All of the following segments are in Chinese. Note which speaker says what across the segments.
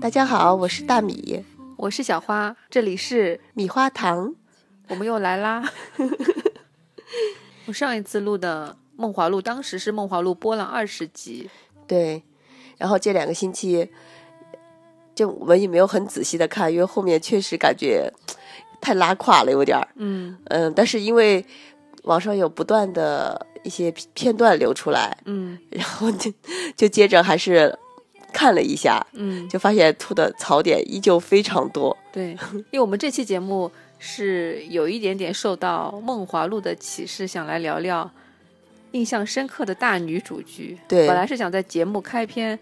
Speaker 1: 大家好，我是大米，
Speaker 2: 我是小花，这里是
Speaker 1: 米花糖。
Speaker 2: 我们又来啦。 我上一次录的《梦华录》，当时是《梦华录》播了二十集，
Speaker 1: 对，然后这两个星期，就我们也没有很仔细的看，因为后面确实感觉太拉胯了，有点儿。
Speaker 2: 嗯
Speaker 1: 嗯，但是因为网上有不断的一些片片段流出来，
Speaker 2: 嗯
Speaker 1: 然后就就接着还是看了一下，
Speaker 2: 嗯，
Speaker 1: 就发现吐的槽点依旧非常多。
Speaker 2: 对，因为我们这期节目是有一点点受到《梦华录》的启示，想来聊聊印象深刻的大女主剧。
Speaker 1: 对
Speaker 2: 本来是想在节目开篇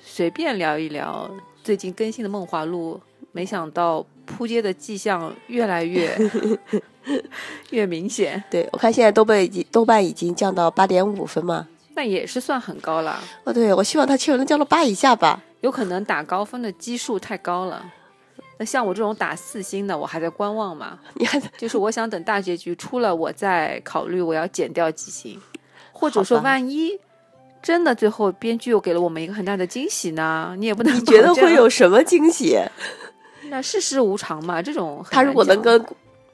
Speaker 2: 随便聊一聊最近更新的《梦华录》，没想到扑街的迹象越来越越明显，
Speaker 1: 对我看现在豆瓣已经豆瓣已经降到八点五分嘛。
Speaker 2: 那也是算很高了。
Speaker 1: 哦，对，我希望它起码能降到八以下吧。
Speaker 2: 有可能打高分的基数太高了。那像我这种打四星的，我还在观望嘛，
Speaker 1: 你看，
Speaker 2: 就是我想等大结局出了，我再考虑我要减掉几星，或者说
Speaker 1: 好吧
Speaker 2: 万一真的最后编剧又给了我们一个很大的惊喜呢？你也不能
Speaker 1: 你觉得
Speaker 2: 保证
Speaker 1: 会有什么惊喜？
Speaker 2: 那世事无常嘛，这种很
Speaker 1: 他如果
Speaker 2: 难
Speaker 1: 能
Speaker 2: 讲
Speaker 1: 跟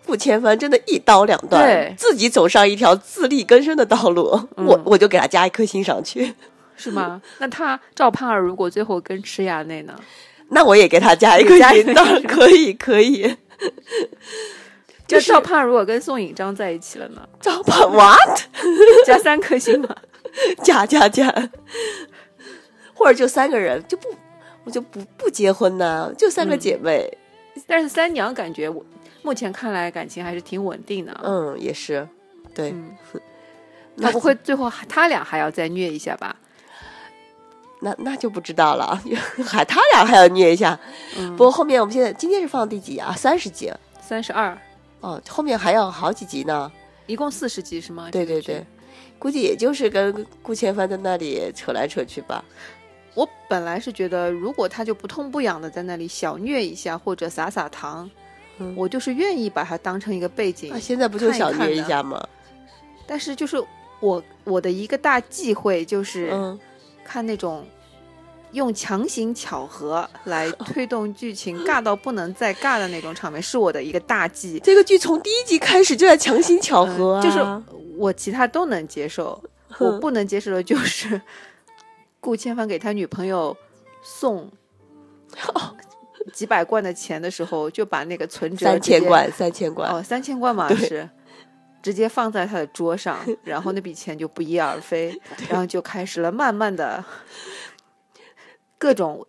Speaker 1: 顾千帆真的一刀两断
Speaker 2: 对，
Speaker 1: 自己走上一条自力更生的道路，
Speaker 2: 嗯
Speaker 1: 我我就给他加一颗星上去，
Speaker 2: 是吗？那他赵盼儿如果最后跟池雅内呢？
Speaker 1: 那我也给他加一颗
Speaker 2: 加一
Speaker 1: 星，
Speaker 2: 颗
Speaker 1: 当然可以可以。
Speaker 2: 就
Speaker 1: 就是
Speaker 2: 赵盼儿如果跟宋引章在一起了呢？
Speaker 1: 赵盼 what
Speaker 2: 加三颗星嘛？
Speaker 1: 加加加，或者就三个人就不我就不不结婚呐、就三个姐妹，
Speaker 2: 但是三娘感觉我目前看来感情还是挺稳定的啊。
Speaker 1: 嗯也是，对，
Speaker 2: 嗯
Speaker 1: 那
Speaker 2: 他不会最后还他俩还要再虐一下吧？
Speaker 1: 那那就不知道了， 还他俩还要虐一下。不过后面我们现在今天是放第几啊？三十集
Speaker 2: 嗯三十二，
Speaker 1: 哦，后面还要好几集呢。
Speaker 2: 一共四十集是吗？
Speaker 1: 对
Speaker 2: 啊这
Speaker 1: 对
Speaker 2: 个
Speaker 1: 对
Speaker 2: 剧，，
Speaker 1: 估计也就是跟顾千帆在那里扯来扯去吧。
Speaker 2: 我本来是觉得，如果他就不痛不痒的在那里小虐一下或者撒撒糖，
Speaker 1: 嗯哎
Speaker 2: 我就是愿意把它当成一个背景。
Speaker 1: 那、啊现在不就
Speaker 2: 看一
Speaker 1: 想
Speaker 2: 看
Speaker 1: 虐一
Speaker 2: 的
Speaker 1: 下吗？
Speaker 2: 但是就是我我的一个大忌讳就是
Speaker 1: 嗯，
Speaker 2: 看那种。用强行巧合来推动剧情，尬到不能再尬的那种场面，是我的一个大忌。
Speaker 1: 这个剧从第一集开始就在强行巧合、啊
Speaker 2: 嗯就是我其他都能接受，我不能接受的就是 顾千帆给他女朋友送几百贯的钱的时候，就把那个存折
Speaker 1: 哦三
Speaker 2: 直接
Speaker 1: 千贯，三千贯。
Speaker 2: 哦，三千贯嘛
Speaker 1: 对
Speaker 2: 是。直接放在他的桌上，然后那笔钱就不翼 而飞，然后就开始了慢慢的各种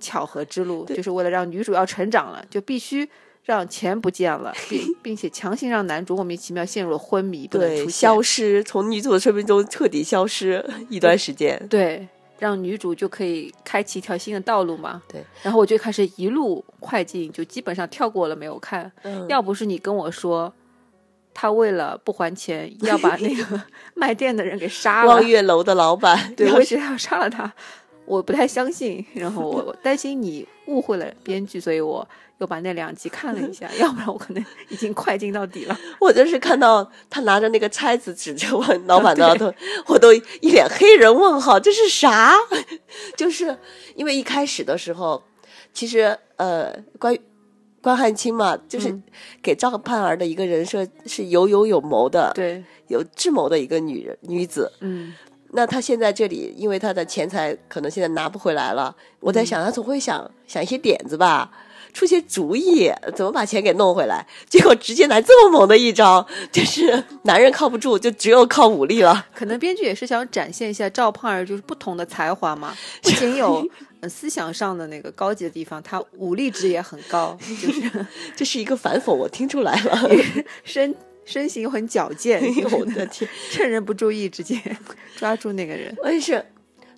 Speaker 2: 巧合之路，就是为了让女主要成长了，就必须让钱不见了， 并并且强行让男主莫名其妙陷入了昏迷，不能
Speaker 1: 对，
Speaker 2: 出
Speaker 1: 消
Speaker 2: 现，
Speaker 1: 失，从女主的生命中彻底消失一段时间。
Speaker 2: 对，让女主就可以开启一条新的道路嘛。
Speaker 1: 对，
Speaker 2: 然后我就开始一路快进，就基本上跳过了没有看，
Speaker 1: 嗯，
Speaker 2: 要不是你跟我说，他为了不还钱，要把那 个 卖店的人给杀了
Speaker 1: 望，月楼的老板，
Speaker 2: 对，
Speaker 1: 要
Speaker 2: 为
Speaker 1: 是
Speaker 2: 什么要杀了他？我不太相信，然后我我担心你误会了编剧，所以我又把那两集看了一 下，要不然我可能已经快进到底了。
Speaker 1: 我就是看到他拿着那个钗子指着我老板
Speaker 2: 啊
Speaker 1: 的 头，我都一脸黑人问号，这是啥？ 就是因为一开始的时候，其实呃，关于关汉卿嘛，就是
Speaker 2: 嗯
Speaker 1: 给赵盼儿的一个人设是有勇有谋的，
Speaker 2: 对，
Speaker 1: 有智谋的一个女人女子。
Speaker 2: 嗯，
Speaker 1: 那她现在这里，因为她的钱财可能现在拿不回来了，我
Speaker 2: 嗯
Speaker 1: 在想，她总会想想一些点子吧。出些主意，怎么把钱给弄回来？结果直接来这么猛的一招，就是男人靠不住，就只有靠武力了。
Speaker 2: 可能编剧也是想展现一下赵盼儿就是不同的才华嘛，不 仅有呃思想上的那个高级的地方，他武力值也很高，就是
Speaker 1: 这是一个反讽，我听出来了。
Speaker 2: 身身形很矫健，就是
Speaker 1: 我的天！
Speaker 2: 趁人不注意，直接 抓住那个人。
Speaker 1: 关键是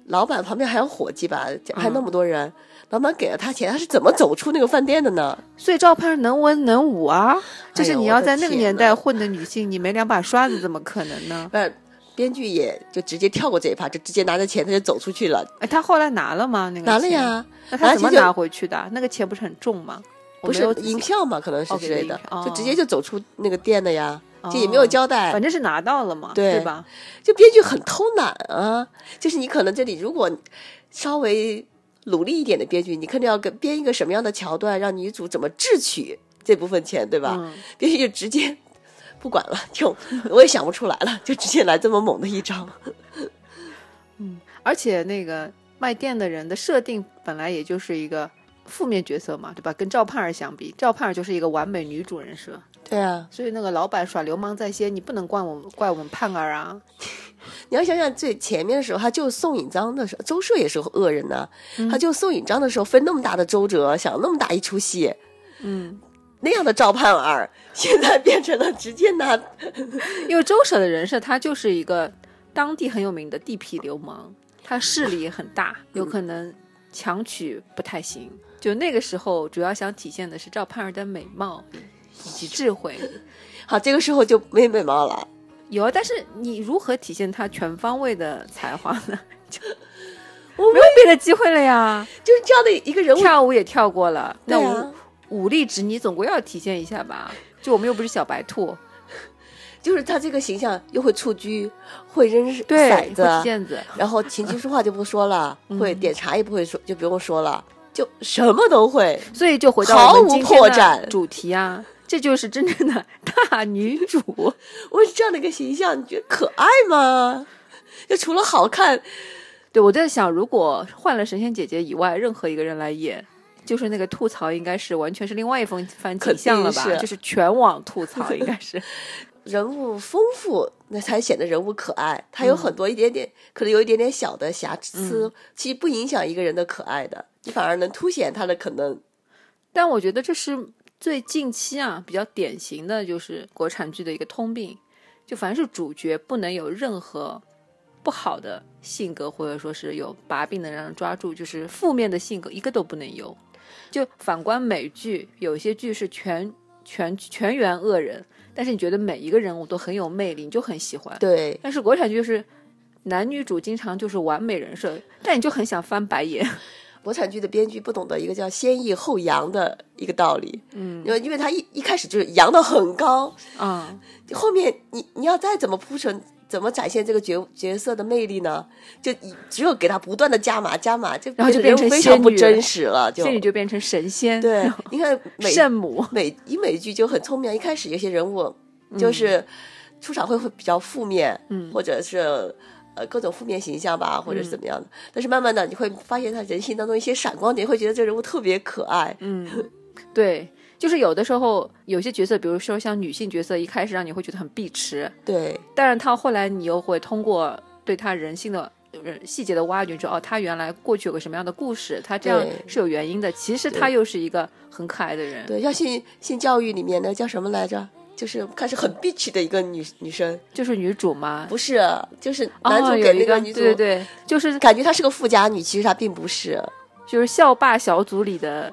Speaker 1: 老板旁边还有伙计吧，还
Speaker 2: 嗯
Speaker 1: 那么多人，老板给了他钱，他是怎么走出那个饭店的呢？
Speaker 2: 所以赵盼儿能文能武啊，就
Speaker 1: 哎
Speaker 2: 是
Speaker 1: 呦
Speaker 2: 你
Speaker 1: 我
Speaker 2: 要
Speaker 1: 的
Speaker 2: 在那个
Speaker 1: 天
Speaker 2: 年
Speaker 1: 呐
Speaker 2: 代混的女性，你没两把刷子怎么可能呢？
Speaker 1: 不是，编剧也就直接跳过这一趴，就直接拿着钱他就走出去了，
Speaker 2: 哎，他后来拿了吗？那个
Speaker 1: 拿了
Speaker 2: 钱，
Speaker 1: 呀，
Speaker 2: 那
Speaker 1: 拿
Speaker 2: 他
Speaker 1: 了
Speaker 2: 怎么
Speaker 1: 钱就
Speaker 2: 拿回去的？那个钱不是很重吗？我
Speaker 1: 不
Speaker 2: 没
Speaker 1: 是
Speaker 2: 有
Speaker 1: 银票嘛，可能是
Speaker 2: 哦
Speaker 1: 之
Speaker 2: 给的
Speaker 1: 类
Speaker 2: 银
Speaker 1: 的，
Speaker 2: 票
Speaker 1: 就
Speaker 2: 哦
Speaker 1: 直接就走出那个店的呀，这也没有
Speaker 2: 哦
Speaker 1: 交代
Speaker 2: 反，正是拿到了嘛，
Speaker 1: 对
Speaker 2: 吧？
Speaker 1: 就编剧很偷懒啊，就是你可能这里如果稍微努力一点的编剧，你肯定要跟编一个什么样的桥段，让女主怎么智取这部分钱，对吧？
Speaker 2: 嗯
Speaker 1: 编剧就直接不管了，就 我也想不出来了，就直接来这么猛的一招。
Speaker 2: 而且那个卖店的人的设定本来也就是一个负面角色嘛，对吧？跟赵盼儿相比，赵盼儿就是一个完美女主人设，
Speaker 1: 对啊，
Speaker 2: 所以那个老板耍流氓在先，你不能怪我们怪我们盼儿啊。
Speaker 1: 你要想想最前面的时候，他救宋引章的时候，周社也是恶人呐、
Speaker 2: 嗯
Speaker 1: 他救宋引章的时候费那么大的周折，想那么大一出戏，
Speaker 2: 嗯，
Speaker 1: 那样的赵盼儿， 现在变成了直接拿
Speaker 2: 因为周舍的人设他就是一个当地很有名的地痞流氓，他势力也很大，
Speaker 1: 嗯
Speaker 2: 有可能强取不太行。就那个时候，主要想体现的是赵盼儿的美貌以及智慧。
Speaker 1: 好，这个时候就没美貌了。
Speaker 2: 有，啊，但是你如何体现他全方位的才华呢？ 就
Speaker 1: 我
Speaker 2: 没有别的机会了呀。
Speaker 1: 就是这样的一个人物，
Speaker 2: 跳舞也跳过了，那
Speaker 1: 对
Speaker 2: 武、
Speaker 1: 啊
Speaker 2: 武力值你总归要体现一下吧？就我们又不是小白兔，
Speaker 1: 就是他这个形象又会蹴鞠，会扔
Speaker 2: 对，
Speaker 1: 骰
Speaker 2: 会踢嗯
Speaker 1: 子，
Speaker 2: 毽子，
Speaker 1: 然后琴棋书画就不说了，会点茶也不会说，就不用说了，就什么都会。
Speaker 2: 所以就回到我
Speaker 1: 毫无
Speaker 2: 们今天
Speaker 1: 破
Speaker 2: 的
Speaker 1: 绽
Speaker 2: 主题啊，这就是真正的大女 主。
Speaker 1: 我这样的一个形象，你觉得可爱吗？就除了好看，
Speaker 2: 对我在想，如果换了神仙姐姐以外，任何一个人来演。就是那个吐槽，应该是完全是另外一番番景
Speaker 1: 肯
Speaker 2: 象了
Speaker 1: 定
Speaker 2: 吧？
Speaker 1: 是
Speaker 2: 就是全网吐槽，应该是。
Speaker 1: 人物丰富，那才显得人物可爱。他有
Speaker 2: 嗯
Speaker 1: 很多一点点，可能有一点点小的瑕疵，其实不影响一个人的可爱的，你反而能凸显他的可能。
Speaker 2: 但我觉得这是最近期啊比较典型的就是国产剧的一个通病，就凡是主角不能有任何不好的性格，或者说是有把柄能让人抓住，就是负面的性格一个都不能有。就反观美剧，有些剧是全全全员恶人，但是你觉得每一个人物都很有魅力，你就很喜欢。
Speaker 1: 对，
Speaker 2: 但是国产剧就是男女主经常就是完美人设，但你就很想翻白眼。
Speaker 1: 国产剧的编剧不懂得一个叫先抑后扬的一个道理，嗯，因为因为他一一开始就是扬的很高，
Speaker 2: 啊、
Speaker 1: 后面你你要再怎么铺陈，怎么展现这个角角色的魅力呢？就一只有给他不断的加码加码，就
Speaker 2: 然后就
Speaker 1: 人
Speaker 2: 变
Speaker 1: 物
Speaker 2: 成
Speaker 1: 非
Speaker 2: 仙
Speaker 1: 常不
Speaker 2: 女
Speaker 1: 真实了，就
Speaker 2: 所以你就变成神仙，
Speaker 1: 对，你看美
Speaker 2: 圣 母。
Speaker 1: 美以美剧就很聪明，一开始有些人物
Speaker 2: 嗯
Speaker 1: 就是出场会会比较负面，嗯，或者是呃各种负面形象吧，
Speaker 2: 嗯
Speaker 1: 或者是怎么样的。但是慢慢的你会发现他人性当中一些闪光点，会觉得这人物特别可爱，嗯，
Speaker 2: 对，就是有的时候有些角色，比如说像女性角色，一开始让你会觉得很避迟，
Speaker 1: 对
Speaker 2: 但是她后来你又会通过对她人性的。人细节的挖掘之后，哦，她原来过去有个什么样的故事，她这样
Speaker 1: 对
Speaker 2: 是有原因的。其实她又是一个很可爱的人，
Speaker 1: 对，像性性教育里面的叫什么来着？就是开始很 bitch 的一个女女生，
Speaker 2: 就是女主嘛。
Speaker 1: 不是，就是男主
Speaker 2: 哦、
Speaker 1: 给
Speaker 2: 有一
Speaker 1: 那
Speaker 2: 个
Speaker 1: 女主，
Speaker 2: 对对对，就是
Speaker 1: 感觉她是个富家女，其实她并不是，
Speaker 2: 就是校霸小组里的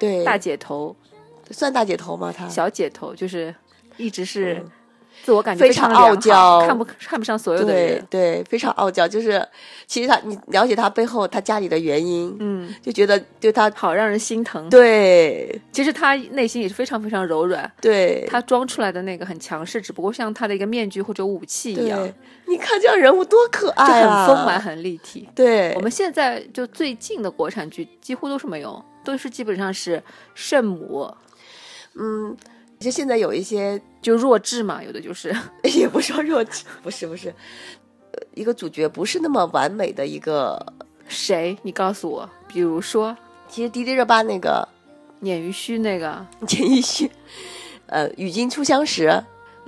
Speaker 1: 对，啊
Speaker 2: 大姐头、
Speaker 1: 算大姐头吗？她
Speaker 2: 小姐头，就是一直是自我感觉
Speaker 1: 嗯非
Speaker 2: 常
Speaker 1: 常
Speaker 2: 良好
Speaker 1: 傲娇
Speaker 2: 看不看不上所有的
Speaker 1: 对
Speaker 2: 人。
Speaker 1: 对，非常傲娇，就是其实她你了解她背后她家里的原因，
Speaker 2: 嗯，
Speaker 1: 就觉得对她，
Speaker 2: 好让人心疼。
Speaker 1: 对
Speaker 2: 其实他内心也是非常非常柔软，
Speaker 1: 对
Speaker 2: 他装出来的那个很强势，只不过像他的一个面具或者武器一样，
Speaker 1: 对，你看这样人物多可
Speaker 2: 就
Speaker 1: 爱
Speaker 2: 很
Speaker 1: 啊，
Speaker 2: 丰满、很立体。
Speaker 1: 对
Speaker 2: 我，们现在就最近的国产剧几乎都是没有，都是基本上是圣母，
Speaker 1: 嗯，就现在有一些
Speaker 2: 就弱智嘛，有的就是，
Speaker 1: 也不说弱智，不是不是，呃一个主角不是那么完美的一个，
Speaker 2: 谁？你告诉我，比如说
Speaker 1: 其实迪丽热巴那个
Speaker 2: 鲶鱼须那个，
Speaker 1: 陈奕迅，呃，《与君初相识》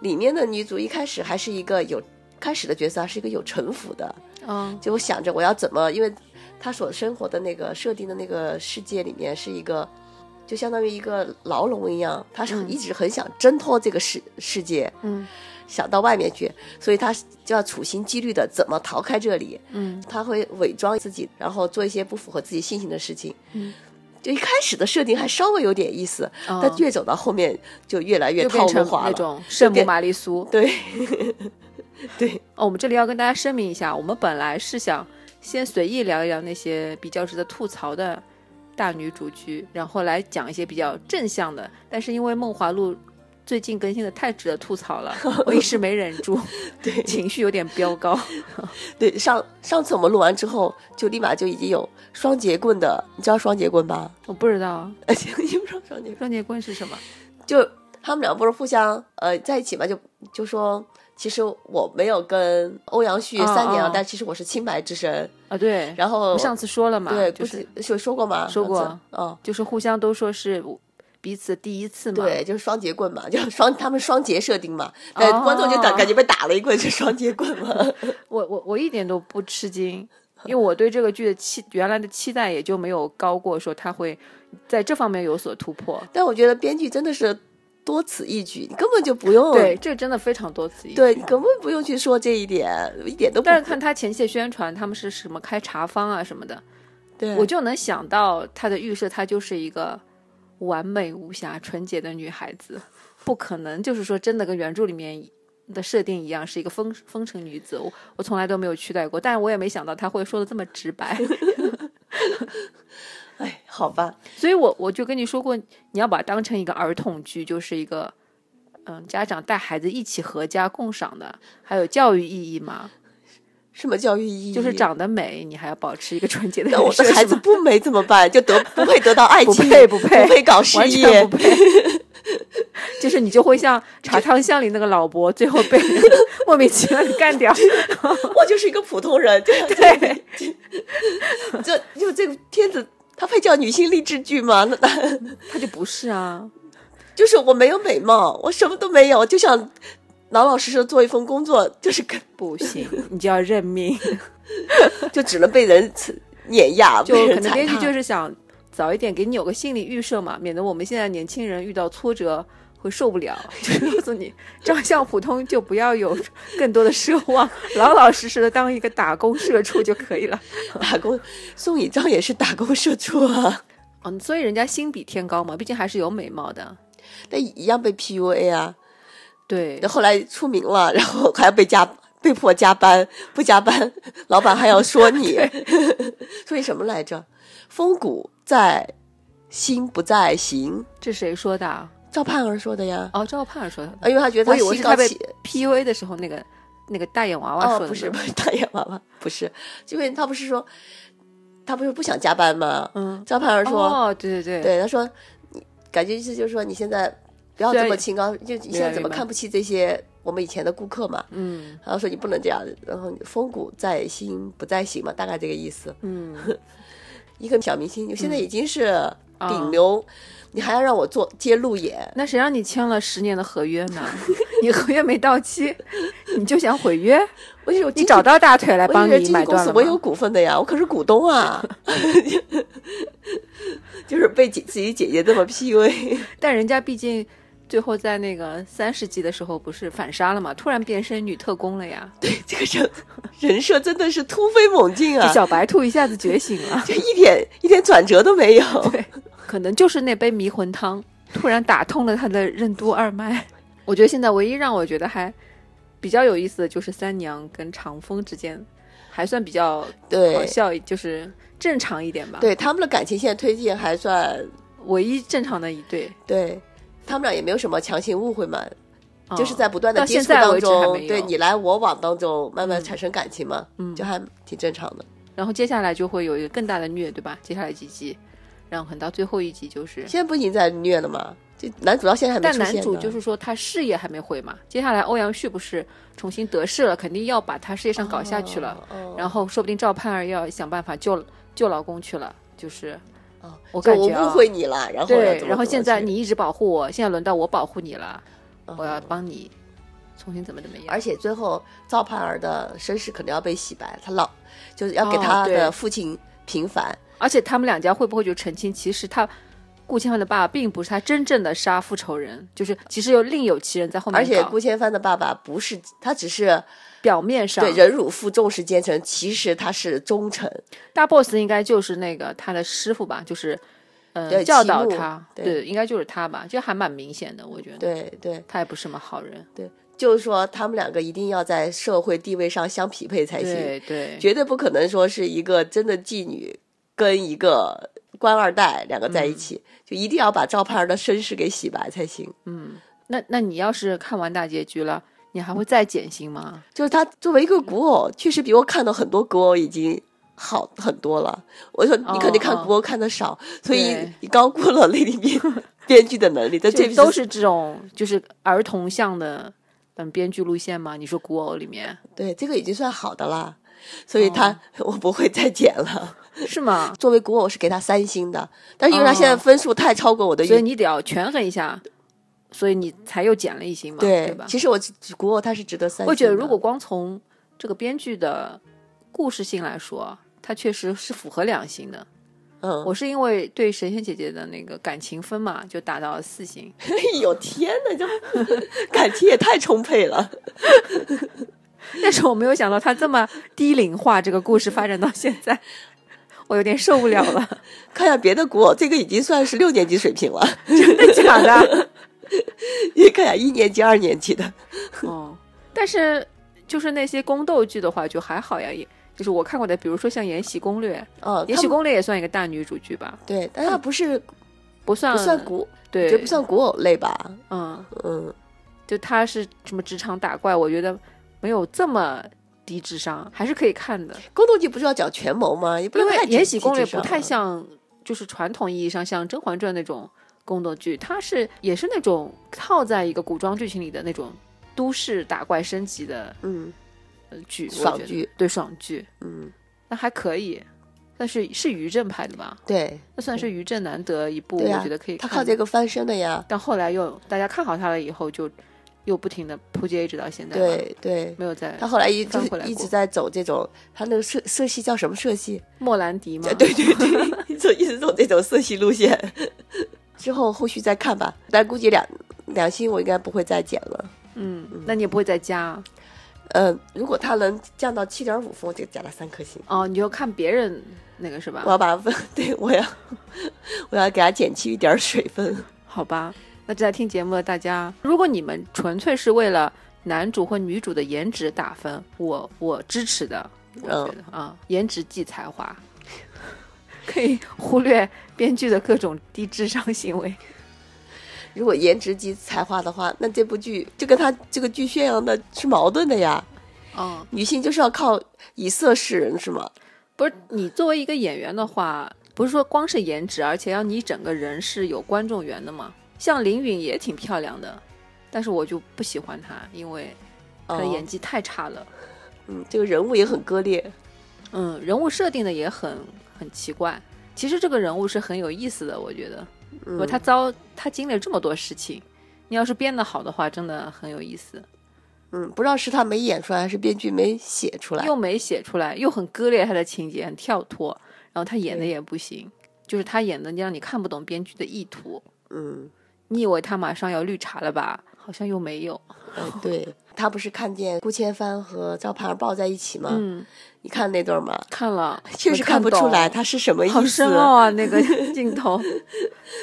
Speaker 1: 里面的女主一开始还是一个有开始的角色，还是一个有城府的，
Speaker 2: 嗯
Speaker 1: 就我想着我要怎么，因为她所生活的那个设定的那个世界里面是一个，就相当于一个牢笼一样，她是
Speaker 2: 嗯
Speaker 1: 一直很想挣脱这个世世界，
Speaker 2: 嗯
Speaker 1: 想到外面去，所以她就要处心积虑的怎么逃开这里，
Speaker 2: 嗯
Speaker 1: 她会伪装自己，然后做一些不符合自己性情的事情。
Speaker 2: 嗯
Speaker 1: 就一开始的设定还稍微有点意思，
Speaker 2: 哦
Speaker 1: 但越走到后面就越来越
Speaker 2: 就
Speaker 1: 套
Speaker 2: 变
Speaker 1: 路
Speaker 2: 成
Speaker 1: 化
Speaker 2: 那
Speaker 1: 了。
Speaker 2: 种圣母
Speaker 1: 变
Speaker 2: 玛丽苏，
Speaker 1: 对， 对，
Speaker 2: 哦，我们这里要跟大家声明一下，我们本来是想先随意聊一聊那些比较值得吐槽的大女主剧，然后来讲一些比较正向的，但是因为《梦华录》。最近更新的太值得吐槽 了，我一时没忍住，
Speaker 1: 对
Speaker 2: 情绪有点飙 高。
Speaker 1: 对，上上次我们录完之后，就立马就已经有双节棍的，你知道双节棍吧？
Speaker 2: 我不知道
Speaker 1: 呃你不知道双节棍，
Speaker 2: 双节棍是什么，
Speaker 1: 就他们俩不是互相呃在一起嘛，就就说其实我没有跟欧阳旭
Speaker 2: 哦
Speaker 1: 三年了，啊
Speaker 2: 哦
Speaker 1: 但其实我是清白之身。
Speaker 2: 啊？对，
Speaker 1: 然后
Speaker 2: 我上次说了嘛，
Speaker 1: 对，
Speaker 2: 就
Speaker 1: 不
Speaker 2: 是
Speaker 1: 仅就说过吗？
Speaker 2: 说
Speaker 1: 上
Speaker 2: 过
Speaker 1: 次，嗯。
Speaker 2: 就是互相都说是彼此第一次嘛。
Speaker 1: 对，就是双节棍嘛，就是双他们双节设定嘛，但观众就感
Speaker 2: 哦
Speaker 1: 感觉被打了一棍，是双节棍嘛。
Speaker 2: 我我我一点都不吃惊，因为我对这个剧的期原来的期待也就没有高过说他会在这方面有所突破。
Speaker 1: 但我觉得编剧真的是多此一举，你根本就不用
Speaker 2: 对，这真的非常多此一
Speaker 1: 嗯
Speaker 2: 举。
Speaker 1: 对，你根本不用去说这一点，一点都不。
Speaker 2: 但是看他前期的宣传，他们是什么开茶坊啊什么的，
Speaker 1: 对，
Speaker 2: 我就能想到他的预设，她就是一个完美无瑕、纯洁的女孩子，不可能就是说真的跟原著里面的设定一样，是一个风风尘女子。我我从来都没有期待过，但我也没想到他会说的这么直白。
Speaker 1: 哎，好吧，
Speaker 2: 所以我我就跟你说过，你要把它当成一个儿童剧，就是一个嗯家长带孩子一起合家共赏的，还有教育意义嘛，
Speaker 1: 什么教育意义？
Speaker 2: 就是长得美，你还要保持一个纯洁的
Speaker 1: 那 我
Speaker 2: 人设
Speaker 1: 的孩子
Speaker 2: 是吗
Speaker 1: 不美怎么办？就得 不配得到爱
Speaker 2: 不
Speaker 1: 情，
Speaker 2: 配不配
Speaker 1: 不配搞事
Speaker 2: 完
Speaker 1: 业
Speaker 2: 全，不配。就是你就会像茶汤巷里那个老伯，最 后被莫名其妙的干掉。
Speaker 1: 我就是一个普通人。 对，
Speaker 2: 对，
Speaker 1: 这就这个片子，它配叫女性励志剧吗？那那
Speaker 2: 他就不是啊，
Speaker 1: 就是我没有美貌，我什么都没有，我就想老老实实地做一份工作，就是跟
Speaker 2: 不行，你就要认命。
Speaker 1: 就只能被人刺碾 压，
Speaker 2: 就
Speaker 1: 被
Speaker 2: 可
Speaker 1: 人
Speaker 2: 能
Speaker 1: 踩
Speaker 2: 编剧
Speaker 1: 踏
Speaker 2: 就是想早一点给你有个心理预设嘛，免得我们现在年轻人遇到挫折会受不了。 就是告诉你，长相普通就不要有更多的奢望，老老实实的当一个打工社畜就可以了。
Speaker 1: 打工。宋以章也是打工社畜啊，
Speaker 2: 嗯，所以人家心比天高嘛，毕竟还是有美貌的。
Speaker 1: 但一样被 PUA 啊。
Speaker 2: 对，
Speaker 1: 后来出名了，然后还要被加被迫加班，不加班，老板还要说 你， 说你什么来着？风骨在，心不在行。
Speaker 2: 这谁说的啊？
Speaker 1: 赵盼儿说的呀，
Speaker 2: 哦，赵盼儿说的。
Speaker 1: 啊，因为他觉得
Speaker 2: 我
Speaker 1: 他
Speaker 2: 以为
Speaker 1: 心
Speaker 2: 是
Speaker 1: 高
Speaker 2: 他被
Speaker 1: 气。
Speaker 2: PUA 的时候，那个那个大眼娃娃说
Speaker 1: 哦，
Speaker 2: 的呢。
Speaker 1: 不是不是大眼娃娃，不是，因为他不是说，他不是不想加班吗？
Speaker 2: 嗯，
Speaker 1: 赵盼儿说，
Speaker 2: 哦，对对对，
Speaker 1: 对，他说，你感觉意思就是说，你现在不要
Speaker 2: 虽
Speaker 1: 这
Speaker 2: 然
Speaker 1: 么清高，就你现在怎么
Speaker 2: 明白
Speaker 1: 看不起这些我们以前的顾客嘛？
Speaker 2: 嗯
Speaker 1: 然后说你不能这样，然后风骨在心不在行嘛，大概这个意思。
Speaker 2: 嗯，
Speaker 1: 一个小明星，现在已经是
Speaker 2: 啊
Speaker 1: 顶流，你还要让我做接路演？
Speaker 2: 那谁让你签了十年的合约 呢？你合约没到期，你就想毁约？
Speaker 1: 我有
Speaker 2: 你找到大腿来
Speaker 1: 我有
Speaker 2: 帮
Speaker 1: 经
Speaker 2: 你
Speaker 1: 纪
Speaker 2: 买
Speaker 1: 公
Speaker 2: 断
Speaker 1: 司
Speaker 2: 了，
Speaker 1: 我有股份的呀，我可是股东啊。 就是被姐自己姐姐这么 PUA，
Speaker 2: 但人家毕竟最后在那个三十集的时候不是反杀了嘛，突然变身女特工了呀，
Speaker 1: 对 这个人人设真的是突飞猛进啊。
Speaker 2: 这！小白兔一下子觉醒了
Speaker 1: 就一点一点转折都 没有。
Speaker 2: 对，可能就是那杯迷魂汤突然打通了他的任督二脉。我觉得现在唯一让我觉得还比较有意思的就是三娘跟长风之间，还算比较好
Speaker 1: 对
Speaker 2: 笑，啊就是正常一点吧。，
Speaker 1: 对他们的感情线推进还算
Speaker 2: 唯一正常的一对，
Speaker 1: 对，他们俩也没有什么强行误会嘛，
Speaker 2: 嗯
Speaker 1: 就是在不断的
Speaker 2: 到
Speaker 1: 接
Speaker 2: 现
Speaker 1: 触
Speaker 2: 在
Speaker 1: 当
Speaker 2: 为止还
Speaker 1: 中，
Speaker 2: 没有。
Speaker 1: 对你来我往当中慢慢
Speaker 2: 嗯
Speaker 1: 产生感情嘛，
Speaker 2: 嗯
Speaker 1: 就还挺正常的。
Speaker 2: 然后接下来就会有一个更大的虐，对吧？接下来几集，然后可能到最后一集就是，
Speaker 1: 现在不已经在虐了吗？这男主到现在还没
Speaker 2: 但
Speaker 1: 出现
Speaker 2: 男主
Speaker 1: 呢
Speaker 2: 就是说他事业还没毁嘛。接下来欧阳旭不是重新得势了，肯定要把他事业上搞下去了。，
Speaker 1: 哦
Speaker 2: 然后说不定赵盼儿要想办法救救老公去了，就是
Speaker 1: 哦
Speaker 2: 我
Speaker 1: 就
Speaker 2: 感觉啊
Speaker 1: 我误会你了，然后要
Speaker 2: 对，
Speaker 1: 怎么
Speaker 2: 然后
Speaker 1: 怎么
Speaker 2: 现在
Speaker 1: 去
Speaker 2: 你一直保护我，现在轮到我保护你了，
Speaker 1: 嗯
Speaker 2: 我要帮你重新怎么怎么样。
Speaker 1: 而且最后赵盼儿的身世肯定要被洗白，他老就是要给
Speaker 2: 哦
Speaker 1: 他
Speaker 2: 对
Speaker 1: 的父亲平反，
Speaker 2: 而且他们两家会不会就澄清，其实他顾千帆的爸爸并不是他真正的杀父仇人，就是其实有另有其人在后面
Speaker 1: 而且
Speaker 2: 搞
Speaker 1: 顾千帆的爸爸不是他，只是
Speaker 2: 表面上
Speaker 1: 对忍辱负重是奸臣，其实他是忠臣。
Speaker 2: 大 boss 应该就是那个他的师傅吧，就是嗯、
Speaker 1: 对
Speaker 2: 教
Speaker 1: 齐
Speaker 2: 导
Speaker 1: 木
Speaker 2: 他，
Speaker 1: 对
Speaker 2: 应该就是他吧，就还蛮明显的，我觉得
Speaker 1: 对对
Speaker 2: 他也不是什么好人，
Speaker 1: 对，就是说他们两个一定要在社会地位上相匹配才行，
Speaker 2: 对对，
Speaker 1: 绝对不可能说是一个真的妓女跟一个
Speaker 2: 嗯
Speaker 1: 官二代两个在一起，就一定要把赵盼儿的身世给洗白才行。
Speaker 2: 那那你要是看完大结局了，你还会再减薪吗？
Speaker 1: 就是他作为一个古偶，确实比我看到很多古偶已经好很多了。我说你肯定看
Speaker 2: 哦
Speaker 1: 古偶看的少，所以
Speaker 2: 对
Speaker 1: 你高估了那里面 编剧的能力。但呃这
Speaker 2: 就都
Speaker 1: 是
Speaker 2: 是这种就是儿童向的嗯编剧路线吗？你说古偶里面
Speaker 1: 对这个已经算好的啦，所
Speaker 2: 哦
Speaker 1: 以他、 我不会再减了。
Speaker 2: 是吗？
Speaker 1: 作为古偶是给他三星的，但是因为他
Speaker 2: 哦
Speaker 1: 现在分数太超过我的
Speaker 2: 所
Speaker 1: 预
Speaker 2: 以你得要权衡一下，所以你才又减了一星嘛，对
Speaker 1: 对
Speaker 2: 吧，？
Speaker 1: 其实我古偶它是值得三星的。
Speaker 2: 我觉得如果光从这个编剧的故事性来说，它确实是符合两星的。
Speaker 1: 嗯，
Speaker 2: 我是因为对神仙姐姐的那个感情分嘛，就打到了四星。
Speaker 1: 哎呦天哪，这 感情也太充沛了。
Speaker 2: 但是我没有想到她这么低龄化，这个故事发展到现在， 我有点受不了了。
Speaker 1: 看一下别的古偶，这个已经算是六年级水平了。
Speaker 2: 真的假的？
Speaker 1: 你看一下一年级、二年级的，
Speaker 2: 哦，但是就是那些宫斗剧的话，就还好呀，也就是我看过的，比如说像《延禧攻略》，
Speaker 1: 哦
Speaker 2: 《
Speaker 1: 也
Speaker 2: 延
Speaker 1: 许
Speaker 2: 禧攻略》也算一个大女主剧吧，
Speaker 1: 对，但它不是
Speaker 2: 不算
Speaker 1: 不算古，我
Speaker 2: 嗯对，
Speaker 1: 觉得不算古偶类吧？
Speaker 2: 嗯，
Speaker 1: 嗯，
Speaker 2: 就她是什么职场打怪，我觉得没有这么低智商，还是可以看的。
Speaker 1: 宫斗剧不是要讲权谋吗？也不
Speaker 2: 因
Speaker 1: 能
Speaker 2: 为
Speaker 1: 太
Speaker 2: 《延禧攻略》
Speaker 1: 极致
Speaker 2: 不
Speaker 1: 上
Speaker 2: 太
Speaker 1: 了
Speaker 2: 像，就是传统意义上像《甄嬛传》那种宫斗剧，它是也是那种套在一个古装剧情里的那种都市打怪升级的
Speaker 1: 嗯
Speaker 2: 呃剧，我
Speaker 1: 爽
Speaker 2: 觉得
Speaker 1: 剧，
Speaker 2: 对爽剧，
Speaker 1: 嗯，
Speaker 2: 那还可以。但是是于正拍的吧？
Speaker 1: 对，
Speaker 2: 那算是于正难得一部，
Speaker 1: 对呀
Speaker 2: 我觉得可以
Speaker 1: 他
Speaker 2: 看。
Speaker 1: 靠这个翻身的呀，
Speaker 2: 但后来又大家看好他了以后，就又不停的扑街，一直到现在。，
Speaker 1: 对对。
Speaker 2: 没有在
Speaker 1: 他后来一就
Speaker 2: 翻回来
Speaker 1: 一
Speaker 2: 过
Speaker 1: 直在走这种，他那个色色系叫什么色系？
Speaker 2: 莫兰迪嘛。
Speaker 1: 对对对，走一直走这种色系路线。 之后后续再看吧，但估计两两星我应该不会再减了。
Speaker 2: 嗯，那你也不会再加
Speaker 1: 嗯，如果它能降到七点五分，我就加了三颗星。
Speaker 2: 哦？你就看别人那个是吧
Speaker 1: 我？要把它分，对我要 我要给它减去一点水分。
Speaker 2: 好吧，那正在听节目的大家，如果你们纯粹是为了男主或女主的颜值打分，我我支持的，我
Speaker 1: 嗯
Speaker 2: 觉得啊、颜值即才华， 可以忽略编剧的各种低智商行为。
Speaker 1: 如果颜值及才华的话，那这部剧就跟它这个剧宣扬的是矛盾的呀。
Speaker 2: 嗯，
Speaker 1: 女性就是要靠以色示人，是吗？
Speaker 2: 不是你作为一个演员的话，不是说光是颜值，而且要你整个人是有观众缘的嘛。像林允也挺漂亮的，但是我就不喜欢她，因为她的
Speaker 1: 哦
Speaker 2: 演技太差了。
Speaker 1: 嗯，这个人物也很割裂。
Speaker 2: 嗯，人物设定的也很很奇怪。其实这个人物是很有意思的，我觉得，
Speaker 1: 嗯
Speaker 2: 我他遭他经历了这么多事情，你要是编得好的话，真的很有意思。
Speaker 1: 嗯，不知道是他没演出来，还是编剧没写出来。
Speaker 2: 又没写出来，又很割裂，他的情节很跳脱，然后他演的也不行，就是他演的让你看不懂编剧的意图。
Speaker 1: 嗯，
Speaker 2: 你以为他马上要绿茶了吧？好像又没有。
Speaker 1: 哎，对他不是看见顾千帆和赵盼儿抱在一起吗？
Speaker 2: 嗯，
Speaker 1: 你看那段吗？
Speaker 2: 看了，
Speaker 1: 确
Speaker 2: 没
Speaker 1: 实
Speaker 2: 看
Speaker 1: 看不出
Speaker 2: 懂
Speaker 1: 来，他是什么意思。
Speaker 2: 好深奥啊， 那个镜头。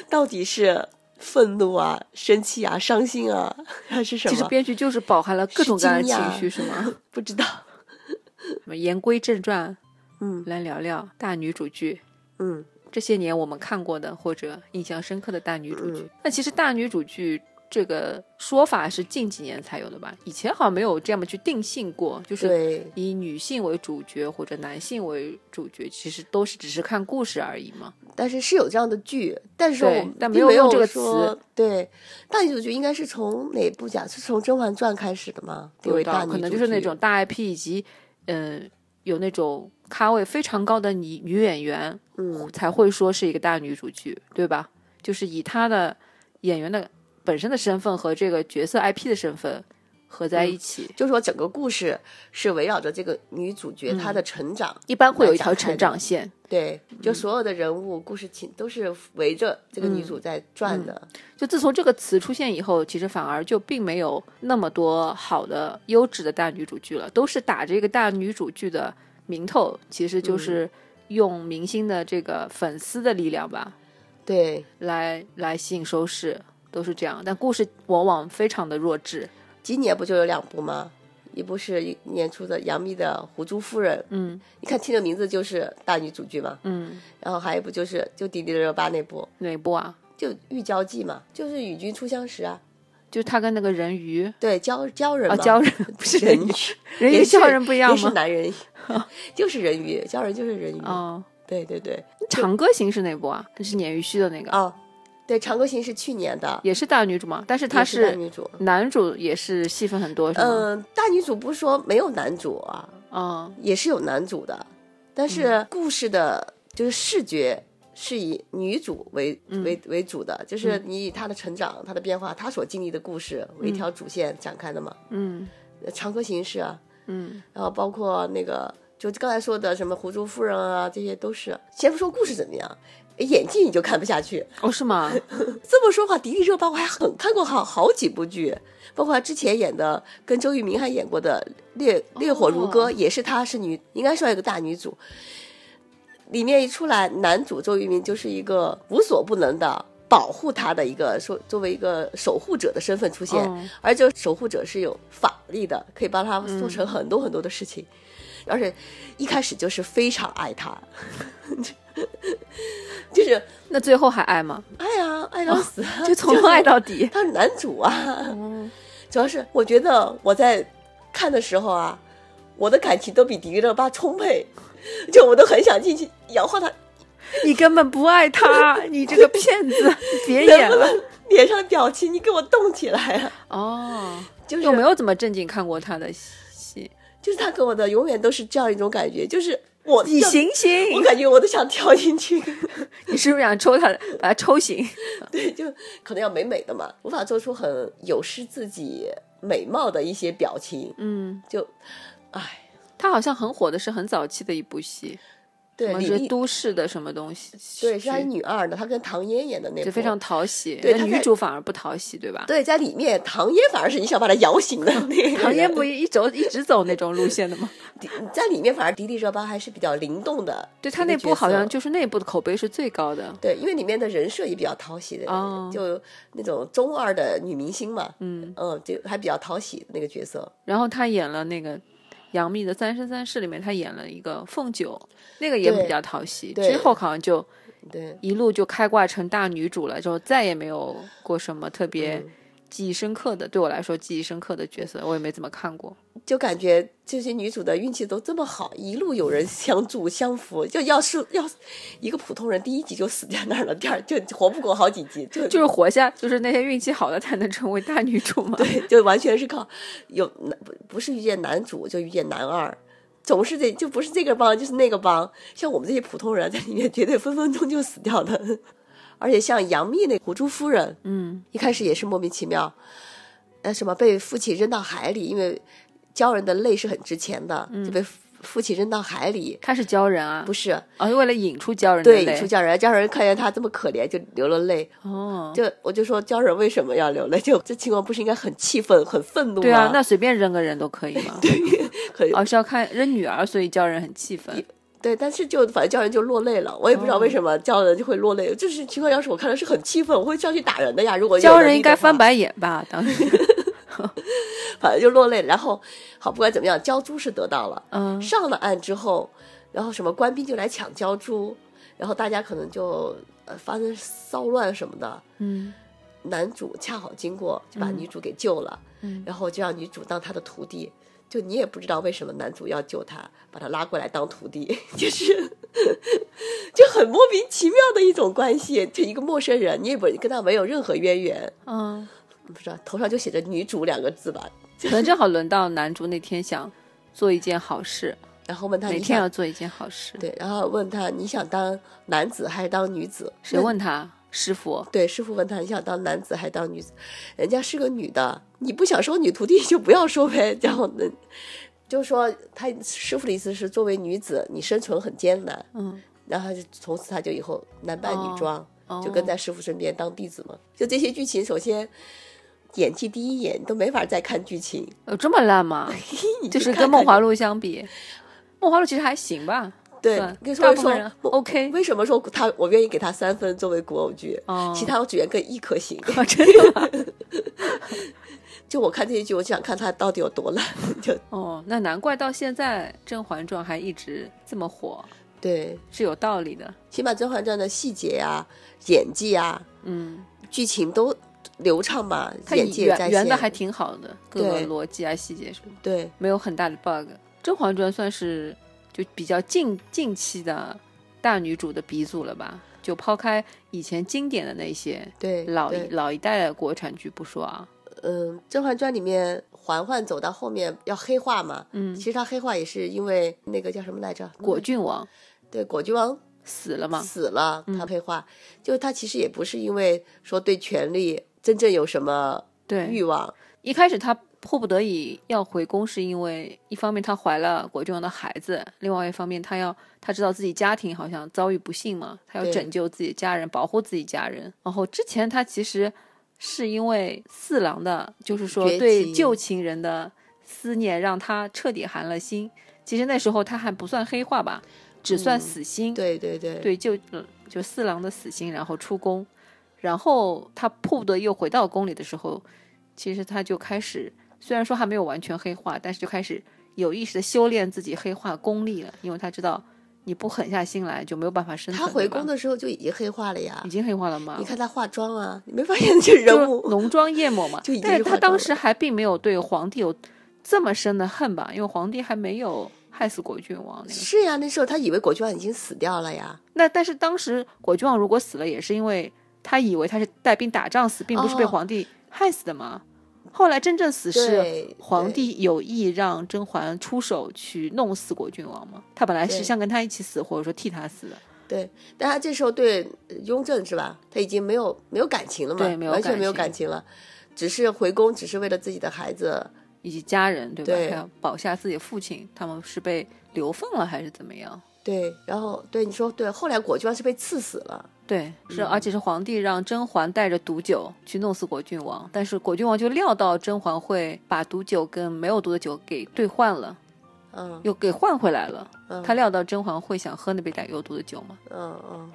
Speaker 1: 到底是愤怒啊、生气啊、伤心啊，还是什
Speaker 2: 其实
Speaker 1: 么？
Speaker 2: 编剧就是饱含了各种各样的
Speaker 1: 是惊讶
Speaker 2: 情绪，是吗？
Speaker 1: 不知道。
Speaker 2: 那么言归正传，
Speaker 1: 嗯
Speaker 2: 来聊聊大女主剧。
Speaker 1: 嗯，
Speaker 2: 这些年我们看过的或者印象深刻的大女主剧
Speaker 1: 嗯，
Speaker 2: 那其实大女主剧这个说法是近几年才有的吧？以前好像没有这么去定性过，就是
Speaker 1: 对
Speaker 2: 以女性为主角或者男性为主角，其实都是只是看故事而已嘛。
Speaker 1: 但是是有这样的剧，但是
Speaker 2: 对
Speaker 1: 我们
Speaker 2: 但没
Speaker 1: 并
Speaker 2: 有
Speaker 1: 没
Speaker 2: 用这个
Speaker 1: 说。对，大女主角应该是从哪部讲？是从《甄嬛传》开始的吗？
Speaker 2: 不
Speaker 1: 因为
Speaker 2: 知
Speaker 1: 大
Speaker 2: 道，
Speaker 1: 女
Speaker 2: 可能
Speaker 1: 主
Speaker 2: 就是那
Speaker 1: 剧
Speaker 2: 种大 IP 以及嗯、呃有那种咖位非常高的女女演员，
Speaker 1: 嗯，
Speaker 2: 才会说是一个大女主剧，对吧？就是以她的演员的本身的身份和这个角色 IP 的身份合在一起，
Speaker 1: 就是说整个故事是围绕着这个女主角她
Speaker 2: 嗯
Speaker 1: 的成长。
Speaker 2: 一般会有一条成长线。
Speaker 1: 对，
Speaker 2: 嗯
Speaker 1: 就所有的人物、故事情都是围着这个女
Speaker 2: 嗯
Speaker 1: 主在转的。
Speaker 2: 就自从这个词出现以后，其实反而就并没有那么多好的、优质的大女主剧了，都是打着一个大女主剧的名头，其实就是用明星的这个粉丝的力量吧，
Speaker 1: 对，
Speaker 2: 来来吸引收视，都是这样。但故事往往非常的弱智，
Speaker 1: 今年不就有两部吗？一部是年初的杨幂的《狐珠夫人》，
Speaker 2: 嗯
Speaker 1: 你看听这名字就是大女主剧嘛，
Speaker 2: 嗯，
Speaker 1: 然后还有一部就是就迪丽热巴那部，
Speaker 2: 哪部啊？
Speaker 1: 就《玉娇记》嘛，就是《与君初相识》啊，
Speaker 2: 就他跟那个人鱼
Speaker 1: 对，鲛鲛人
Speaker 2: 啊，
Speaker 1: 嘛，
Speaker 2: 鲛人不是人
Speaker 1: 人
Speaker 2: 鱼
Speaker 1: 鱼，，
Speaker 2: 人鱼
Speaker 1: 人是
Speaker 2: 鲛人不一
Speaker 1: 人
Speaker 2: 样
Speaker 1: 是
Speaker 2: 吗？
Speaker 1: 男 人，就是人鱼，鲛人就是人鱼。
Speaker 2: 哦，
Speaker 1: 对对对，
Speaker 2: 长歌行是哪部啊？那是鲶鱼须的那个，
Speaker 1: 哦，对，《长歌行》是去年的，
Speaker 2: 也是大女主嘛，但是
Speaker 1: 也
Speaker 2: 她
Speaker 1: 是大
Speaker 2: 是
Speaker 1: 女主。
Speaker 2: 男主也是戏份很多是吗？
Speaker 1: 嗯，大女主不是说没有男主啊，
Speaker 2: 嗯
Speaker 1: 也是有男主的，但是故事的就是视觉是以女主为、为为主的，就是你以她的成长、她的变化、她所经历的故事为一条主线展开的嘛。
Speaker 2: 嗯
Speaker 1: 呃长歌行是啊，
Speaker 2: 嗯
Speaker 1: 然后包括那个就刚才说的什么《狐珠夫人》啊，这些都是。先不说故事怎么样。诶演技你就看不下去，
Speaker 2: 哦是吗？
Speaker 1: 这么说话，迪丽热巴我还很看过好好几部剧，包括她之前演的跟周渝民还演过的《烈烈火如歌》
Speaker 2: 哦
Speaker 1: 也是她是女，应该算一个大女主。里面一出来，男主周渝民就是一个无所不能的保护她的一个说作为一个守护者的身份出现，
Speaker 2: 嗯
Speaker 1: 而这守护者是有法力的，可以帮她做成很多很多的事情，而且一开始就是非常爱她， 就是
Speaker 2: 那最后还爱吗？
Speaker 1: 爱啊爱到死啊、
Speaker 2: 就从头爱到底。
Speaker 1: 他是男主啊，
Speaker 2: 哦，
Speaker 1: 主要是我觉得我在看的时候啊，我的感情都比迪丽热巴充沛， 就我都很想进去摇晃他
Speaker 2: 你根本不爱他，你这个骗子，别演
Speaker 1: 能不
Speaker 2: 了。
Speaker 1: 能脸上的表情，你给我动起来啊！
Speaker 2: 哦，
Speaker 1: 就是
Speaker 2: 我没有怎么正经看过他的戏。
Speaker 1: 就是他给我的永远都是这样一种感觉，就是我
Speaker 2: 你
Speaker 1: 要，
Speaker 2: 醒醒！
Speaker 1: 我感觉我都想跳进去，
Speaker 2: 你是不是想抽他，把他抽醒？
Speaker 1: 对，就可能要美美的嘛，无法做出很有失自己美貌的一些表情，
Speaker 2: 嗯，
Speaker 1: 就，唉。
Speaker 2: 他好像很火的是很早期的一部戏，
Speaker 1: 对，
Speaker 2: 我
Speaker 1: 李
Speaker 2: 是
Speaker 1: 丽
Speaker 2: 都市的什么东西剧，
Speaker 1: 对是她女二的，她跟唐嫣演的那
Speaker 2: 就
Speaker 1: 部
Speaker 2: 非常讨喜。
Speaker 1: 对
Speaker 2: 那
Speaker 1: 他
Speaker 2: 女
Speaker 1: 在
Speaker 2: 主反而不讨喜，对吧？
Speaker 1: 对，在里面唐嫣反而是你想把她摇醒的那个
Speaker 2: 唐嫣
Speaker 1: 人
Speaker 2: 嗯不一一走一直走那种路线的吗？
Speaker 1: 迪在里面反而迪丽热巴还是比较灵动的，
Speaker 2: 对他
Speaker 1: 一个
Speaker 2: 那
Speaker 1: 角
Speaker 2: 部好像
Speaker 1: 色
Speaker 2: 就是那部的口碑是最高的。
Speaker 1: 对，因为里面的人设也比较讨喜的，
Speaker 2: 哦
Speaker 1: 就那种中二的女明星嘛，
Speaker 2: 嗯，
Speaker 1: 嗯，就还比较讨喜的那个角色。
Speaker 2: 然后他演了那个杨幂的《三生三世》里面，他演了一个凤九，那个也
Speaker 1: 对
Speaker 2: 比较讨喜。
Speaker 1: 对
Speaker 2: 之后好像就
Speaker 1: 对，
Speaker 2: 一路就开挂成大女主了，之后再也没有过什么特别
Speaker 1: 嗯
Speaker 2: 记忆深刻的，对我来说记忆深刻的角色，我也没怎么看过。
Speaker 1: 就感觉这些女主的运气都这么好，一路有人相助相扶。就要是要一个普通人，第一集就死在那儿了，第二就活不过好几集，就
Speaker 2: 就是活下，就是那些运气好的才能成为大女主嘛。对，
Speaker 1: 就完全是靠有男不不是遇见男主就遇见男二，总是得就不是这个帮就是那个帮，像我们这些普通人在里面绝对分分钟就死掉的。而且像杨幂那《狐珠夫人》，
Speaker 2: 嗯，
Speaker 1: 一开始也是莫名其妙，呃，什么被父亲扔到海里，因为鲛人的泪是很值钱的，
Speaker 2: 嗯
Speaker 1: 就被父父亲扔到海里，
Speaker 2: 她是鲛人啊
Speaker 1: 不，是
Speaker 2: 啊、为了引出鲛人的
Speaker 1: 对
Speaker 2: 泪
Speaker 1: 出鲛人，鲛人看见他这么可怜就流了泪，
Speaker 2: 哦，
Speaker 1: 就我就说鲛人为什么要流泪？就这情况不是应该很气愤、很愤怒吗？
Speaker 2: 对啊，那随便扔个人都可以嘛。 对，
Speaker 1: 可以
Speaker 2: 哦是要看扔女儿，所以鲛人很气愤。
Speaker 1: 对，但是就反正叫人就落泪了，我也不知道
Speaker 2: 哦
Speaker 1: 为什么叫人就会落泪。就是情况，要是我看了是很气愤，我会上去打人的呀。如果有
Speaker 2: 鲛
Speaker 1: 能
Speaker 2: 人
Speaker 1: 力
Speaker 2: 应
Speaker 1: 的
Speaker 2: 该
Speaker 1: 话
Speaker 2: 翻，白眼吧？当时，
Speaker 1: 反正就落泪。然后好，不管怎么样，鲛珠是得到了。
Speaker 2: 嗯，
Speaker 1: 上了岸之后，然后什么官兵就来抢鲛珠，然后大家可能就呃发生骚乱什么的。
Speaker 2: 嗯
Speaker 1: 男主恰好经过，就把女主给救了，
Speaker 2: 嗯
Speaker 1: 然后就让女主当他的徒弟。就你也不知道为什么男主要救她，把她拉过来当徒弟， 就是就很莫名其妙的一种关系。就一个陌生人，你也不跟他没有任何渊源，
Speaker 2: 嗯，
Speaker 1: 不知道头上就写着“女主”两个字吧。
Speaker 2: 可能正好轮到男主那天想做一件好事，
Speaker 1: 然后问他
Speaker 2: 每
Speaker 1: 你
Speaker 2: 天
Speaker 1: 想
Speaker 2: 要做一件好事。
Speaker 1: 对，然后问他你想当男子还是当女子？
Speaker 2: 谁问他？师傅，
Speaker 1: 对，师傅问他你想当男子还是当女子？人家是个女的，你不想收女徒弟就不要收呗。 然后呢，就说他师傅的意思是，作为女子，你生存很艰难。
Speaker 2: 嗯，
Speaker 1: 然后他就从此他就以后男扮
Speaker 2: 哦
Speaker 1: 女装，
Speaker 2: 哦
Speaker 1: 就跟在师傅身边当弟子嘛。就这些剧情，首先演技第一眼都没法再看剧情，
Speaker 2: 有哦这么烂吗？
Speaker 1: 你
Speaker 2: 就是
Speaker 1: 看
Speaker 2: 跟《梦
Speaker 1: 看
Speaker 2: 华录》相比，《梦华录》其实还行吧，
Speaker 1: 对
Speaker 2: 算，
Speaker 1: 跟
Speaker 2: 大
Speaker 1: 所以
Speaker 2: 部
Speaker 1: 说
Speaker 2: 分人
Speaker 1: 我
Speaker 2: OK
Speaker 1: 为什么说他我愿意给他三分作为古偶剧？
Speaker 2: 哦
Speaker 1: 其他我只愿跟一颗星。
Speaker 2: 啊真的吗？
Speaker 1: 就我看这一剧，我就想看他到底有多烂。 就
Speaker 2: 哦，那难怪到现在《甄嬛传》还一直这么火，
Speaker 1: 对，
Speaker 2: 是有道理的。
Speaker 1: 起码《甄嬛传》的细节呀、演技啊、
Speaker 2: 嗯，
Speaker 1: 剧情都流畅吧，
Speaker 2: 它
Speaker 1: 眼界
Speaker 2: 圆
Speaker 1: 在
Speaker 2: 圆
Speaker 1: 线
Speaker 2: 的，还挺好的，各个
Speaker 1: 对
Speaker 2: 逻辑啊细节什么，
Speaker 1: 对
Speaker 2: 没有很大的 bug。《甄嬛传》算是就比较近近期的大女主的鼻祖了吧？就抛开以前经典的那些
Speaker 1: 对
Speaker 2: 老一
Speaker 1: 对
Speaker 2: 老一代的国产剧不说啊，
Speaker 1: 嗯，《甄嬛传》里面嬛嬛走到后面要黑化嘛，
Speaker 2: 嗯
Speaker 1: 其，实她黑化也是因为那个叫什么来着？
Speaker 2: 果郡王
Speaker 1: 对果郡王
Speaker 2: 死了嘛？
Speaker 1: 死了，
Speaker 2: 嗯
Speaker 1: 她黑化，就她其实也不是因为说对权力真正有什么
Speaker 2: 对，
Speaker 1: 欲望，
Speaker 2: 一开始她迫不得已要回宫，是因为一方面她怀了果郡王的孩子，另外一方面她要她知道自己家庭好像遭遇不幸嘛，她要
Speaker 1: 对
Speaker 2: 拯救自己家人，保护自己家人。然后之前她其实是因为四郎的，就是说
Speaker 1: 绝
Speaker 2: 对
Speaker 1: 情
Speaker 2: 旧情人的思念，让她彻底寒了心。其实那时候她还不算黑化吧，只算
Speaker 1: 嗯
Speaker 2: 死心。
Speaker 1: 对对对，
Speaker 2: 对，就嗯就四郎的死心，然后出宫，然后他迫不得已又回到宫里的时候，其实他就开始，虽然说还没有完全黑化，但是就开始有意识的修炼自己黑化功力了，因为他知道你不狠下心来就没有办法生存。
Speaker 1: 她回
Speaker 2: 对吧
Speaker 1: 宫的时候就已经黑化了呀
Speaker 2: 已。经黑化了吗？
Speaker 1: 你看她化妆啊，你没发现这人
Speaker 2: 就
Speaker 1: 物
Speaker 2: 浓妆艳抹嘛
Speaker 1: 就已，经
Speaker 2: 但
Speaker 1: 是
Speaker 2: 是他
Speaker 1: 化妆
Speaker 2: 当
Speaker 1: 了
Speaker 2: 时还并没有对皇帝有这么深的恨吧，因为皇帝还没有害死果郡王那个时候
Speaker 1: 是呀？那时候她以为果郡王已经死掉了呀，
Speaker 2: 那但是当时果郡王如果死了，也是因为他以为他是带兵打仗死，并不是被
Speaker 1: 哦
Speaker 2: 皇帝害死的嘛。后来真正死是
Speaker 1: 对
Speaker 2: 皇帝有意让甄嬛出手去弄死果郡王嘛？他本来是
Speaker 1: 对
Speaker 2: 想跟他一起死，或者说替他死的。
Speaker 1: 对，但他这时候对呃雍正是吧？他已经没有没有感情了嘛，
Speaker 2: 对没有
Speaker 1: 完全
Speaker 2: 感
Speaker 1: 没有
Speaker 2: 情
Speaker 1: 感情了，只是回宫，只是为了自己的孩子。
Speaker 2: 以及家人对吧？
Speaker 1: 对
Speaker 2: 还要保下自己的父亲，他们是被流放了还是怎么样？
Speaker 1: 对，然后对你说对，后来果郡王是被赐死了，
Speaker 2: 对，
Speaker 1: 嗯
Speaker 2: 是，而且是皇帝让甄嬛带着毒酒去弄死果郡王，但是果郡王就料到甄嬛会把毒酒跟没有毒的酒给兑换了，
Speaker 1: 嗯
Speaker 2: 又给换回来了。
Speaker 1: 嗯
Speaker 2: 他料到甄嬛会想喝那杯带有毒的酒嘛？
Speaker 1: 嗯嗯，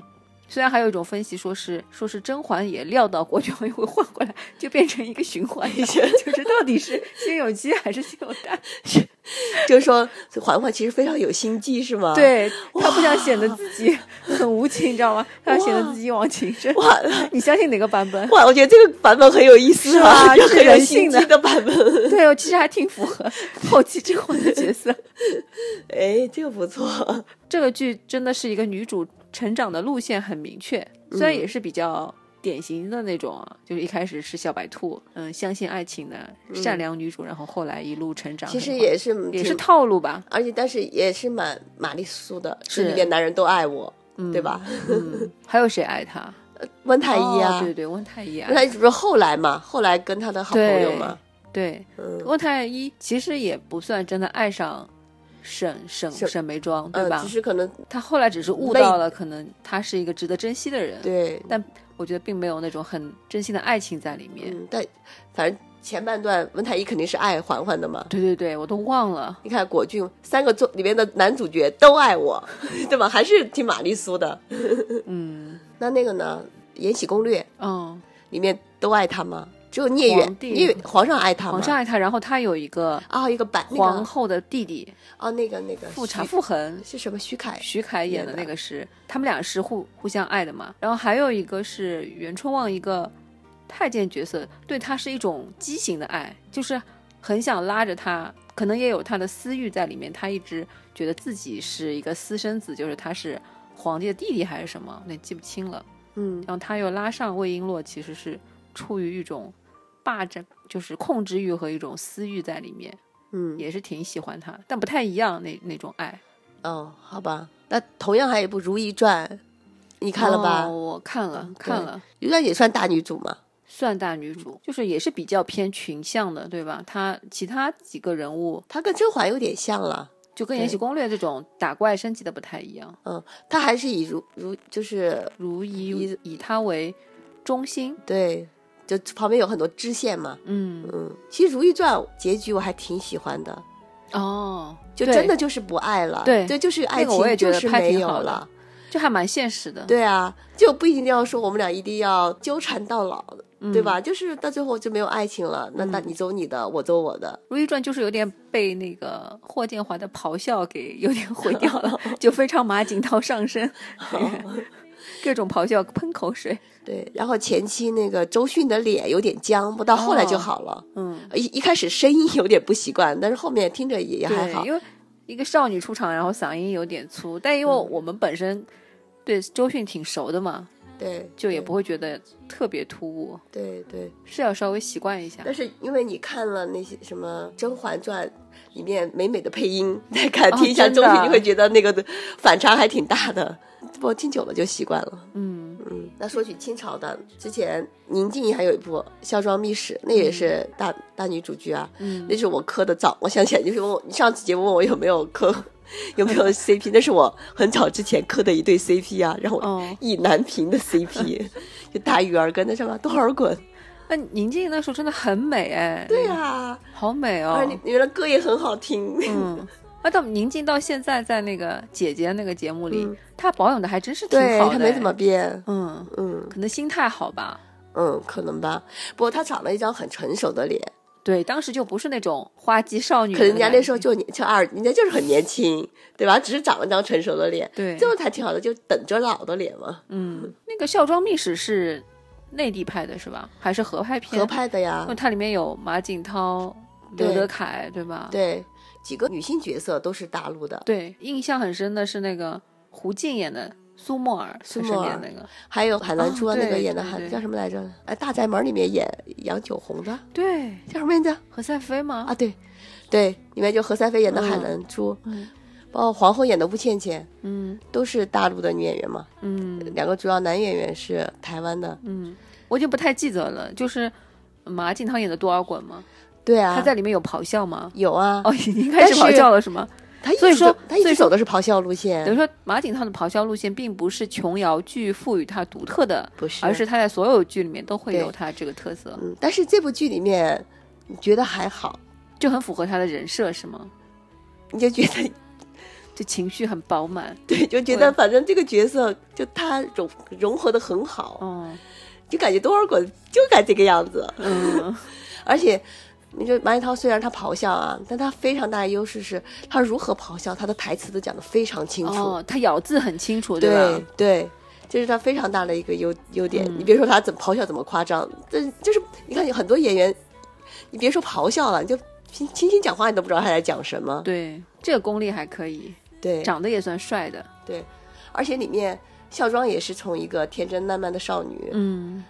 Speaker 2: 虽然还有一种分析说是说是甄嬛也料到果郡王又会换回来，就变成一个循环一 下，就是到底是先有鸡还是先有蛋？
Speaker 1: 就是说嬛嬛其实非常有心机是吗？，
Speaker 2: 对他不想显得自己很无情，你知道吗？他想显得自己一往情深。
Speaker 1: 哇
Speaker 2: 你相信哪个版 本？
Speaker 1: 哇，我觉得这个版本很有意思
Speaker 2: 是吧
Speaker 1: 啊，就
Speaker 2: 这是
Speaker 1: 很有
Speaker 2: 人
Speaker 1: 心
Speaker 2: 性的
Speaker 1: 机的版本。
Speaker 2: 对，我其实还挺符合后期甄嬛的角色。
Speaker 1: 哎，这个不错，
Speaker 2: 这个剧真的是一个女主成长的路线很明确，
Speaker 1: 嗯
Speaker 2: 虽然也是比较典型的那种啊，就是一开始是小白兔，嗯，相信爱情的善良女主，然后后来一路成长很
Speaker 1: 嗯其
Speaker 2: 好，
Speaker 1: 实也是
Speaker 2: 也
Speaker 1: 挺
Speaker 2: 是套路 吧，
Speaker 1: 而且但是也是蛮玛丽苏的，
Speaker 2: 是
Speaker 1: 是里面男人都爱我，对吧？
Speaker 2: 嗯，还有谁爱她？
Speaker 1: 温太医
Speaker 2: 哦
Speaker 1: 啊，
Speaker 2: 对对，温太医啊
Speaker 1: 温，太医不是后来嘛，后来跟他的好朋友嘛，
Speaker 2: 对，
Speaker 1: 嗯，
Speaker 2: 温太医其实也不算真的爱上沈沈
Speaker 1: 沈
Speaker 2: 沈眉庄，对
Speaker 1: 嗯，
Speaker 2: 吧
Speaker 1: 只？是可能
Speaker 2: 她后来只是悟
Speaker 1: 累
Speaker 2: 到了，可能她是一个值得珍惜的人，
Speaker 1: 对，
Speaker 2: 我觉得并没有那种很真心的爱情在里面。
Speaker 1: 嗯，但反正前半段温太医肯定是爱嬛嬛的嘛。
Speaker 2: 对对对，我都忘了。
Speaker 1: 你看果郡三个作里面的男主角都爱我， 对吧？还是挺玛丽苏的。
Speaker 2: 嗯
Speaker 1: 那那个呢，《延禧攻略》
Speaker 2: 嗯，
Speaker 1: 里面都爱他吗？只有聂远
Speaker 2: 皇，帝
Speaker 1: 聂远皇上爱他吗？
Speaker 2: 皇上爱他，然后他有一个
Speaker 1: 啊、一个白那
Speaker 2: 皇
Speaker 1: 个
Speaker 2: 后的弟弟，
Speaker 1: 哦，那个那个
Speaker 2: 富察
Speaker 1: 徐
Speaker 2: 傅恒，
Speaker 1: 是什么？徐凯
Speaker 2: 徐凯演的
Speaker 1: 演的
Speaker 2: 那个是，他们俩是互互相爱的嘛。然后还有一个是袁春望一个太监角色，对他是一种畸形的爱，就是很想拉着他，可能也有他的私欲在里面。他一直觉得自己是一个私生子，就是他是皇帝的弟弟还是什么，那记不清了。
Speaker 1: 嗯，
Speaker 2: 然后他又拉上魏璎珞，其实是出于一种霸占，就是控制欲和一种私欲在里面，
Speaker 1: 嗯，
Speaker 2: 也是挺喜欢他，但不太一样那那种爱。
Speaker 1: 哦，好吧，那同样还有一部《如懿传》，你看了吧？嗯
Speaker 2: 哦我看了，看了，
Speaker 1: 如懿传》也算大女主嘛？
Speaker 2: 算大女主，就是也是比较偏群像的，对吧？她其他几个人物
Speaker 1: 她跟甄嬛有点像了，
Speaker 2: 就跟《延禧攻略》这种打怪升级的不太一样。
Speaker 1: 嗯，她还是以如如就是
Speaker 2: 如懿
Speaker 1: 以
Speaker 2: 以她为中心，
Speaker 1: 对，就旁边有很多支线嘛。
Speaker 2: 嗯，
Speaker 1: 嗯，其实《如懿传》结局我还挺喜欢的，
Speaker 2: 哦，
Speaker 1: 就
Speaker 2: 对
Speaker 1: 真的就是不爱了，
Speaker 2: 对
Speaker 1: 对，就是爱
Speaker 2: 那个
Speaker 1: 情
Speaker 2: 我也觉
Speaker 1: 就
Speaker 2: 得
Speaker 1: 是
Speaker 2: 拍
Speaker 1: 没
Speaker 2: 挺
Speaker 1: 有
Speaker 2: 好的
Speaker 1: 了，
Speaker 2: 就还蛮现实的，
Speaker 1: 对啊，就不一定要说我们俩一定要纠缠到老，
Speaker 2: 嗯
Speaker 1: 对？吧？就是到最后就没有爱情了，那那
Speaker 2: 嗯
Speaker 1: 你走你的，我走我的，
Speaker 2: 《如懿传》就是有点被那个霍建华的 咆哮给有点毁掉了，就非常马景涛上身，各种咆哮，喷口水。
Speaker 1: 对，然后前期那个周迅的脸有点僵，不到后来就好了。
Speaker 2: 嗯，
Speaker 1: 一一开始声音有点不习惯，但是后面听着也也还
Speaker 2: 对，
Speaker 1: 好。
Speaker 2: 因为一个少女出场，然后嗓音有点粗，但因为
Speaker 1: 嗯
Speaker 2: 我们本身对周迅挺熟的嘛，
Speaker 1: 对，
Speaker 2: 就也不会觉得特别突兀，
Speaker 1: 对对。
Speaker 2: 是要稍微习惯一下
Speaker 1: 但。是因为你看了那些什么《甄嬛传》里面美美的配音，再看
Speaker 2: 哦
Speaker 1: 听一下
Speaker 2: 真的
Speaker 1: 周迅，你会觉得那个反差还挺大的。不过听久了就习惯了。
Speaker 2: 嗯，
Speaker 1: 嗯，那说起清朝的，之前宁静还有一部《孝庄秘史》，那也是大、大女主剧啊。
Speaker 2: 嗯
Speaker 1: 那是我磕的早，我想起来就是问我，你上次节目问我有没有磕， 有没有 CP，那是我很早之前磕的一对 CP 啊，让我
Speaker 2: 哦，
Speaker 1: 意难平的 CP，、就大鱼儿跟那什么多尔衮。
Speaker 2: 那宁静那时候真的很美哎，
Speaker 1: 对啊，
Speaker 2: 好美哦
Speaker 1: 而。且你原来歌也很好听。
Speaker 2: 嗯， 啊，到宁静到现在在那个姐姐那个节目里，
Speaker 1: 嗯
Speaker 2: 她保养的还真是挺
Speaker 1: 对
Speaker 2: 好的，哎
Speaker 1: 他没怎么，变，
Speaker 2: 嗯，
Speaker 1: 嗯
Speaker 2: 可能心态好吧。
Speaker 1: 嗯，可能吧。不过他长了一张很成熟的脸，
Speaker 2: 对，当时就不是那种花季少女
Speaker 1: 可
Speaker 2: 的
Speaker 1: 能
Speaker 2: 感觉，
Speaker 1: 人家那时候就年就二，人家就是很年轻，对吧？只是长了张成熟的脸，
Speaker 2: 对，
Speaker 1: 这样才挺好的，就等着老的脸嘛，
Speaker 2: 嗯，那个《孝庄秘史》是内地拍的是吧？还是合拍片？
Speaker 1: 合，拍的呀
Speaker 2: 因为。它里面有马景涛、
Speaker 1: 对
Speaker 2: 刘德凯，对吧？
Speaker 1: 对，几个女性角色都是大陆的，
Speaker 2: 对印象很深的是那个胡静演的苏沫尔，
Speaker 1: 苏
Speaker 2: 她是
Speaker 1: 沫
Speaker 2: 演
Speaker 1: 尔
Speaker 2: 那个，
Speaker 1: 还有海南珠啊
Speaker 2: 哦
Speaker 1: 那个
Speaker 2: 对
Speaker 1: 演的
Speaker 2: 对
Speaker 1: 韩
Speaker 2: 对
Speaker 1: 叫什么来着？哎，《大宅门》里面演杨九红的
Speaker 2: 对，
Speaker 1: 叫什么名字
Speaker 2: 何赛飞吗？
Speaker 1: 啊？对，对，里面就何赛飞演的海
Speaker 2: 嗯
Speaker 1: 南珠，
Speaker 2: 嗯
Speaker 1: 包括皇后演的吴倩倩，
Speaker 2: 嗯
Speaker 1: 都是大陆的女演员嘛。
Speaker 2: 嗯
Speaker 1: 两个主要男演员是台湾的，
Speaker 2: 嗯，我已经不太记得了，就是马景涛演的多尔衮吗？
Speaker 1: 对啊，
Speaker 2: 他在里面有咆哮吗？
Speaker 1: 有啊，
Speaker 2: 哦，已 经开始
Speaker 1: 但
Speaker 2: 咆
Speaker 1: 是
Speaker 2: 哮了是吗？
Speaker 1: 他一
Speaker 2: 所以
Speaker 1: 直
Speaker 2: 说
Speaker 1: 走他一
Speaker 2: 所
Speaker 1: 直
Speaker 2: 以说
Speaker 1: 走的是咆哮路
Speaker 2: 等于
Speaker 1: 线，
Speaker 2: 说马景涛的咆哮路线并不是琼瑶剧赋予它独特的，
Speaker 1: 不是，
Speaker 2: 而是它在所有剧里面都会
Speaker 1: 对
Speaker 2: 有它这个特色，
Speaker 1: 嗯，但是这部剧里面，你觉得还好，
Speaker 2: 就很符合他的人设是吗？
Speaker 1: 你就觉得
Speaker 2: 就情绪很饱满，
Speaker 1: 对，就觉得反正这个角色就他融融合的很好，
Speaker 2: 哦，
Speaker 1: 就感觉多尔衮就该这个样子，
Speaker 2: 嗯，
Speaker 1: 而且。你说马景涛虽然他咆哮啊，但他非常大的优势是他如何咆哮，他的台词都讲得非常清楚。
Speaker 2: 哦，他咬字很清楚，吧
Speaker 1: 对？对，这是他非常大的一个优优点。你别说他怎么咆哮怎么夸张，这就是你看有很多演员，你别说咆哮了，你就轻轻轻讲话，你都不知道他在讲什么。
Speaker 2: 对，这个功力还可以，
Speaker 1: 对
Speaker 2: 长得也算帅的，
Speaker 1: 对，而且里面孝庄也是从一个天真烂漫的少女，
Speaker 2: 嗯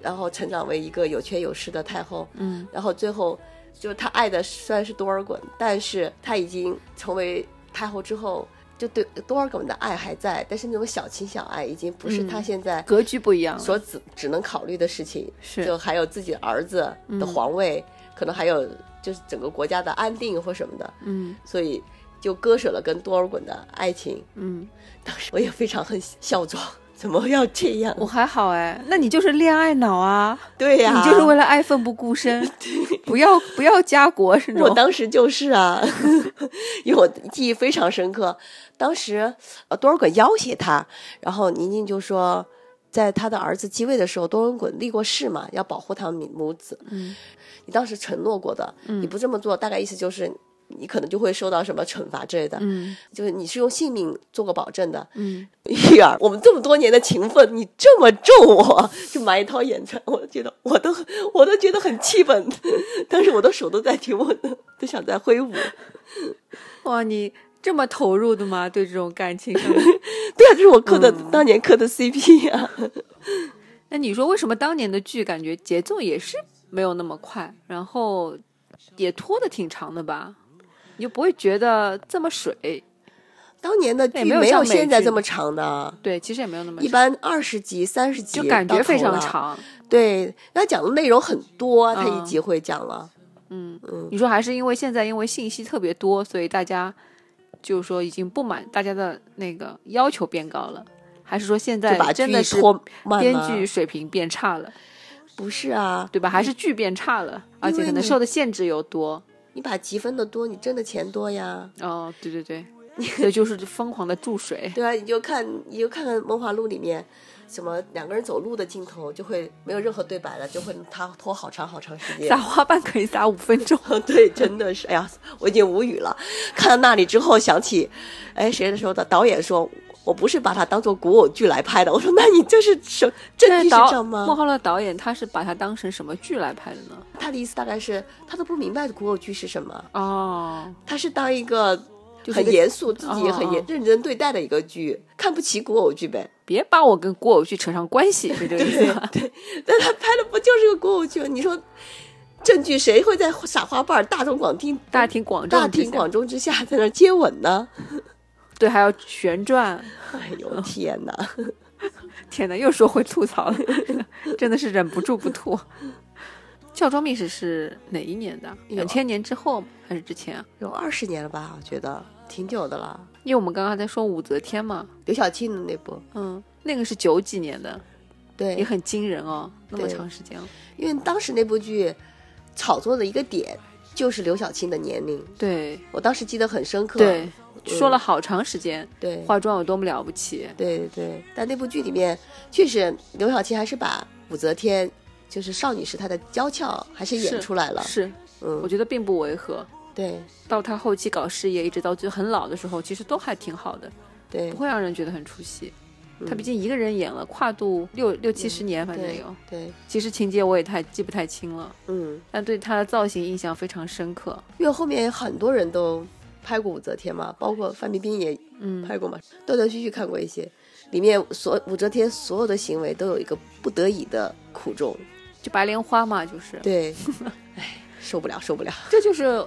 Speaker 1: 然后成长为一个有权有势的太后，
Speaker 2: 嗯，
Speaker 1: 然后最后就是她爱的虽然是多尔衮，但是她已经成为太后之后。就对多尔衮的爱还在，但是那种小情小爱已经不是她
Speaker 2: 嗯
Speaker 1: 现在
Speaker 2: 格局不一样了，
Speaker 1: 所只只能考虑的事情，
Speaker 2: 是嗯
Speaker 1: 就还有自己儿子的皇位，可能还有就是整个国家的安定或什么的，
Speaker 2: 嗯
Speaker 1: 所以就割舍了跟多尔衮的爱情。
Speaker 2: 嗯，
Speaker 1: 当时我也非常很孝庄，怎么要这样？
Speaker 2: 我还好哎，那你就是恋爱脑啊，
Speaker 1: 对呀、
Speaker 2: 你就是为了爱奋不顾身， 不要不要家国是那
Speaker 1: 我
Speaker 2: 种，
Speaker 1: 当时就是啊， 因为我记忆非常深刻。当时呃，多尔衮要挟他，然后宁静就说，在他的儿子继位的时候，多尔衮立过誓嘛，要保护他们母子。
Speaker 2: 嗯，
Speaker 1: 你当时承诺过的，你不这么做，大概意思就是你可能就会受到什么惩罚之类的。
Speaker 2: 嗯
Speaker 1: 就是你是用性命做过保证的，
Speaker 2: 嗯，
Speaker 1: 玉儿，我们这么多年的情分，你这么咒我，就马一涛演出来，我觉得我都我都觉得很气愤，当时我的手都在提，我都都想在挥舞。
Speaker 2: 哇，你这么投入的吗？对这种感情 上面。
Speaker 1: 对啊，这是我磕的、
Speaker 2: 嗯
Speaker 1: 当年磕的 CP 啊。
Speaker 2: 那你说为什么当年的剧感觉节奏也是没有那么快，然后也拖得挺长的吧？你就不会觉得这么水？
Speaker 1: 当年的
Speaker 2: 也
Speaker 1: 剧
Speaker 2: 没有
Speaker 1: 没有
Speaker 2: 像美
Speaker 1: 现在
Speaker 2: 剧
Speaker 1: 这么长的，
Speaker 2: 对，其实也没有那么
Speaker 1: 一
Speaker 2: 水
Speaker 1: 般二十集、三十集
Speaker 2: 就感觉
Speaker 1: 到头
Speaker 2: 非常
Speaker 1: 了。
Speaker 2: 长。
Speaker 1: 对，他讲的内容很多，他一
Speaker 2: 嗯
Speaker 1: 集会讲了。
Speaker 2: 你说还是因为现在因为信息特别多，所以大家就是说已经不满大家的那个要求变高了，还是说现在
Speaker 1: 就把
Speaker 2: 真
Speaker 1: 剧
Speaker 2: 的是
Speaker 1: 拖慢
Speaker 2: 编
Speaker 1: 了
Speaker 2: 剧水平变差了，
Speaker 1: 不是啊，
Speaker 2: 对吧？还是剧变差了，而
Speaker 1: 因
Speaker 2: 且
Speaker 1: 为
Speaker 2: 可能
Speaker 1: 你
Speaker 2: 受的限制又多。
Speaker 1: 你把集分的多，你挣的钱多呀，
Speaker 2: 哦，对对对，所以就是疯狂的注 水。
Speaker 1: 对啊，你就看，你就看看《梦华录》里面，什么两个人走路的镜头，就会没有任何对白了，就会他拖好长好长时间
Speaker 2: 撒。花瓣可以撒五分 钟，
Speaker 1: 对，真的是，哎呀，我已经无语了。看到那里之后，想起，哎，谁说的？导演说，我不是把它当做古偶剧来拍的。我说，那你这是什
Speaker 2: 但
Speaker 1: 正义
Speaker 2: 是
Speaker 1: 是这
Speaker 2: 导
Speaker 1: 样吗？
Speaker 2: 幕后的导演他是把它当成什么剧来拍的呢？
Speaker 1: 他的意思大概是，他都不明白古偶剧是什么，
Speaker 2: 哦，
Speaker 1: 他是当一个
Speaker 2: 就是
Speaker 1: 很
Speaker 2: 个
Speaker 1: 严肃、自己也很
Speaker 2: 哦
Speaker 1: 严
Speaker 2: 哦
Speaker 1: 认真对待的一个剧，看不起古偶剧呗。
Speaker 2: 别把我跟古偶剧扯上关系，是这个意思吗？
Speaker 1: 但他拍的不就是个古偶剧吗？你说正剧谁会在撒花瓣儿、大庭广听、
Speaker 2: 大庭广众
Speaker 1: 大
Speaker 2: 之
Speaker 1: 庭
Speaker 2: 下，
Speaker 1: 广众之下在那儿接吻呢？
Speaker 2: 对，还要旋转，
Speaker 1: 哎呦天哪！
Speaker 2: 天哪，又说回吐槽了， 真的是忍不住不吐。教庄密室是哪一年的？
Speaker 1: 有
Speaker 2: 两千年之后还是之前啊？
Speaker 1: 有二十年了吧？我觉得挺久的了。
Speaker 2: 因为我们刚刚还在说武则天嘛，
Speaker 1: 刘晓庆的那部，
Speaker 2: 嗯，那个是九几年的，也
Speaker 1: 对，
Speaker 2: 很惊人哦，那么
Speaker 1: 对
Speaker 2: 长时间了。
Speaker 1: 因为当时那部剧炒作的一个点就是刘晓庆的年龄，
Speaker 2: 对
Speaker 1: 我当时记得很深刻。
Speaker 2: 对，
Speaker 1: 嗯
Speaker 2: 说了好长时间，
Speaker 1: 对
Speaker 2: 化妆有多么了不起。
Speaker 1: 对对对，但那部剧里面确实刘晓庆还是把武则天就是少女时代的娇俏还是演
Speaker 2: 是
Speaker 1: 出来了。
Speaker 2: 是，我
Speaker 1: 嗯，
Speaker 2: 觉得并不违和。
Speaker 1: 对
Speaker 2: 到他后期搞事业，一直到最后很老的时候，其实都还挺好的，
Speaker 1: 对
Speaker 2: 不会让人觉得很出戏。他
Speaker 1: 嗯
Speaker 2: 毕竟一个人演了跨度六六七十年，反正有。
Speaker 1: 对，
Speaker 2: 其实情节我也太记不太清了，
Speaker 1: 嗯，
Speaker 2: 但对他的造型印象非常深刻。
Speaker 1: 因为后面很多人都拍过武则天嘛，包括范冰冰也
Speaker 2: 嗯，
Speaker 1: 拍过嘛，断断续续看过一些。里面所武则天所有的行为都有一个不得已的苦衷，
Speaker 2: 就白莲花嘛，就是，
Speaker 1: 对，哎，受不了，受不了，
Speaker 2: 这就是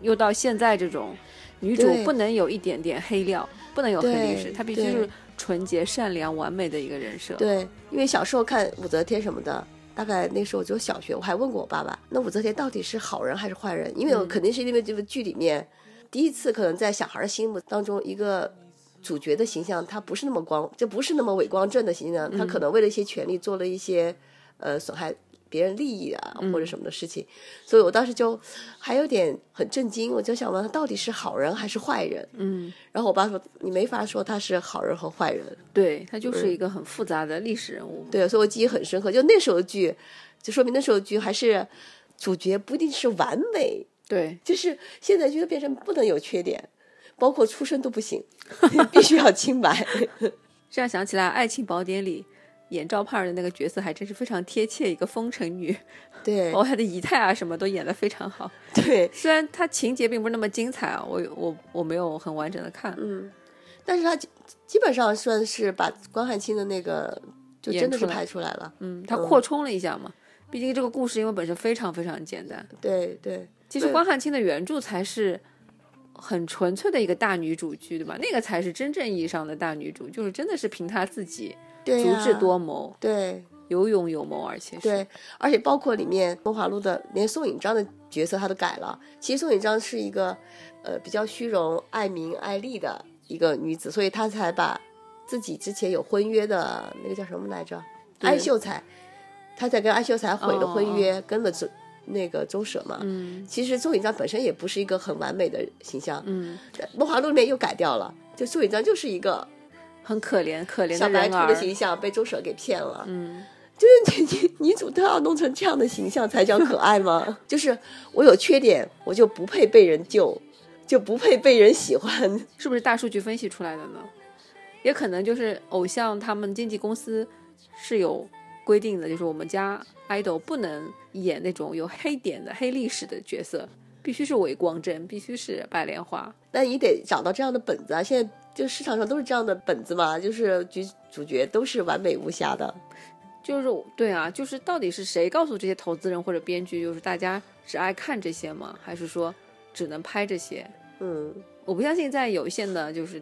Speaker 2: 又到现在这种女主
Speaker 1: 对
Speaker 2: 不能有一点点黑料，不能有黑历史，
Speaker 1: 对
Speaker 2: 她必须
Speaker 1: 对
Speaker 2: 是纯洁、善良、完美的一个人设。
Speaker 1: 对，因为小时候看武则天什么的，大概那时候只有小学，我还问过我爸爸，那武则天到底是好人还是坏人？因为我
Speaker 2: 嗯
Speaker 1: 肯定是因为这个剧里面，第一次可能在小孩儿心目当中一个。主角的形象，他不是那么光，这不是那么伟光正的形象，
Speaker 2: 嗯
Speaker 1: 他可能为了一些权利做了一些，呃，损害别人利益啊或
Speaker 2: 嗯
Speaker 1: 者什么的事情，所以我当时就还有点很震惊，我就想问他到底是好人还是坏人？
Speaker 2: 嗯，
Speaker 1: 然后我爸说你没法说他是好人和坏人，
Speaker 2: 对，她就是一个很复杂的历史人物。
Speaker 1: 对，所以我记忆很深刻。就那时候的剧，就说明那时候的剧还是主角不一定是完美，
Speaker 2: 对，
Speaker 1: 就是现在就变成不能有缺点，包括出身都不行， 必须要清白。
Speaker 2: 这样想起来，《爱情宝典》里演赵盼儿的那个角色还真是非常贴切，一个风尘女，
Speaker 1: 对
Speaker 2: 包括她的仪态啊什么都演得非常好。
Speaker 1: 对，
Speaker 2: 虽然她情节并不是那么精彩啊，我我我没有很完整的看，
Speaker 1: 嗯但是他基基本上算是把关汉卿的那个就
Speaker 2: 演
Speaker 1: 真的
Speaker 2: 出
Speaker 1: 是
Speaker 2: 来
Speaker 1: 拍出来了。
Speaker 2: 嗯，她扩充了一下嘛。毕竟这个故事因为本身非常非常简单，
Speaker 1: 对对
Speaker 2: 其实
Speaker 1: 对
Speaker 2: 关汉卿的原著才是很纯粹的一个大女主剧，对吧？那个才是真正意义上的大女主，就是真的是凭她自己
Speaker 1: 对、
Speaker 2: 足
Speaker 1: 呀
Speaker 2: 智多谋，
Speaker 1: 对
Speaker 2: 有勇有谋，而且是
Speaker 1: 对，而且包括里面梦华录的，连宋引章的角色他都改了。其实宋引章是一个，呃，比较虚荣、爱名、爱利的一个女子，所以她才把自己之前有婚约的那个叫什么来着，
Speaker 2: 对哦
Speaker 1: 安秀才，她才跟安秀才毁了婚约，跟了周那个周舍嘛。
Speaker 2: 嗯
Speaker 1: 其实宋引章本身也不是一个很完美的形象，
Speaker 2: 嗯，
Speaker 1: 梦华录里面又改掉了，就宋引章就是一个
Speaker 2: 很可怜可怜
Speaker 1: 小
Speaker 2: 的
Speaker 1: 白
Speaker 2: 人
Speaker 1: 兔
Speaker 2: 儿
Speaker 1: 的，形象被周舍给骗了。
Speaker 2: 嗯，
Speaker 1: 就是女女主都要弄成这样的形象才叫可爱吗？ 就是我有缺点，我就不配被人救，就不配被人喜欢。
Speaker 2: 是不是大数据分析出来的呢？也可能就是偶像他们经纪公司是有规定的，就是我们家 idol 不能演那种有黑点的黑历史的角色，必须是伪光正，必须是白莲花。
Speaker 1: 那你得找到这样的本子啊！现在就市场上都是这样的本子嘛，就是主主角都是完美无瑕的。
Speaker 2: 就是我对啊，就是到底是谁告诉这些投资人或者编剧，就是大家只爱看这些吗？还是说只能拍这些？
Speaker 1: 嗯，
Speaker 2: 我不相信在有限的，就是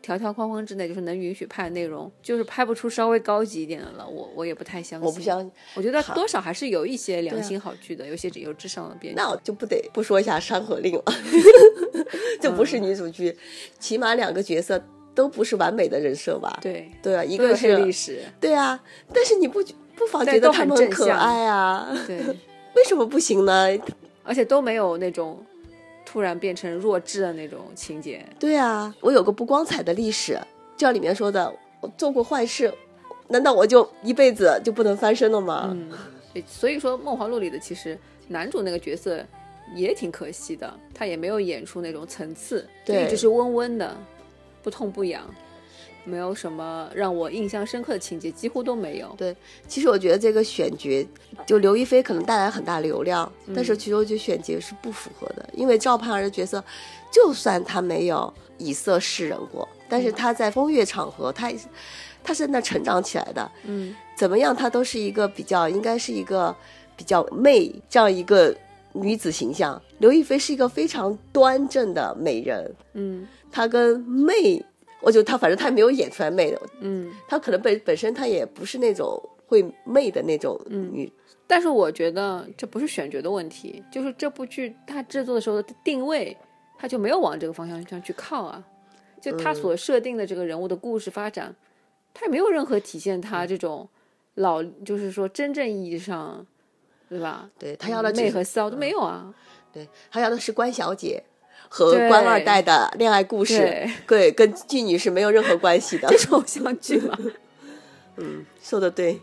Speaker 2: 条条框框之内，就是能允许拍的内容，就是拍不出稍微高级一点的了。我我也不太相信。
Speaker 1: 我不相信，
Speaker 2: 我觉得
Speaker 1: 好
Speaker 2: 多少还是有一些良
Speaker 1: 对啊
Speaker 2: 心好剧的，有一些有智商的编剧。
Speaker 1: 那我就不得不说一下《山河令》了， 这不是女主剧，起码两个角色都不是完美的人设吧？
Speaker 2: 对，
Speaker 1: 对啊，一
Speaker 2: 都有
Speaker 1: 个
Speaker 2: 黑历
Speaker 1: 是
Speaker 2: 史，
Speaker 1: 对啊，但是你不觉不妨
Speaker 2: 但
Speaker 1: 觉得
Speaker 2: 都
Speaker 1: 他
Speaker 2: 很
Speaker 1: 们很
Speaker 2: 正
Speaker 1: 可
Speaker 2: 向
Speaker 1: 爱啊？
Speaker 2: 对，
Speaker 1: 为什么不行呢？
Speaker 2: 而且都没有那种突然变成弱智的那种情节。
Speaker 1: 对啊，我有个不光彩的历史，就像里面说的，我做过坏事，难道我就一辈子就不能翻身了吗？
Speaker 2: 嗯，对所以说《梦华录》里的其实男主那个角色也挺可惜的，他也没有演出那种层次，就
Speaker 1: 对
Speaker 2: 一直是温温的，不痛不痒，没有什么让我印象深刻的情节，几乎都没有。
Speaker 1: 其实我觉得这个选角，就刘亦菲可能带来很大流量，
Speaker 2: 嗯
Speaker 1: 但是其实我觉得选角是不符合的，因为赵盼儿的角色，就算她没有以色示人过，但
Speaker 2: 嗯
Speaker 1: 是她在风月场合，她她是那成长起来的，
Speaker 2: 嗯，
Speaker 1: 怎么样，她都是一个比较，应该是一个比较媚这样一个女子形象。刘亦菲是一个非常端正的美人，
Speaker 2: 嗯
Speaker 1: 她跟媚，我就她反正她也没有演出来媚的，
Speaker 2: 嗯，
Speaker 1: 她可能本本身她也不是那种会媚的那种
Speaker 2: 嗯
Speaker 1: 女，
Speaker 2: 但是我觉得这不是选角的问题，就是这部剧它制作的时候的定位，它就没有往这个方向上去靠啊。就
Speaker 1: 嗯
Speaker 2: 它所设定的这个人物的故事发展，它也没有任何体现他这种老，就是说真正意义上，对吧？
Speaker 1: 对她要的只
Speaker 2: 媚
Speaker 1: 是
Speaker 2: 和骚都没有啊。
Speaker 1: 对她要的是关小姐和
Speaker 2: 对
Speaker 1: 官二代的恋爱故事，
Speaker 2: 对，
Speaker 1: 对，跟妓女是没有任何关系的
Speaker 2: 这。是偶像剧嘛，
Speaker 1: 说的对，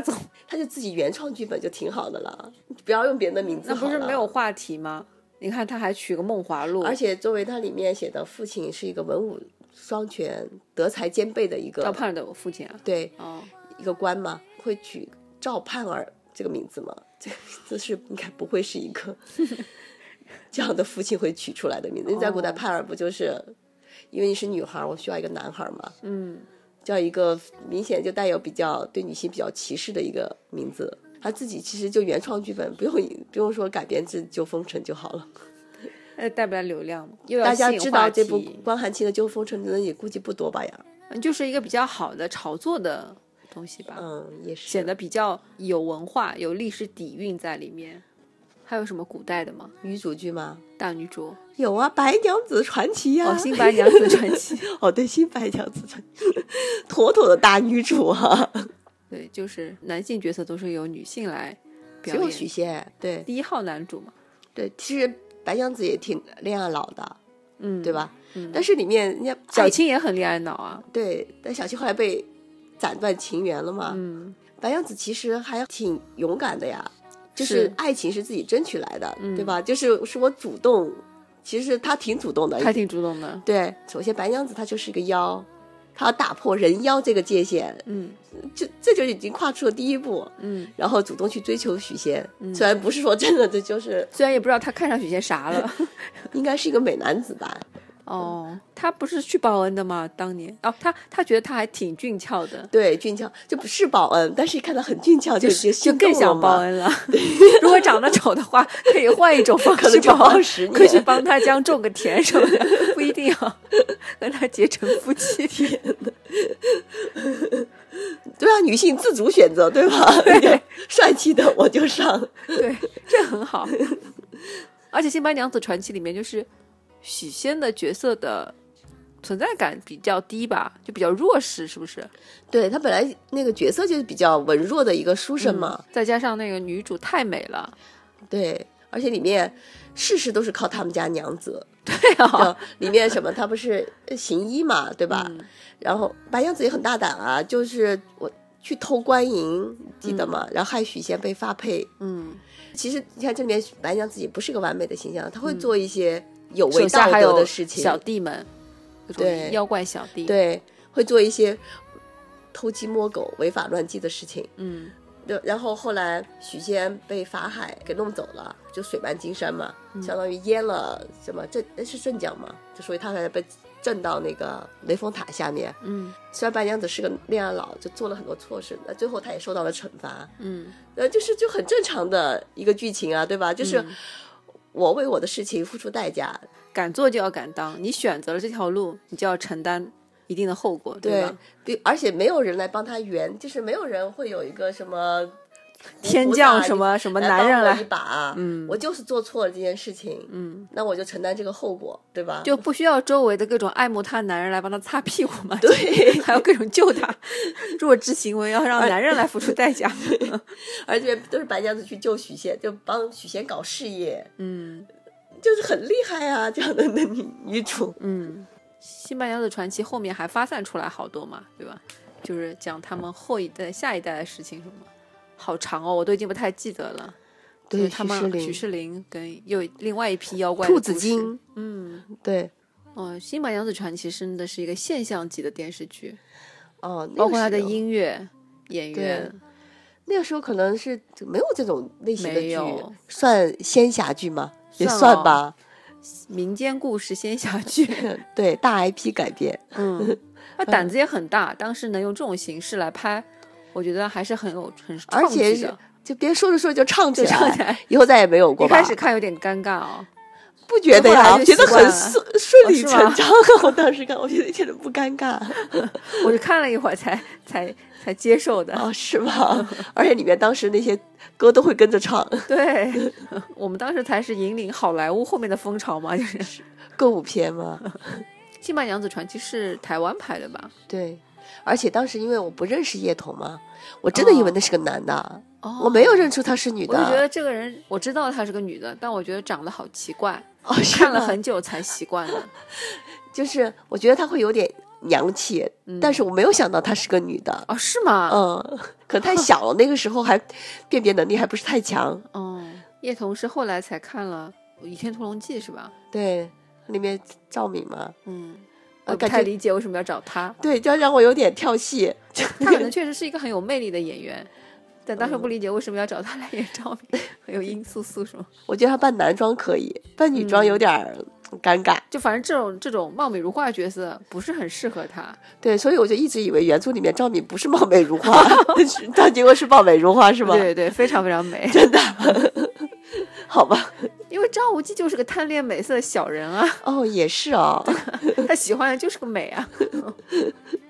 Speaker 2: 总
Speaker 1: 她就自己原创剧本就挺好的了，不要用别人的名字
Speaker 2: 那
Speaker 1: 好
Speaker 2: 不
Speaker 1: 了。
Speaker 2: 是没有话题吗？你看他还取个梦华录，
Speaker 1: 而且作为他里面写的父亲是一个文武双全、德才兼备的一
Speaker 2: 赵
Speaker 1: 个，
Speaker 2: 盼儿的父亲啊，
Speaker 1: 对
Speaker 2: 哦，
Speaker 1: 一个官嘛，会取赵盼儿这个名字吗？这个名字是应该不会是一 个这样的父亲会取出来的名字。因为在古代，
Speaker 2: 哦
Speaker 1: 盼儿不就是因为你是女孩儿，我需要一个男孩儿嘛，
Speaker 2: 嗯，
Speaker 1: 叫一个明显就带有比较对女性比较歧视的一个名字。他自己其实就原创剧本，不用不用说改编自《旧风尘》就好了。
Speaker 2: 那带不来流量嘛，又要
Speaker 1: 大家
Speaker 2: 吸引
Speaker 1: 知
Speaker 2: 话
Speaker 1: 道这部
Speaker 2: 题
Speaker 1: 关寒期的《旧风尘》的人也估计不多吧呀？
Speaker 2: 嗯，就是一个比较好的炒作的东西吧，
Speaker 1: 嗯，也是。
Speaker 2: 显得比较有文化、有历史底蕴在里面。还有什么古代的吗？
Speaker 1: 女主剧吗？
Speaker 2: 大女 主，
Speaker 1: 有啊，《白娘子传奇》呀、
Speaker 2: 哦，《新白娘子传奇》，
Speaker 1: 哦，对，《新白娘子传奇》， 妥妥的大女主 啊。
Speaker 2: 对，就是男性角色都是由女性来
Speaker 1: 只
Speaker 2: 表
Speaker 1: 有许
Speaker 2: 演。
Speaker 1: 仙，对
Speaker 2: 第一号男主嘛，
Speaker 1: 对，其实白娘子也挺恋爱脑的，
Speaker 2: 嗯，
Speaker 1: 对？吧？
Speaker 2: 嗯
Speaker 1: 但是里面人家
Speaker 2: 小
Speaker 1: 爱
Speaker 2: 青也很恋爱脑啊，
Speaker 1: 对，但小青后来被斩断情缘了嘛。
Speaker 2: 嗯
Speaker 1: 白娘子其实还挺勇敢的呀，就是
Speaker 2: 是
Speaker 1: 爱情是自己争取来的，
Speaker 2: 嗯
Speaker 1: 对吧？就是是我主动，其实她挺主动的，
Speaker 2: 她挺主动的，
Speaker 1: 对，首先白娘子她就是一个妖，她要打破人妖这个界限，
Speaker 2: 嗯
Speaker 1: 这这就已经跨出了第一步，
Speaker 2: 嗯。
Speaker 1: 然后主动去追求许仙。虽然不是说真的，这就是
Speaker 2: 虽然也不知道他看上许仙 啥了，
Speaker 1: 应该是一个美男子吧？
Speaker 2: 哦，他不是去报恩的吗？当年哦，他他觉得他还挺俊俏的，
Speaker 1: 对，俊俏，这不是报恩，但是看他很俊俏，就
Speaker 2: 就是
Speaker 1: 就
Speaker 2: 就更想报，恩了。如果长得丑的话，可以换一种方
Speaker 1: 可能
Speaker 2: 式
Speaker 1: 就
Speaker 2: 报
Speaker 1: 报
Speaker 2: 恩，
Speaker 1: 十
Speaker 2: 可以去
Speaker 1: 年。
Speaker 2: 帮他将种个田什么的，不一定要 跟他结成夫 妻。
Speaker 1: 对啊，女性自主选择，对吧？ 对帅气的我就上。
Speaker 2: 对，这很好。而且《新白娘子传奇》里面就是许仙的角色的存在感比较低吧，就比较弱势，是不是？
Speaker 1: 对他本来那个角色就是比较文弱的一个书生嘛，
Speaker 2: 再加上那个女主太美了，
Speaker 1: 对，而且里面事事都是靠他们家娘子。
Speaker 2: 对啊，嗯
Speaker 1: 就里面什么，他不是呃行医嘛，对吧？然后白娘子也很大胆啊，就是我去偷官银，记得吗？然后害许仙被发配。
Speaker 2: 嗯，
Speaker 1: 其实你看这里面白娘子也不是个完美的形象，她会做一些有违道
Speaker 2: 手下嗯还
Speaker 1: 德
Speaker 2: 有
Speaker 1: 的事情，
Speaker 2: 小弟们，各
Speaker 1: 对
Speaker 2: 种妖怪小弟，，
Speaker 1: 对，会做一些偷鸡摸狗、违法乱纪的事情。
Speaker 2: 嗯
Speaker 1: 对，然后后来许仙被法海给弄走了，就水漫金山嘛，
Speaker 2: 嗯
Speaker 1: 相当于淹了什么镇诶是镇江嘛，就所以他才被震到那个雷峰塔下面。
Speaker 2: 嗯
Speaker 1: 虽然白娘子是个恋爱脑，就做了很多错事，那最后她也受到了惩罚，
Speaker 2: 嗯
Speaker 1: 呃，就是就很正常的一个剧情啊，对吧？就是
Speaker 2: 嗯
Speaker 1: 我为我的事情付出代价，
Speaker 2: 敢做就要敢当，你选择了这条路，你就要承担一定的后果，
Speaker 1: 对
Speaker 2: 吧？，
Speaker 1: 比而且没有人来帮他圆，就是没有人会有一个什么
Speaker 2: 天降什么什么男人
Speaker 1: 来帮我一
Speaker 2: 来，
Speaker 1: 把，啊
Speaker 2: 嗯
Speaker 1: 我就是做错了这件事情，
Speaker 2: 嗯，
Speaker 1: 那我就承担这个后果，对吧？
Speaker 2: 就不需要周围的各种爱慕他的男人来帮他擦屁股嘛，
Speaker 1: 对，
Speaker 2: 还有各种 救他，弱智行为要让男人来付出代价，
Speaker 1: 哎 而且都是白娘子去救许仙，就帮许仙搞事业，
Speaker 2: 嗯
Speaker 1: 就是很厉害啊，这样的那女女主。
Speaker 2: 嗯。《新白娘子传奇》后面还发散出来好多嘛，对吧？就是讲他们后一代、下一代的事情什么，好长哦，我都已经不太记得了。就
Speaker 1: 对，
Speaker 2: 是他
Speaker 1: 许世
Speaker 2: 们许
Speaker 1: 林、
Speaker 2: 世林跟又另外一批妖怪的
Speaker 1: 兔子
Speaker 2: 故事，
Speaker 1: 精，
Speaker 2: 嗯，
Speaker 1: 对，
Speaker 2: 哦，《新白娘子传奇》真的是一个现象级的电视剧，
Speaker 1: 哦，那
Speaker 2: 包
Speaker 1: 个
Speaker 2: 括它的
Speaker 1: 时候
Speaker 2: 音乐、演员，
Speaker 1: 那个时候可能是没有这种类型的
Speaker 2: 没
Speaker 1: 剧
Speaker 2: 有，
Speaker 1: 算仙侠剧吗？也
Speaker 2: 算哦
Speaker 1: 算吧，
Speaker 2: 民间故事、仙侠 剧，
Speaker 1: 对，大 IP 改编，
Speaker 2: 嗯，他胆子也很大，当时能用这种形式来拍，我觉得还是很有很
Speaker 1: 而
Speaker 2: 创
Speaker 1: 且
Speaker 2: 举的。
Speaker 1: 就别说着说着就唱起
Speaker 2: 就唱起
Speaker 1: 来，
Speaker 2: 来，
Speaker 1: 以后再也没有过
Speaker 2: 一
Speaker 1: 吧？
Speaker 2: 开始看有点尴尬哦，
Speaker 1: 不啊觉得
Speaker 2: 后
Speaker 1: 呀，
Speaker 2: 来
Speaker 1: 我
Speaker 2: 就
Speaker 1: 觉得
Speaker 2: 习惯
Speaker 1: 很
Speaker 2: 了
Speaker 1: 顺顺理
Speaker 2: 是
Speaker 1: 成
Speaker 2: 吗
Speaker 1: 章。哦 我当时看，我觉得一点都不尴 尬。
Speaker 2: 我就看了一会儿才才才接受的。
Speaker 1: 哦，是吗？而且里面当时那些歌都会跟着唱，
Speaker 2: 对 我们当时才是引领好莱坞后面的风潮嘛，就是《
Speaker 1: 歌舞片嘛。
Speaker 2: 新白娘子传奇》是台湾拍的吧？
Speaker 1: 对，而且当时因为我不认识叶童嘛，我真的以为
Speaker 2: 哦
Speaker 1: 那是个男的，
Speaker 2: 哦
Speaker 1: 我没有认出他是女
Speaker 2: 我就觉
Speaker 1: 的。
Speaker 2: 得这个人，我知道她是个女的，但我觉得长得好奇 怪，
Speaker 1: 哦，是
Speaker 2: 看了
Speaker 1: 吗
Speaker 2: 很久才习惯 了。
Speaker 1: 就是我觉得她会有点娘气，但是我没有想到她是个女的。
Speaker 2: 哦，是吗？
Speaker 1: 嗯，可能太小 了，那个时候还辨别能力还不是太强。
Speaker 2: 哦，叶童是后来才看了《倚天屠龙记》是吧？
Speaker 1: 对，里面赵敏嘛，
Speaker 2: 嗯，
Speaker 1: 我
Speaker 2: 我不
Speaker 1: 感
Speaker 2: 太
Speaker 1: 觉
Speaker 2: 理解为什么要找 她，
Speaker 1: 对，就让我有点跳戏。
Speaker 2: 她可能确实是一个很有魅力的演员，但当时不理解为什么要找她来演赵敏， 很有殷素素什么。
Speaker 1: 我觉得她扮男装可以，扮女装有点儿尴尬。
Speaker 2: 就反正这种这种貌美如花的角色不是很适合她。
Speaker 1: 对，所以我就一直以为原著里面赵敏不是貌美如 花，是但结果是貌美如花，是吗？
Speaker 2: 对对，非常非常美。
Speaker 1: 真的。好吧，
Speaker 2: 因为张无忌就是个贪恋美色的小人啊，
Speaker 1: 哦，也是哦，
Speaker 2: 他喜欢的就是个美啊。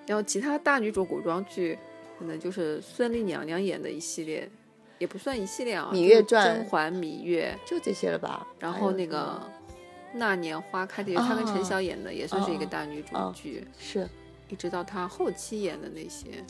Speaker 2: 然后其他大女主古装剧，可能就是孙俪娘娘演的一系列，也不算一系列啊，
Speaker 1: 芈
Speaker 2: 就
Speaker 1: 月
Speaker 2: 是
Speaker 1: 传
Speaker 2: 甄嬛、芈月，
Speaker 1: 就这些了吧。
Speaker 2: 然
Speaker 1: 还
Speaker 2: 后
Speaker 1: 有
Speaker 2: 那
Speaker 1: 什么
Speaker 2: 个《那年花开的月》，她跟
Speaker 1: 啊
Speaker 2: 陈晓演的也算是一个
Speaker 1: 哦
Speaker 2: 大女主
Speaker 1: 哦
Speaker 2: 剧，
Speaker 1: 是
Speaker 2: 一直到她后期演的那些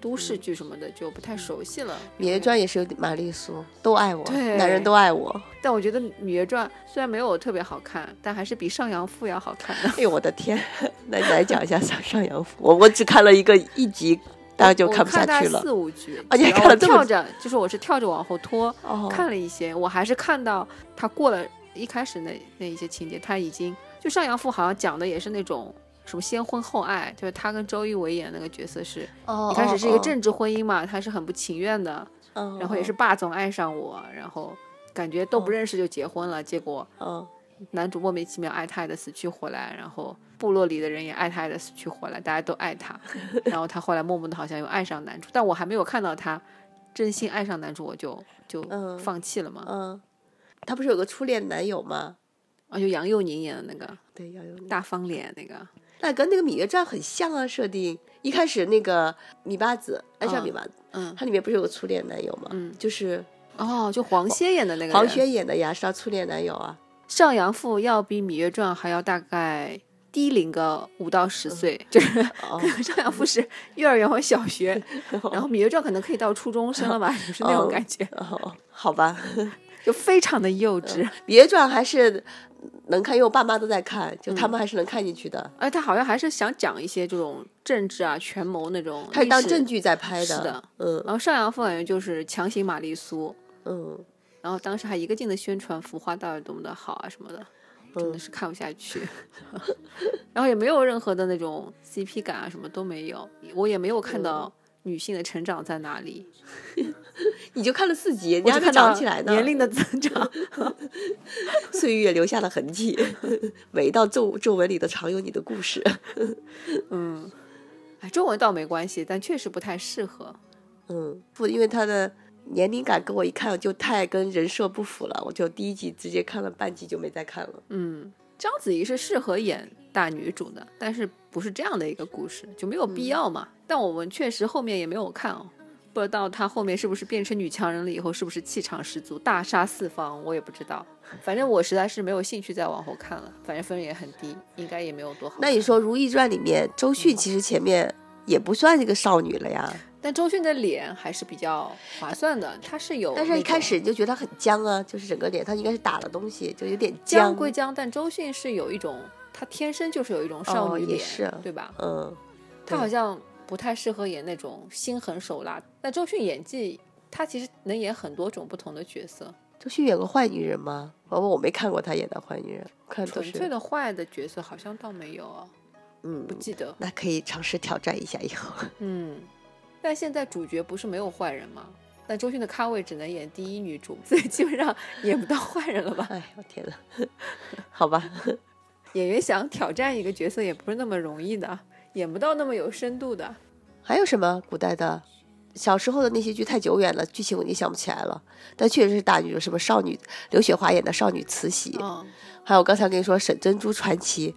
Speaker 2: 都市剧什么的就不太熟悉了。
Speaker 1: 嗯《芈月传》也是有玛丽苏，都爱我，
Speaker 2: 对
Speaker 1: 男人都爱我。
Speaker 2: 但我觉得《芈月传》虽然没有特别好看，但还是比《上阳赋》要好看的。
Speaker 1: 哎呦，我的天！ 那你来讲一下《上上阳赋》，我我只看了一个一集，大家就
Speaker 2: 我
Speaker 1: 看不下
Speaker 2: 大概
Speaker 1: 去了。
Speaker 2: 四五局，
Speaker 1: 啊你还
Speaker 2: 然
Speaker 1: 看
Speaker 2: 后
Speaker 1: 了
Speaker 2: 我
Speaker 1: 这么
Speaker 2: 跳着，就是我是跳着往后拖，
Speaker 1: 哦，
Speaker 2: 看了一些，我还是看到他过了一开始那那一些情节，他已经就《上阳赋》好像讲的也是那种什么先婚后爱，就是他跟周一围演那个角色是、
Speaker 1: 哦，
Speaker 2: 一开始是一个
Speaker 1: 哦，
Speaker 2: 政治婚姻嘛，他是很不情愿的，
Speaker 1: 哦
Speaker 2: 然后也是，霸总爱上我，然后感觉都不认识就结婚了，结果
Speaker 1: 嗯，
Speaker 2: 男主莫名其妙爱他爱的死去活来，然后部落里的人也爱他爱的死去活来，大家都 爱他，然后他后来默默的好像又爱上男主，但我还没有看到他真心爱上男主，我就就
Speaker 1: 嗯
Speaker 2: 放弃了嘛。
Speaker 1: 嗯，他不是有个初恋男友吗？
Speaker 2: 啊，就杨佑宁演的那个
Speaker 1: 对，要有那个
Speaker 2: 大方脸那个，
Speaker 1: 那跟那个《芈月传》很像啊，设定一开始那个米八子爱上
Speaker 2: 嗯
Speaker 1: 米八子，
Speaker 2: 嗯，
Speaker 1: 它里面不是有个初恋男友吗？
Speaker 2: 嗯
Speaker 1: 就是
Speaker 2: 哦，就黄歇演的那个
Speaker 1: 黄
Speaker 2: 人
Speaker 1: 轩演的呀，是他初恋男友啊。
Speaker 2: 《上阳赋》要比《芈月传》还要大概低龄个五到十岁， 就是
Speaker 1: 哦
Speaker 2: 上阳赋》是幼儿园和 小学，然后《芈月传》可能可以到初中生了吧，就是那种感觉，
Speaker 1: 哦，好吧，
Speaker 2: 就非常的幼稚。
Speaker 1: 《芈月传》还是能看，因为我爸妈都在看，就
Speaker 2: 嗯
Speaker 1: 他们还是能看进去的。
Speaker 2: 而他好像还是想讲一些这种政治啊、权谋那种历史。
Speaker 1: 他是当正剧在拍
Speaker 2: 是的
Speaker 1: 嗯
Speaker 2: 然后上阳赋感觉就是强行玛丽苏，
Speaker 1: 嗯，
Speaker 2: 然后当时还一个劲的宣传服化道有多么的好啊什么的，真的是看不下去。 然后也没有任何的那种 CP 感啊，什么都没有，我也没有看到女性的成长在哪里，
Speaker 1: 你就看了四集，你
Speaker 2: 我
Speaker 1: 还
Speaker 2: 就
Speaker 1: 没
Speaker 2: 看到
Speaker 1: 长起来呢，
Speaker 2: 年龄的增长。
Speaker 1: 岁月留下了痕迹， 每一道皱皱纹里都藏有你的故事。
Speaker 2: 嗯，哎，中文倒没关系，但确实不太适合。
Speaker 1: 嗯，不，因为他的年龄感跟我一看就太跟人设不符了，我就第一集直接看了半集就没再看了。
Speaker 2: 嗯，章子怡是适合演大女主的，但是不是这样的一个故事就没有
Speaker 1: 嗯
Speaker 2: 必要嘛？但我们确实后面也没有看哦，不知道她后面是不是变成女强人了以后是不是气场十足大杀四方，我也不知道。反正我实在是没有兴趣再往后看了，反正分也很低，应该也没有多好看。
Speaker 1: 那你说《如懿传》里面周迅其实前面也不算是个少女了呀，
Speaker 2: 但周迅的脸还是比较划算的，她是有那
Speaker 1: 但
Speaker 2: 种，
Speaker 1: 是一开始你就觉得她很僵啊，就是整个脸她应该是打了东西，就有点
Speaker 2: 僵归僵，但周迅是有一种她天生就是有一种少
Speaker 1: 哦
Speaker 2: 女
Speaker 1: 也
Speaker 2: 脸，
Speaker 1: 是
Speaker 2: 对吧？
Speaker 1: 嗯，
Speaker 2: 她
Speaker 1: 对
Speaker 2: 好像不太适合演那种心狠手辣。那周迅演技，她其实能演很多种不同的角色，
Speaker 1: 周迅演过坏女人吗？我我没看过她演的坏女人，我看都
Speaker 2: 纯粹
Speaker 1: 是
Speaker 2: 的坏的角色好像倒没有啊，
Speaker 1: 嗯
Speaker 2: 不，记得。
Speaker 1: 那可以尝试挑战一下以后。
Speaker 2: 嗯，但现在主角不是没有坏人吗？但周迅的咖位只能演第一女主，所以基本上演不到坏人了吧？
Speaker 1: 哎，我天呐， 好吧，
Speaker 2: 演员想挑战一个角色也不是那么容易的，演不到那么有深度的。
Speaker 1: 还有什么古代的？小时候的那些剧太久远了，剧情我已经想不起来了。但确实是大女主，什么少女刘雪华演的少女慈禧，
Speaker 2: 嗯，
Speaker 1: 还有刚才跟你说《沈珍珠传奇》，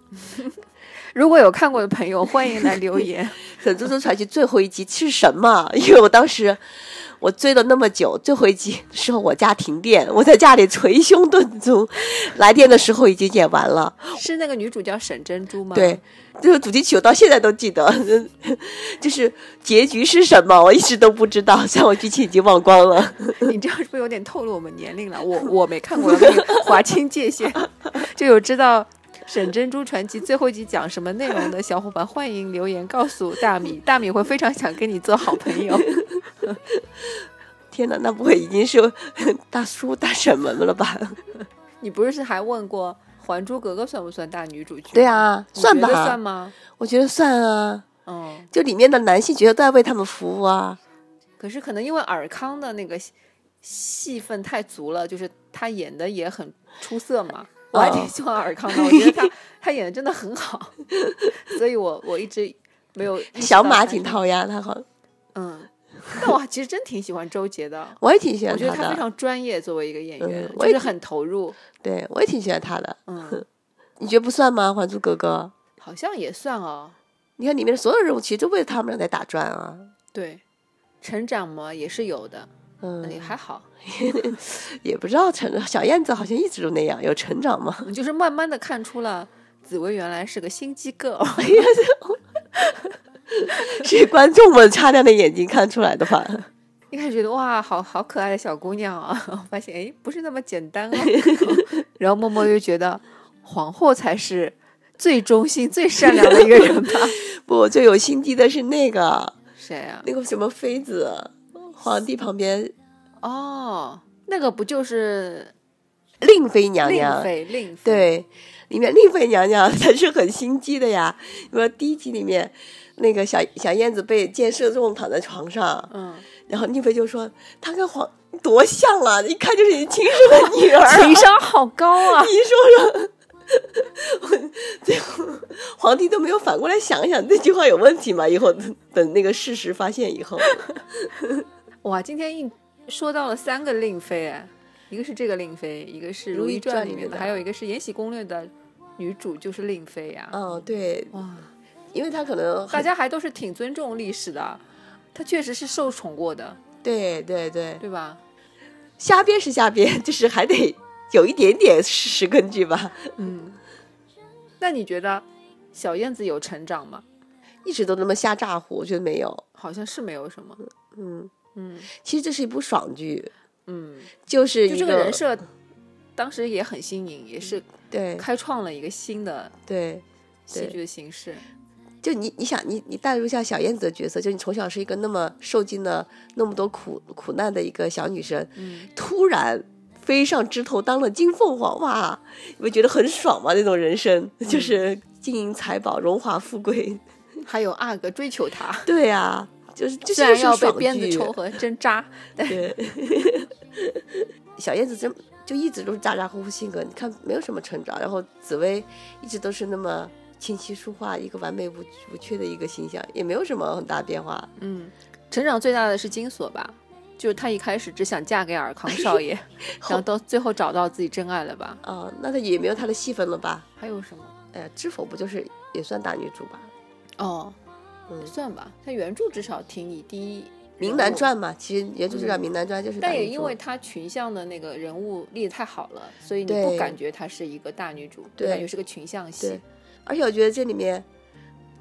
Speaker 2: 如果有看过的朋友，欢迎来留 言。
Speaker 1: 《沈珍珠传奇》最后一集是什么？ 因为我当时我追了那么久，最后一集时候我家停电，我在家里捶胸顿足。来电的时候已经演完了，
Speaker 2: 是那个女主叫沈珍珠吗？
Speaker 1: 对，，这个主题曲我到现在都记得， 就是结局是什么我一直都不知道，像我剧情已经忘光了。
Speaker 2: 你这样是不是有点透露我们年龄了？我我没看过，要跟你划清界限。 就有知道《沈珍珠传奇》最后一集讲什么内容的小伙伴，欢迎留言告诉大米，大米会非常想跟你做好朋友。
Speaker 1: 天哪，那不会已经是 大叔大婶们了吧？
Speaker 2: 你不是还问过《还珠格格》算不算大女主角？
Speaker 1: 对，啊，
Speaker 2: 你觉
Speaker 1: 算
Speaker 2: 得
Speaker 1: 吧，
Speaker 2: 算吗？
Speaker 1: 我觉得算啊。
Speaker 2: 嗯，
Speaker 1: 就里面的男性角色都在为他们服务啊。
Speaker 2: 可是可能因为尔康的那个戏戏份太足了，就是他演的也很出色
Speaker 1: 哦
Speaker 2: 嘛。我还挺喜欢尔康的，我觉得他他演的真的很 好，所以我我一直没有意识
Speaker 1: 小
Speaker 2: 到
Speaker 1: 马
Speaker 2: 他
Speaker 1: 景
Speaker 2: 是
Speaker 1: 涛呀，他好，，
Speaker 2: 嗯，但我其实真挺喜欢周杰的
Speaker 1: 我也挺喜
Speaker 2: 我
Speaker 1: 欢
Speaker 2: 觉得
Speaker 1: 他
Speaker 2: 他非
Speaker 1: 的。
Speaker 2: 常专业，作为一个演员，
Speaker 1: 嗯我
Speaker 2: 就
Speaker 1: 也
Speaker 2: 是
Speaker 1: 挺
Speaker 2: 很投 入。
Speaker 1: 对，我也挺喜欢他的。
Speaker 2: 嗯，
Speaker 1: 你觉得不算吗？《还珠格格》，
Speaker 2: 好像也算哦。
Speaker 1: 你看里面的所有人物其实都为他们俩在打转啊。
Speaker 2: 对，成长嘛也是有的，
Speaker 1: 嗯，
Speaker 2: 也还好，
Speaker 1: 也不知道成小燕子好像一直都那样，有成长吗？
Speaker 2: 你就是慢慢的看出了紫薇原来是个心机 girl。
Speaker 1: 是观众们擦亮的眼睛看出来的 吧？
Speaker 2: 一开始觉得哇，好好可爱的小姑娘啊， 发现哎不是那么简 单哦，然后默默又觉得皇后才是最忠心、最善良的一个 人吧？
Speaker 1: 不，最有心机的是那个
Speaker 2: 谁啊？
Speaker 1: 那个什么妃子，皇帝旁边
Speaker 2: 哦，那个不就是
Speaker 1: 令妃娘
Speaker 2: 令
Speaker 1: 娘，
Speaker 2: 妃？令妃
Speaker 1: 对，里面令妃娘娘才是很心机的呀。那么第一集里面，那个小小燕子被箭射中，躺在床上，
Speaker 2: 嗯，
Speaker 1: 然后令妃就说：“她跟皇多像啊，一看就是你 亲生的女儿。”
Speaker 2: 情商好高啊
Speaker 1: 你！说说，最后皇帝都没有反过来想一想这句话有问题吗？以后等那个事实发现以后，
Speaker 2: 哇，今天一说到了三个令妃，哎，一个是这个令妃，一个是《
Speaker 1: 如
Speaker 2: 如
Speaker 1: 懿
Speaker 2: 懿传》
Speaker 1: 传
Speaker 2: 里
Speaker 1: 里
Speaker 2: 面
Speaker 1: 面
Speaker 2: 的，
Speaker 1: 的
Speaker 2: 还有一个是《延禧攻略》的女主就是令妃呀、
Speaker 1: 嗯，对，
Speaker 2: 哇，
Speaker 1: 因为他可能
Speaker 2: 大家还都是挺尊重历史的，她确实是受宠过的，
Speaker 1: 对对对，
Speaker 2: 对吧？
Speaker 1: 瞎编是瞎编， 就是还得有一点点事实根据吧。
Speaker 2: 嗯，那你觉得小燕子有成长吗？
Speaker 1: 一直都那么瞎咋呼，我觉得没有。
Speaker 2: 好像是没有什么。
Speaker 1: 嗯，
Speaker 2: 嗯
Speaker 1: 其实这是一部爽剧，
Speaker 2: 嗯，
Speaker 1: 就是
Speaker 2: 就
Speaker 1: 一
Speaker 2: 这个人设，当时也很新颖，也是
Speaker 1: 对
Speaker 2: 开创了一个新的
Speaker 1: 对，
Speaker 2: 戏剧的形式。
Speaker 1: 就你你想你你代入一下小燕子的角色，就你从小是一个那么受尽了那么多苦苦难的一个小女生，
Speaker 2: 嗯，
Speaker 1: 突然飞上枝头当了金凤凰，哇，你们觉得很爽吗？那种人生就是金银财宝、荣华富贵，
Speaker 2: 还有阿哥追求她，
Speaker 1: 对呀、啊，就是这
Speaker 2: 虽
Speaker 1: 就
Speaker 2: 然
Speaker 1: 是
Speaker 2: 要被
Speaker 1: 爽
Speaker 2: 鞭子
Speaker 1: 剧
Speaker 2: 抽和针扎，但
Speaker 1: 对，小燕子真就一直都是咋咋呼呼性格，你看没有什么成长。然后紫薇一直都是那么琴棋书画一个完美无无缺的一个形象，也没有什么很大变化。
Speaker 2: 嗯，成长最大的是金锁吧。就是她一开始只想嫁给尔康少 爷，然后到最后找到自己真爱了吧？
Speaker 1: 啊、那她也没有她的戏份了吧？
Speaker 2: 还有什么？
Speaker 1: 哎呀，知否不就是也算大女主吧？
Speaker 2: 哦，
Speaker 1: 嗯
Speaker 2: 算吧，他原著至少挺以第一
Speaker 1: 《
Speaker 2: 人
Speaker 1: 明南
Speaker 2: 物，
Speaker 1: 传》嘛，其实原著就叫《明南传》，就是大
Speaker 2: 嗯但也
Speaker 1: 女
Speaker 2: 因
Speaker 1: 主
Speaker 2: 为。他群像的那个人物立得太好了，所以你
Speaker 1: 对
Speaker 2: 不感觉她是一个大女主，就
Speaker 1: 对
Speaker 2: 感觉是个群像戏
Speaker 1: 对。而且我觉得这里面，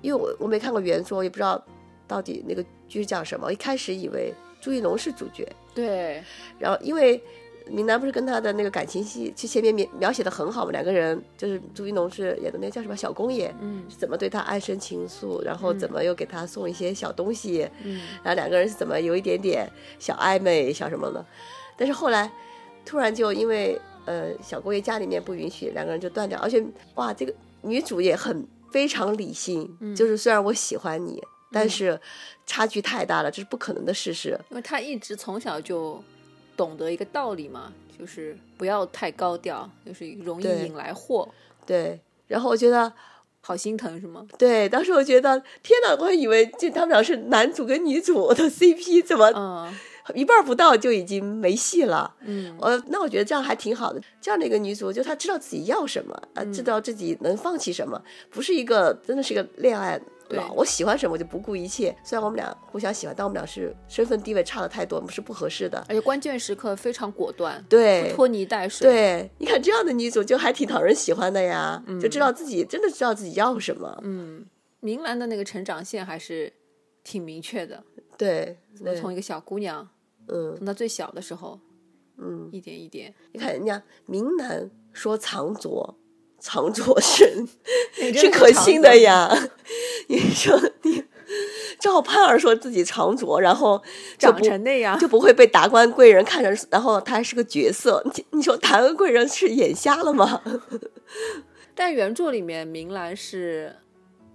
Speaker 1: 因为我我没看过原著，我也不知道到底那个剧是讲什么。我一开始以为朱一龙是主角，
Speaker 2: 对，
Speaker 1: 然后因为明南不是跟他的那个感情戏，其实前面描描写的很好嘛，两个人就是朱一农是演的那叫什么小公爷，
Speaker 3: 嗯
Speaker 1: 是怎么对他暗生情愫，然后
Speaker 3: 嗯
Speaker 1: 怎么又给他送一些小东西，
Speaker 3: 嗯
Speaker 1: 然后两个人是怎么有一点点小暧昧、小什么的，但是后来突然就因为呃小公爷家里面不允许，两个人就断掉，而且哇，这个女主也很非常理性，
Speaker 3: 嗯
Speaker 1: 就是虽然我喜欢你，但是差距太大了，这是不可能的事实。
Speaker 2: 因为他一直从小就懂得一个道理嘛，就是不要太高调，就是容易
Speaker 1: 对
Speaker 2: 引来祸，
Speaker 1: 对，然后我觉得
Speaker 2: 好心疼是吗？
Speaker 1: 对，当时我觉得天哪，我还以为就他们俩是男主跟女主的 CP，怎么
Speaker 2: 嗯
Speaker 1: 一半儿不到就已经没戏了？
Speaker 2: 嗯
Speaker 1: 我那我觉得这样还挺好的，这样的一个女主，就她知道自己要什么，啊，
Speaker 2: 嗯
Speaker 1: 知道自己能放弃什么，不是一个真的是一个恋爱
Speaker 2: 对
Speaker 1: 脑，我喜欢什么我就不顾一切。虽然我们俩互相喜欢，但我们俩是身份地位差的太多，我们是不合适的。
Speaker 2: 而且关键时刻非常果断，
Speaker 1: 对，
Speaker 2: 不拖泥带水。
Speaker 1: 对，你看这样的女主就还挺讨人喜欢的呀，
Speaker 2: 嗯
Speaker 1: 就知道自己真的知道自己要什么。
Speaker 2: 明兰的那个成长线还是挺明确的，
Speaker 1: 对，
Speaker 2: 怎么
Speaker 1: 对
Speaker 2: 从一个小姑娘，
Speaker 1: 嗯
Speaker 2: 从她最小的时候，
Speaker 1: 嗯，
Speaker 2: 一点一点，
Speaker 1: 你看人家明南说藏拙，藏拙是 是可信哦的呀。你说你赵盼儿说自己藏拙，然后就
Speaker 2: 长
Speaker 1: 不
Speaker 2: 成那样，
Speaker 1: 就不会被达官贵人看上，然后他还是个角色。你你说达官贵人是眼瞎了吗？
Speaker 2: 但原著里面明兰是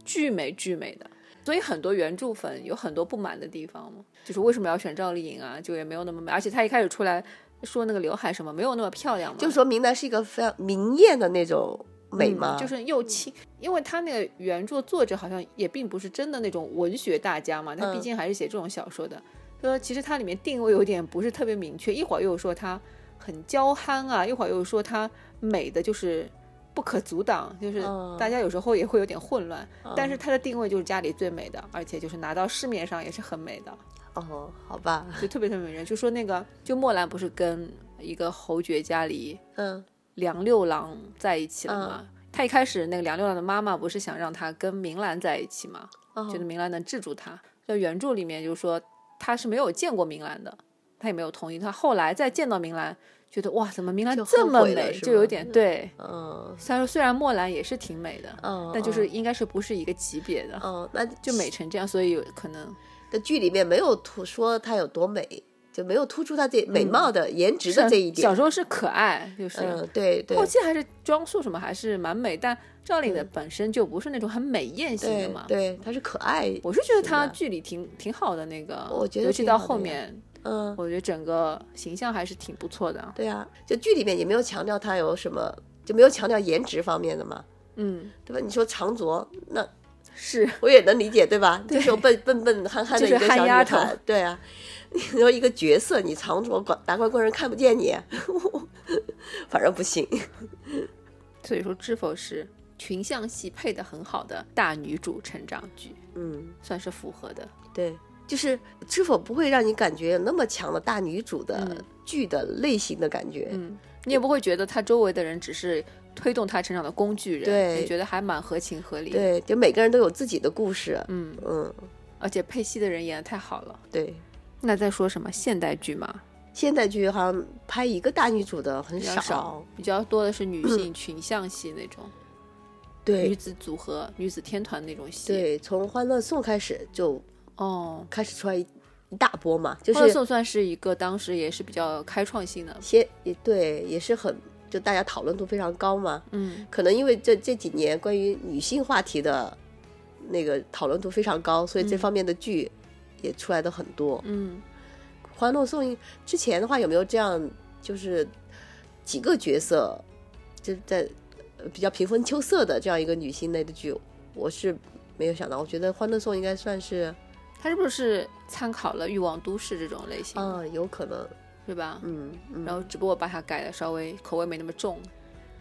Speaker 2: 巨美巨美的，所以很多原著粉有很多不满的地方嘛，就是为什么要选赵丽颖啊？就也没有那么美，而且她一开始出来说那个刘海什么没有那么漂亮 嘛，
Speaker 1: 就说明南是一个非常明艳的那种美吗？
Speaker 2: 嗯就是又轻，因为她那个原著作者好像也并不是真的那种文学大家嘛，她
Speaker 1: 嗯
Speaker 2: 毕竟还是写这种小说的。所以说其实它里面定位有点不是特别明确，一会儿又说她很娇憨啊，一会儿又说她美的就是不可阻挡，就是
Speaker 1: 嗯
Speaker 2: 大家有时候也会有点混乱。
Speaker 1: 嗯
Speaker 2: 但是它的定位就是家里最美的，而且就是拿到市面上也是很美的，
Speaker 1: 哦，好吧，
Speaker 2: 就特别特别美人。就说那个，就莫兰不是跟一个侯爵家里
Speaker 1: 嗯
Speaker 2: 梁六郎在一起了吗？他一开始那个梁六郎的妈妈不是想让他跟明兰在一起吗？
Speaker 1: 哦
Speaker 2: 觉得明兰能制住他。在原著里面就是说他是没有见过明兰的，他也没有同意。他后来再见到明兰，觉得哇，怎么明兰
Speaker 1: 就
Speaker 2: 这
Speaker 1: 后
Speaker 2: 么
Speaker 1: 悔了
Speaker 2: 美？
Speaker 1: 是
Speaker 2: 就有
Speaker 1: 吗
Speaker 2: 点对。
Speaker 1: 嗯
Speaker 2: 虽然虽然莫兰也是挺美的，
Speaker 1: 嗯，
Speaker 2: 但就是应该是不是一个级别的。
Speaker 1: 嗯，那
Speaker 2: 就美成这样，所以有可能
Speaker 1: 的剧里面没有突说她有多美，就没有突出她这美貌的、颜值的这一点。
Speaker 2: 嗯小时候是可爱，就是、
Speaker 1: 嗯，对对嗯
Speaker 2: 后期还是装束什么还是蛮美，但赵丽颖的本身就不是那种很美艳型的
Speaker 1: 对
Speaker 2: 嘛。
Speaker 1: 对，她是可爱。
Speaker 2: 我是觉得她
Speaker 1: 是的
Speaker 2: 剧里挺挺好的那个，
Speaker 1: 我觉得
Speaker 2: 尤其
Speaker 1: 挺
Speaker 2: 到
Speaker 1: 好的
Speaker 2: 后
Speaker 1: 呀
Speaker 2: 面，
Speaker 1: 嗯，
Speaker 2: 我觉得整个形象还是挺不错的。
Speaker 1: 对啊，就剧里面也没有强调她有什么，就没有强调颜值方面的嘛，
Speaker 2: 嗯，
Speaker 1: 对吧？你说长着，那
Speaker 2: 是
Speaker 1: 我也能理解，对吧？就是笨 笨笨憨憨的一
Speaker 2: 就
Speaker 1: 个
Speaker 2: 是
Speaker 1: 小
Speaker 2: 憨
Speaker 1: 女
Speaker 2: 丫头
Speaker 1: 孩，对啊。 你说一个角色，你长着管达官贵人看不见你， 反正不行。
Speaker 2: 所以说知否是群像戏配的很好的大女主成长剧，
Speaker 1: 嗯，
Speaker 2: 算是符合的。
Speaker 1: 对，就是知否不会让你感觉有那么强的大女主的
Speaker 2: 嗯
Speaker 1: 剧的类型的感觉。
Speaker 2: 嗯，你也不会觉得她周围的人只是推动她成长的工具人，
Speaker 1: 对
Speaker 2: 你觉得还蛮合情合理。，
Speaker 1: 对，就每个人都有自己的故事。
Speaker 2: 嗯，
Speaker 1: 嗯，
Speaker 2: 而且佩西的人演的太好了。
Speaker 1: 对。
Speaker 2: 那在说什么现代剧嘛？
Speaker 1: 现代剧好像拍一个大女主的很
Speaker 2: 比较
Speaker 1: 少，
Speaker 2: 少，比较多的是 女性群像戏那种，女
Speaker 1: 对
Speaker 2: 子组合、女子天团那种戏。，
Speaker 1: 对，从《欢乐颂》开始就
Speaker 2: 哦，
Speaker 1: 开始出来一一大波嘛，就
Speaker 2: 欢乐
Speaker 1: 是
Speaker 2: 颂算是一个当时也是比较开创性的，
Speaker 1: 些也对，也是很就大家讨论度非常高嘛。
Speaker 2: 嗯，
Speaker 1: 可能因为这这几年关于女性话题的那个讨论度非常高，所以这方面的剧也出来的很多。
Speaker 2: 嗯，
Speaker 1: 欢乐颂之前的话，有没有这样就是几个角色就在呃比较平分秋色的这样一个女性类的剧？我是没有想到，我觉得《欢乐颂》应该算是，
Speaker 2: 它是不是参考了《欲望都市》这种类型，
Speaker 1: 嗯，有可能，
Speaker 2: 是吧？
Speaker 1: 嗯
Speaker 2: 然
Speaker 1: 嗯，
Speaker 2: 后只不过把它改的稍微口味没那么重，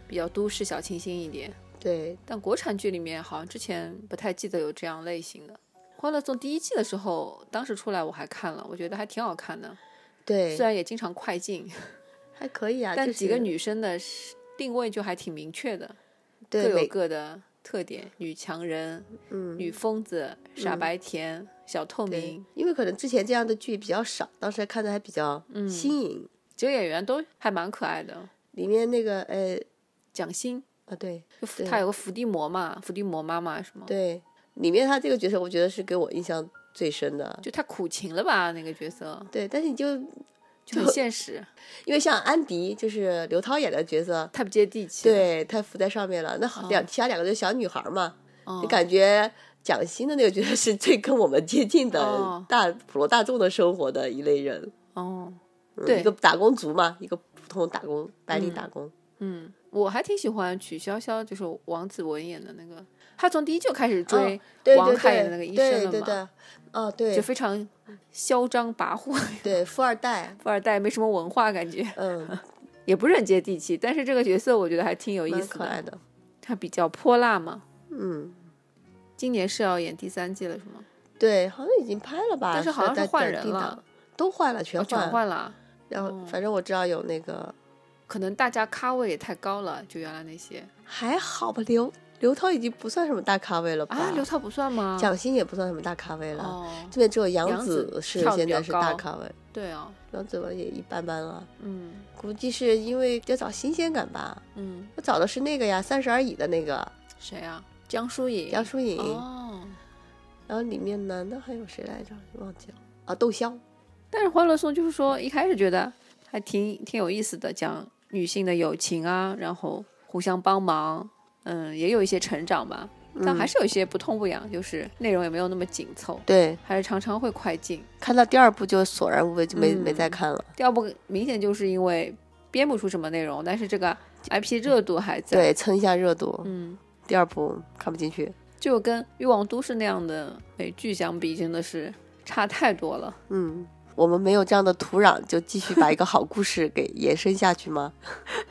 Speaker 2: 比较都市小清新一点。
Speaker 1: 对，
Speaker 2: 但国产剧里面好像之前不太记得有这样类型的。《欢乐颂》第一季的时候，当时出来我还看了，我觉得还挺好看的，
Speaker 1: 对，
Speaker 2: 虽然也经常快进，
Speaker 1: 还可以啊，
Speaker 2: 但
Speaker 1: 就
Speaker 2: 几个
Speaker 1: 是
Speaker 2: 女生的是定位就还挺明确的，各
Speaker 1: 对
Speaker 2: 有
Speaker 1: 每
Speaker 2: 各的特点：女强人、
Speaker 1: 嗯
Speaker 2: 女疯子、傻白甜、小透
Speaker 1: 对
Speaker 2: 明。，嗯
Speaker 1: 因为可能之前这样的剧比较少，当时看的还比较新颖，
Speaker 2: 几个演员都还蛮可爱的。
Speaker 1: 里面那个呃
Speaker 2: 蒋欣，
Speaker 1: 啊对
Speaker 2: 就伏
Speaker 1: 对
Speaker 2: 他有个伏地魔嘛，伏地魔妈妈是吗？
Speaker 1: 对，里面他这个角色，我觉得是给我印象最深的。
Speaker 2: 就太苦情了吧，那个角色
Speaker 1: 对，但是你就
Speaker 2: 就很现实，
Speaker 1: 因为像安迪，就是刘涛演的角色，
Speaker 2: 太不接地气。，
Speaker 1: 对，她浮在上面了。那好两、其他两个就是小女孩嘛，
Speaker 2: 哦
Speaker 1: 就、感觉蒋欣的那个角色是最跟我们接近的、
Speaker 2: 哦
Speaker 1: 大普罗大众的生活的一类人，
Speaker 2: 哦，
Speaker 1: 嗯
Speaker 2: 对
Speaker 1: 一个打工族嘛，一个普通打工白领
Speaker 2: 嗯
Speaker 1: 打工。
Speaker 2: 嗯，我还挺喜欢曲筱绡，就是王子文演的那个，他从第一就开始追
Speaker 1: 哦对
Speaker 2: 王
Speaker 1: 对
Speaker 2: 凯
Speaker 1: 对
Speaker 2: 演的那个医生了嘛，
Speaker 1: 对对对，哦
Speaker 2: 就
Speaker 1: 对
Speaker 2: 非常嚣张跋扈，
Speaker 1: 对， 富二代，
Speaker 2: 富二代没什么文化感觉，
Speaker 1: 嗯，
Speaker 2: 也不是很接地气，但是这个角色我觉得还挺有意
Speaker 1: 蛮
Speaker 2: 思
Speaker 1: 可
Speaker 2: 的，
Speaker 1: 爱的，
Speaker 2: 他比较泼辣嘛。
Speaker 1: 嗯。
Speaker 2: 今年是要演第三季了是吗？
Speaker 1: 对，好像已经拍了吧？
Speaker 2: 但是好像是
Speaker 1: 在
Speaker 2: 换
Speaker 1: 在
Speaker 2: 人
Speaker 1: 地
Speaker 2: 了
Speaker 1: 档，都换了，全
Speaker 2: 哦全
Speaker 1: 换。
Speaker 2: 换了啊，
Speaker 1: 然后
Speaker 2: 哦
Speaker 1: 反正我知道有那个，
Speaker 2: 可能大家咖位也太高了，就原来那些
Speaker 1: 还好吧？刘刘涛已经不算什么大咖位了吧？
Speaker 2: 啊，刘涛不算吗？
Speaker 1: 蒋欣也不算什么大咖位了，
Speaker 2: 哦，
Speaker 1: 这边只有杨
Speaker 2: 杨
Speaker 1: 紫
Speaker 2: 紫
Speaker 1: 是
Speaker 2: 跳得
Speaker 1: 现
Speaker 2: 比
Speaker 1: 在
Speaker 2: 较
Speaker 1: 是大
Speaker 2: 高
Speaker 1: 咖位，
Speaker 2: 对啊，
Speaker 1: 杨紫吧也一般般了，
Speaker 2: 嗯
Speaker 1: 估计是因为要找新鲜感吧。
Speaker 2: 嗯，
Speaker 1: 我找的是那个呀，《三十而已》的那个
Speaker 2: 谁啊？江疏影，
Speaker 1: 杨舒颖，
Speaker 2: 哦。
Speaker 1: 然后里面男的还有谁来着？忘记了
Speaker 2: 哦
Speaker 1: 啊，窦骁。
Speaker 2: 但是《欢乐颂》就是说，一开始觉得还挺挺有意思的，讲女性的友情啊，然后互相帮忙，嗯，也有一些成长吧，但
Speaker 1: 嗯
Speaker 2: 还是有一些不痛不痒，就是内容也没有那么紧凑，
Speaker 1: 对，
Speaker 2: 还是常常会快进。
Speaker 1: 看到第二部就索然无味，就没、没
Speaker 2: 嗯
Speaker 1: 再看了。
Speaker 2: 第二部明显就是因为编不出什么内容，但是这个 IP 热度还在，
Speaker 1: 嗯对，蹭一下热度。
Speaker 2: 嗯，
Speaker 1: 第二部看不进去。
Speaker 2: 就跟《欲望都市》那样的美剧相比，真的是差太多了。
Speaker 1: 嗯，我们没有这样的土壤，就继续把一个好故事给延伸下去吗？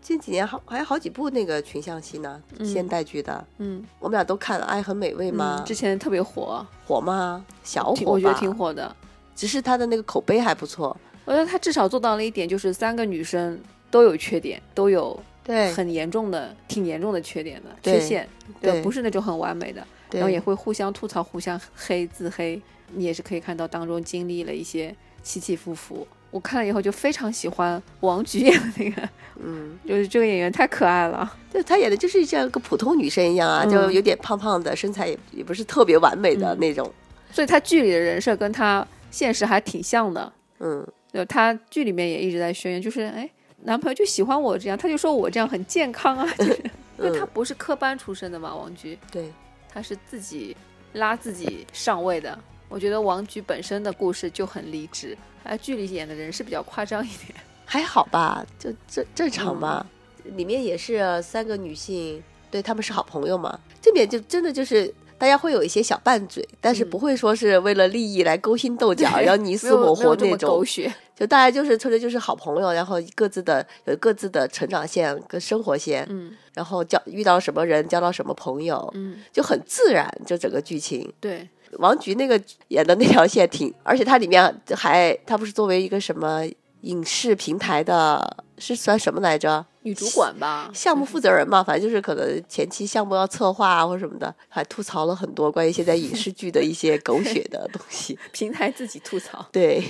Speaker 1: 近几年好还有好几部那个群像戏呢，现代剧的，
Speaker 2: 嗯，
Speaker 1: 我们俩都看了《爱很美味》吗
Speaker 2: 嗯？之前特别火，
Speaker 1: 火吗？小火
Speaker 2: 挺
Speaker 1: 吧
Speaker 2: 我觉得挺，火的。
Speaker 1: 只是它的那个口碑还不错。
Speaker 2: 我觉得他至少做到了一点，就是三个女生都有缺点，都有
Speaker 1: 对
Speaker 2: 很严重的、挺严重的缺点的
Speaker 1: 对
Speaker 2: 缺陷，
Speaker 1: 对
Speaker 2: 不是那种很完美的，然后
Speaker 1: 对
Speaker 2: 也会互相吐槽、互相黑、自黑。你也是可以看到当中经历了一些起起伏伏。我看了以后就非常喜欢王菊演的那个，
Speaker 1: 嗯，
Speaker 2: 就是这个演员太可爱了。
Speaker 1: 对，她演的就是像个普通女生一样啊，
Speaker 2: 嗯
Speaker 1: 就有点胖胖的，身材也也不是特别完美的
Speaker 2: 嗯
Speaker 1: 那种。
Speaker 2: 所以他剧里的人设跟他现实还挺像的。
Speaker 1: 嗯，
Speaker 2: 就他剧里面也一直在宣言，就是哎，男朋友就喜欢我这样，他就说我这样很健康啊，就是因为他
Speaker 1: 嗯
Speaker 2: 不是科班出身的嘛，王菊，
Speaker 1: 对，
Speaker 2: 他是自己拉自己上位的。我觉得王菊本身的故事就很励志，啊，剧里演的人是比较夸张一点。
Speaker 1: 还好吧，就正正常吧。嗯里面也是三个女性，对她们是好朋友嘛。这边就真的就是大家会有一些小拌嘴，但是
Speaker 2: 嗯
Speaker 1: 不会说是为了利益来勾心斗 角，然后你
Speaker 2: 没
Speaker 1: 死
Speaker 2: 有
Speaker 1: 我
Speaker 2: 没有
Speaker 1: 活
Speaker 2: 这
Speaker 1: 那
Speaker 2: 么狗
Speaker 1: 种。
Speaker 2: 血，
Speaker 1: 就大家就是纯粹就是好朋友，然后各自的有各自的成长线跟生活线，
Speaker 2: 嗯
Speaker 1: 然后交遇到什么人，交到什么朋友，
Speaker 2: 嗯，
Speaker 1: 就很自然。就整个剧情，
Speaker 2: 对，
Speaker 1: 王菊那个演的那条线挺，而且它里面还，它不是作为一个什么影视平台的，是算什么来着？
Speaker 2: 女主管 吧，
Speaker 1: 项目负责人嘛，反正就是可能前期项目要策划啊或什么的，还吐槽了很多关于现在影视剧的一些狗血的东西。
Speaker 2: 平台自己吐槽。
Speaker 1: 对，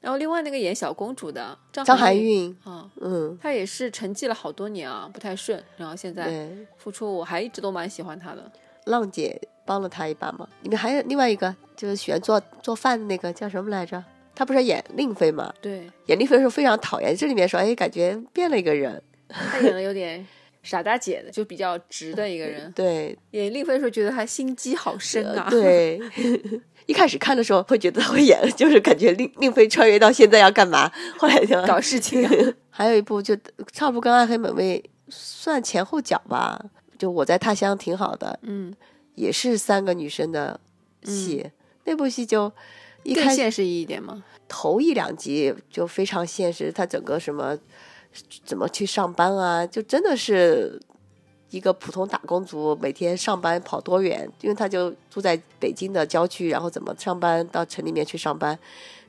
Speaker 2: 然后另外那个演小公主的张
Speaker 1: 张含
Speaker 2: 韵，
Speaker 1: 韵，
Speaker 2: 啊，
Speaker 1: 嗯，
Speaker 2: 她也是沉寂了好多年啊，不太顺，然后现在
Speaker 1: 对，
Speaker 2: 复出，我还一直都蛮喜欢她的。
Speaker 1: 浪姐帮了她一把嘛。里面还有另外一个，就是喜欢做做饭的那个叫什么来着？她不是演令妃嘛？
Speaker 2: 对，
Speaker 1: 演令妃的时候非常讨厌，这里面说，哎，感觉变了一个人。
Speaker 2: 她演的有点傻大姐的，就比较直的一个人。
Speaker 1: 对，
Speaker 2: 演令妃的时候觉得她心机好深
Speaker 1: 呃
Speaker 2: 啊，，
Speaker 1: 对， 一开始看的时候会觉得他会演， 就是感觉令令妃穿越到现在要干嘛，后来就
Speaker 2: 搞事情啊、
Speaker 1: 还有一部就差不多跟《暗黑美味》算前后脚吧，就我在他乡挺好的，
Speaker 2: 嗯，
Speaker 1: 也是三个女生的戏，那部戏就。一
Speaker 2: 更
Speaker 1: 开始
Speaker 2: 现实一点嘛。
Speaker 1: 头一两集就非常现实，他整个什么怎么去上班啊，就真的是一个普通打工族，每天上班跑多远？因为他就住在北京的郊区，然后怎么上班到城里面去上班，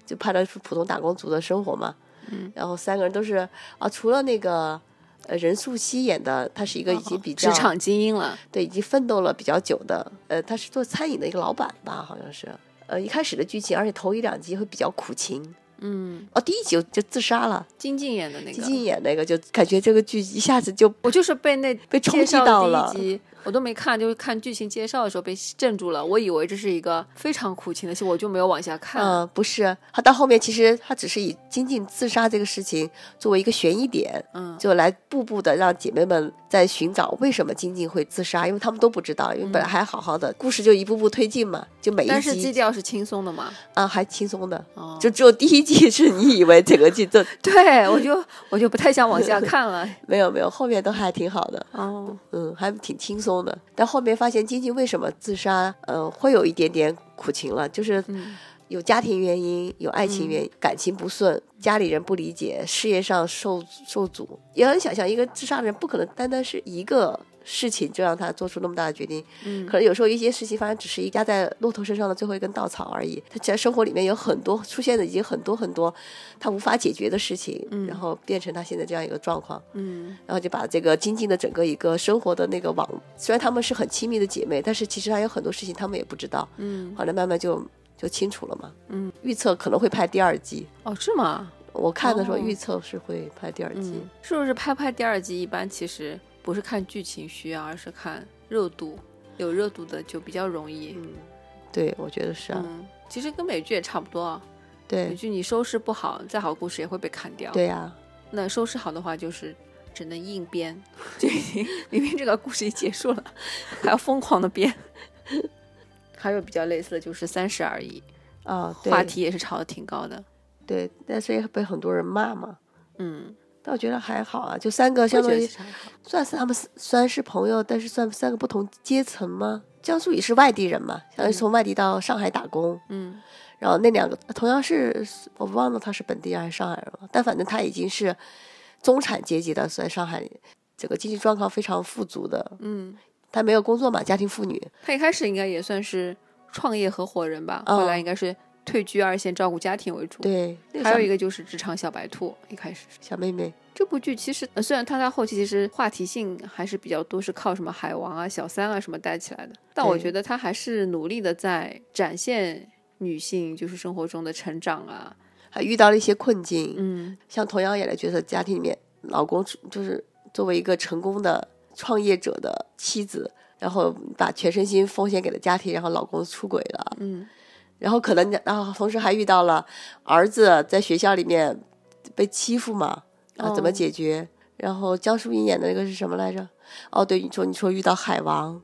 Speaker 1: 就拍的是普通打工族的生活嘛。
Speaker 2: 嗯，
Speaker 1: 然后三个人都是啊，除了那个呃任素汐演的，她是一个已经比较、
Speaker 2: 哦职场精英了，
Speaker 1: 对，已经奋斗了比较久的，呃，他是做餐饮的一个老板吧，好像是。呃，一开始的剧情，而且头一两集会比较苦情，
Speaker 4: 嗯，
Speaker 1: 哦，第一集就就自杀了，
Speaker 2: 金靖演的那个，
Speaker 1: 金靖演那个就感觉这个剧一下子就
Speaker 2: 我就是被那
Speaker 1: 被冲
Speaker 2: 介
Speaker 1: 击
Speaker 2: 绍
Speaker 1: 到
Speaker 2: 第一
Speaker 1: 了
Speaker 2: 集我都没看，就是看剧情介绍的时候被镇住了。我以为这是一个非常苦情的戏，我就没有往下看。
Speaker 1: 嗯，不是，他到后面其实他只是以金靖自杀这个事情作为一个悬疑点，
Speaker 2: 嗯
Speaker 1: 就来步步的让姐妹们在寻找为什么金靖会自杀，因为他们都不知道，因为本来还好好的，故事就一步步推进嘛，就每一
Speaker 2: 嗯但是基
Speaker 1: 集
Speaker 2: 调是轻松的嘛？
Speaker 1: 啊还轻松的，
Speaker 2: 哦，
Speaker 1: 就只有第一季是你以为整个剧都
Speaker 2: 对我就我就不太想往下 看了。
Speaker 1: 没有没有，后面都还挺好的，
Speaker 2: 哦，
Speaker 1: 嗯，还挺轻松的。但后面发现金靖为什么自杀，嗯、会有一点点苦情了，就是
Speaker 2: 嗯
Speaker 1: 有家庭原因，有爱情原因，感情不顺，家里人不理解，事业上受受阻。也很想象，一个自杀的人不可能单单是一个事情就让他做出那么大的决定，
Speaker 2: 嗯
Speaker 1: 可能有时候一些事情发生只是一压在骆驼身上的最后一根稻草而已。他在生活里面有很多出现的已经很多很多他无法解决的事情，然后变成他现在这样一个状况。
Speaker 2: 嗯
Speaker 1: 然后就把这个金靖的整个一个生活的那个网，虽然她们是很亲密的姐妹，但是其实还有很多事情她们也不知道。
Speaker 2: 嗯，
Speaker 1: 后来慢慢就就清楚了嘛。
Speaker 2: 嗯，
Speaker 1: 预测可能会拍第二季，
Speaker 2: 哦，是吗？
Speaker 1: 我看的时候
Speaker 2: 哦
Speaker 1: 预测是会拍第二季。
Speaker 2: 嗯，是不是拍拍第二集一般其实不是看剧情需要，而是看热度，有热度的就比较容易。
Speaker 1: 嗯，对，我觉得是啊，
Speaker 2: 嗯，其实跟美剧也差不多啊。美
Speaker 1: 对
Speaker 2: 剧你收视不好，再好故事也会被砍掉。
Speaker 1: 对啊呀、
Speaker 2: 那收拾好的话，就是只能硬 编，就已经明明这个故事已结束了，还要疯狂的编。 还有比较类似的就是《三十而已
Speaker 1: 啊，》，对
Speaker 2: 话题也是炒得挺高的。
Speaker 1: 对，但是也被很多人骂嘛。
Speaker 2: 嗯，
Speaker 1: 但我觉得还好啊，就三个
Speaker 2: 我觉
Speaker 1: 相当
Speaker 2: 得
Speaker 1: 于
Speaker 2: 其实还好。
Speaker 1: 算是他们虽然是朋友，但是算三个不同阶层吗？江疏影是外地人嘛，相当于从外地到上海打工，
Speaker 2: 嗯
Speaker 1: 然后那两个同样是我忘了他是本地人还是上海人了，但反正他已经是中产阶级的，在上海整个经济状况非常富足的。
Speaker 2: 嗯，
Speaker 1: 他没有工作嘛，家庭妇女，
Speaker 2: 他一开始应该也算是创业合伙人吧，
Speaker 1: 嗯
Speaker 2: 后来应该是退居二线照顾家庭为主。，
Speaker 1: 对，那个
Speaker 2: 还
Speaker 1: 小
Speaker 2: 有一个就是职场小白兔，一开始是。
Speaker 1: 小妹妹，
Speaker 2: 这部剧其实，呃虽然它到后期其实话题性还是比较多，是靠什么海王啊、小三啊什么带起来的，但我
Speaker 1: 对
Speaker 2: 觉得它还是努力的在展现女性就是生活中的成长啊，
Speaker 1: 还遇到了一些困境。
Speaker 2: 嗯
Speaker 1: 像同样演的角色，家庭里面老公就是作为一个成功的创业者的妻子，然后把全身心奉献给了家庭，然后老公出轨了，
Speaker 2: 嗯
Speaker 1: 然后可能然后同时还遇到了儿子在学校里面被欺负嘛，啊，怎么
Speaker 2: 哦
Speaker 1: 解决？然后江疏影演的那个是什么来着？哦，对，你说你说遇到海 王，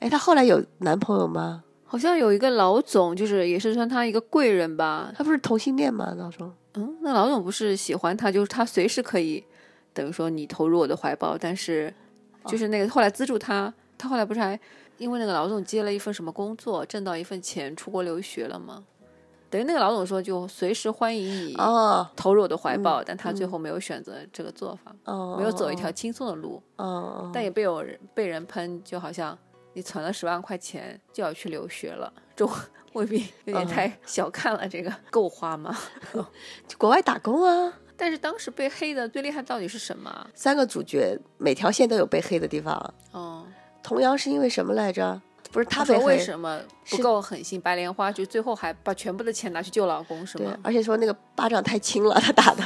Speaker 1: 哎，她后来有男朋友吗？
Speaker 2: 好像有一个老总，就是也是算他一个贵人吧，
Speaker 1: 她不是同性恋吗？当中
Speaker 2: 嗯，那老总不是喜欢他，就是他随时可以，等于说你投入我的怀抱，但是
Speaker 1: 哦
Speaker 2: 就是那个后来资助他，他后来不是还因为那个老总接了一份什么工作，挣到一份钱，出国留学了吗？等于那个老总说就随时欢迎你
Speaker 1: 哦
Speaker 2: 投入我的怀抱，但他最后没有选择这个做法，
Speaker 1: 哦，
Speaker 2: 没有走一条
Speaker 1: 哦，
Speaker 2: 轻松的路，
Speaker 1: 哦哦
Speaker 2: 但也被有人被人喷，就好像你存了十万块钱就要去留学了，这我未必有点
Speaker 1: 嗯
Speaker 2: 太小看了这个，够花吗？
Speaker 1: 去国外打工啊。
Speaker 2: 但是当时被黑的最厉害到底是什么啊？
Speaker 1: 三个主角每条线都有被黑的地方。
Speaker 2: 哦，
Speaker 1: 童谣是因为什么来着？不是
Speaker 2: 他
Speaker 1: 他被
Speaker 2: 说
Speaker 1: 黑，
Speaker 2: 为什么不
Speaker 1: 是
Speaker 2: 够狠心？白莲花就最后还把全部的钱拿去救老公是
Speaker 1: 对
Speaker 2: 吗，？
Speaker 1: 而且说那个巴掌太轻了，他打的，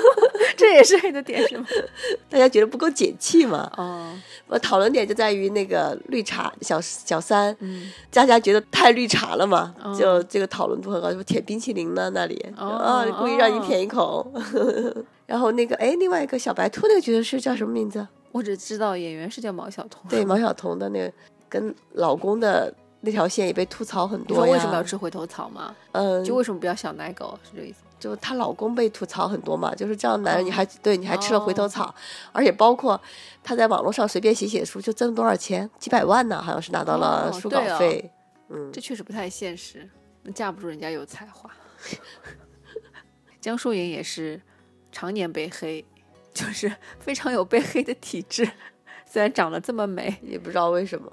Speaker 2: 这也是黑的点是吗？
Speaker 1: 大家觉得不够解气嘛。
Speaker 2: 哦，
Speaker 1: 我讨论点就在于那个绿茶小小三，
Speaker 2: 嗯，
Speaker 1: 大家觉得太绿茶了嘛，
Speaker 2: 哦
Speaker 1: 就这个讨论度很高，就舔冰淇淋呢那里，
Speaker 2: 哦
Speaker 1: 啊、故意让你舔一口。 然后那个哎，另外一个小白兔那个角色是叫什么名字？
Speaker 2: 我只知道演员是叫毛晓彤。
Speaker 1: 对，毛晓彤的那个跟老公的那条线也被吐槽很
Speaker 2: 你
Speaker 1: 多
Speaker 2: 说
Speaker 1: 呀。
Speaker 2: 为什么要吃回头草吗？
Speaker 1: 嗯，
Speaker 2: 就为什么不要小奶狗？是这个意思？
Speaker 1: 就她老公被吐槽很多嘛，就是这样的男人，
Speaker 2: 哦
Speaker 1: 你还、对你还吃了回头草，而且包括她在网络上随便写写书就挣多少钱，几百万呢，好像是拿到了
Speaker 2: 哦
Speaker 1: 书稿
Speaker 2: 对哦
Speaker 1: 费，嗯，
Speaker 2: 这确实不太现实，那架不住人家有才华。 江疏影也是常年被黑，就是非常有被黑的体质， 虽然长得这么美。
Speaker 1: 也不知道为什么，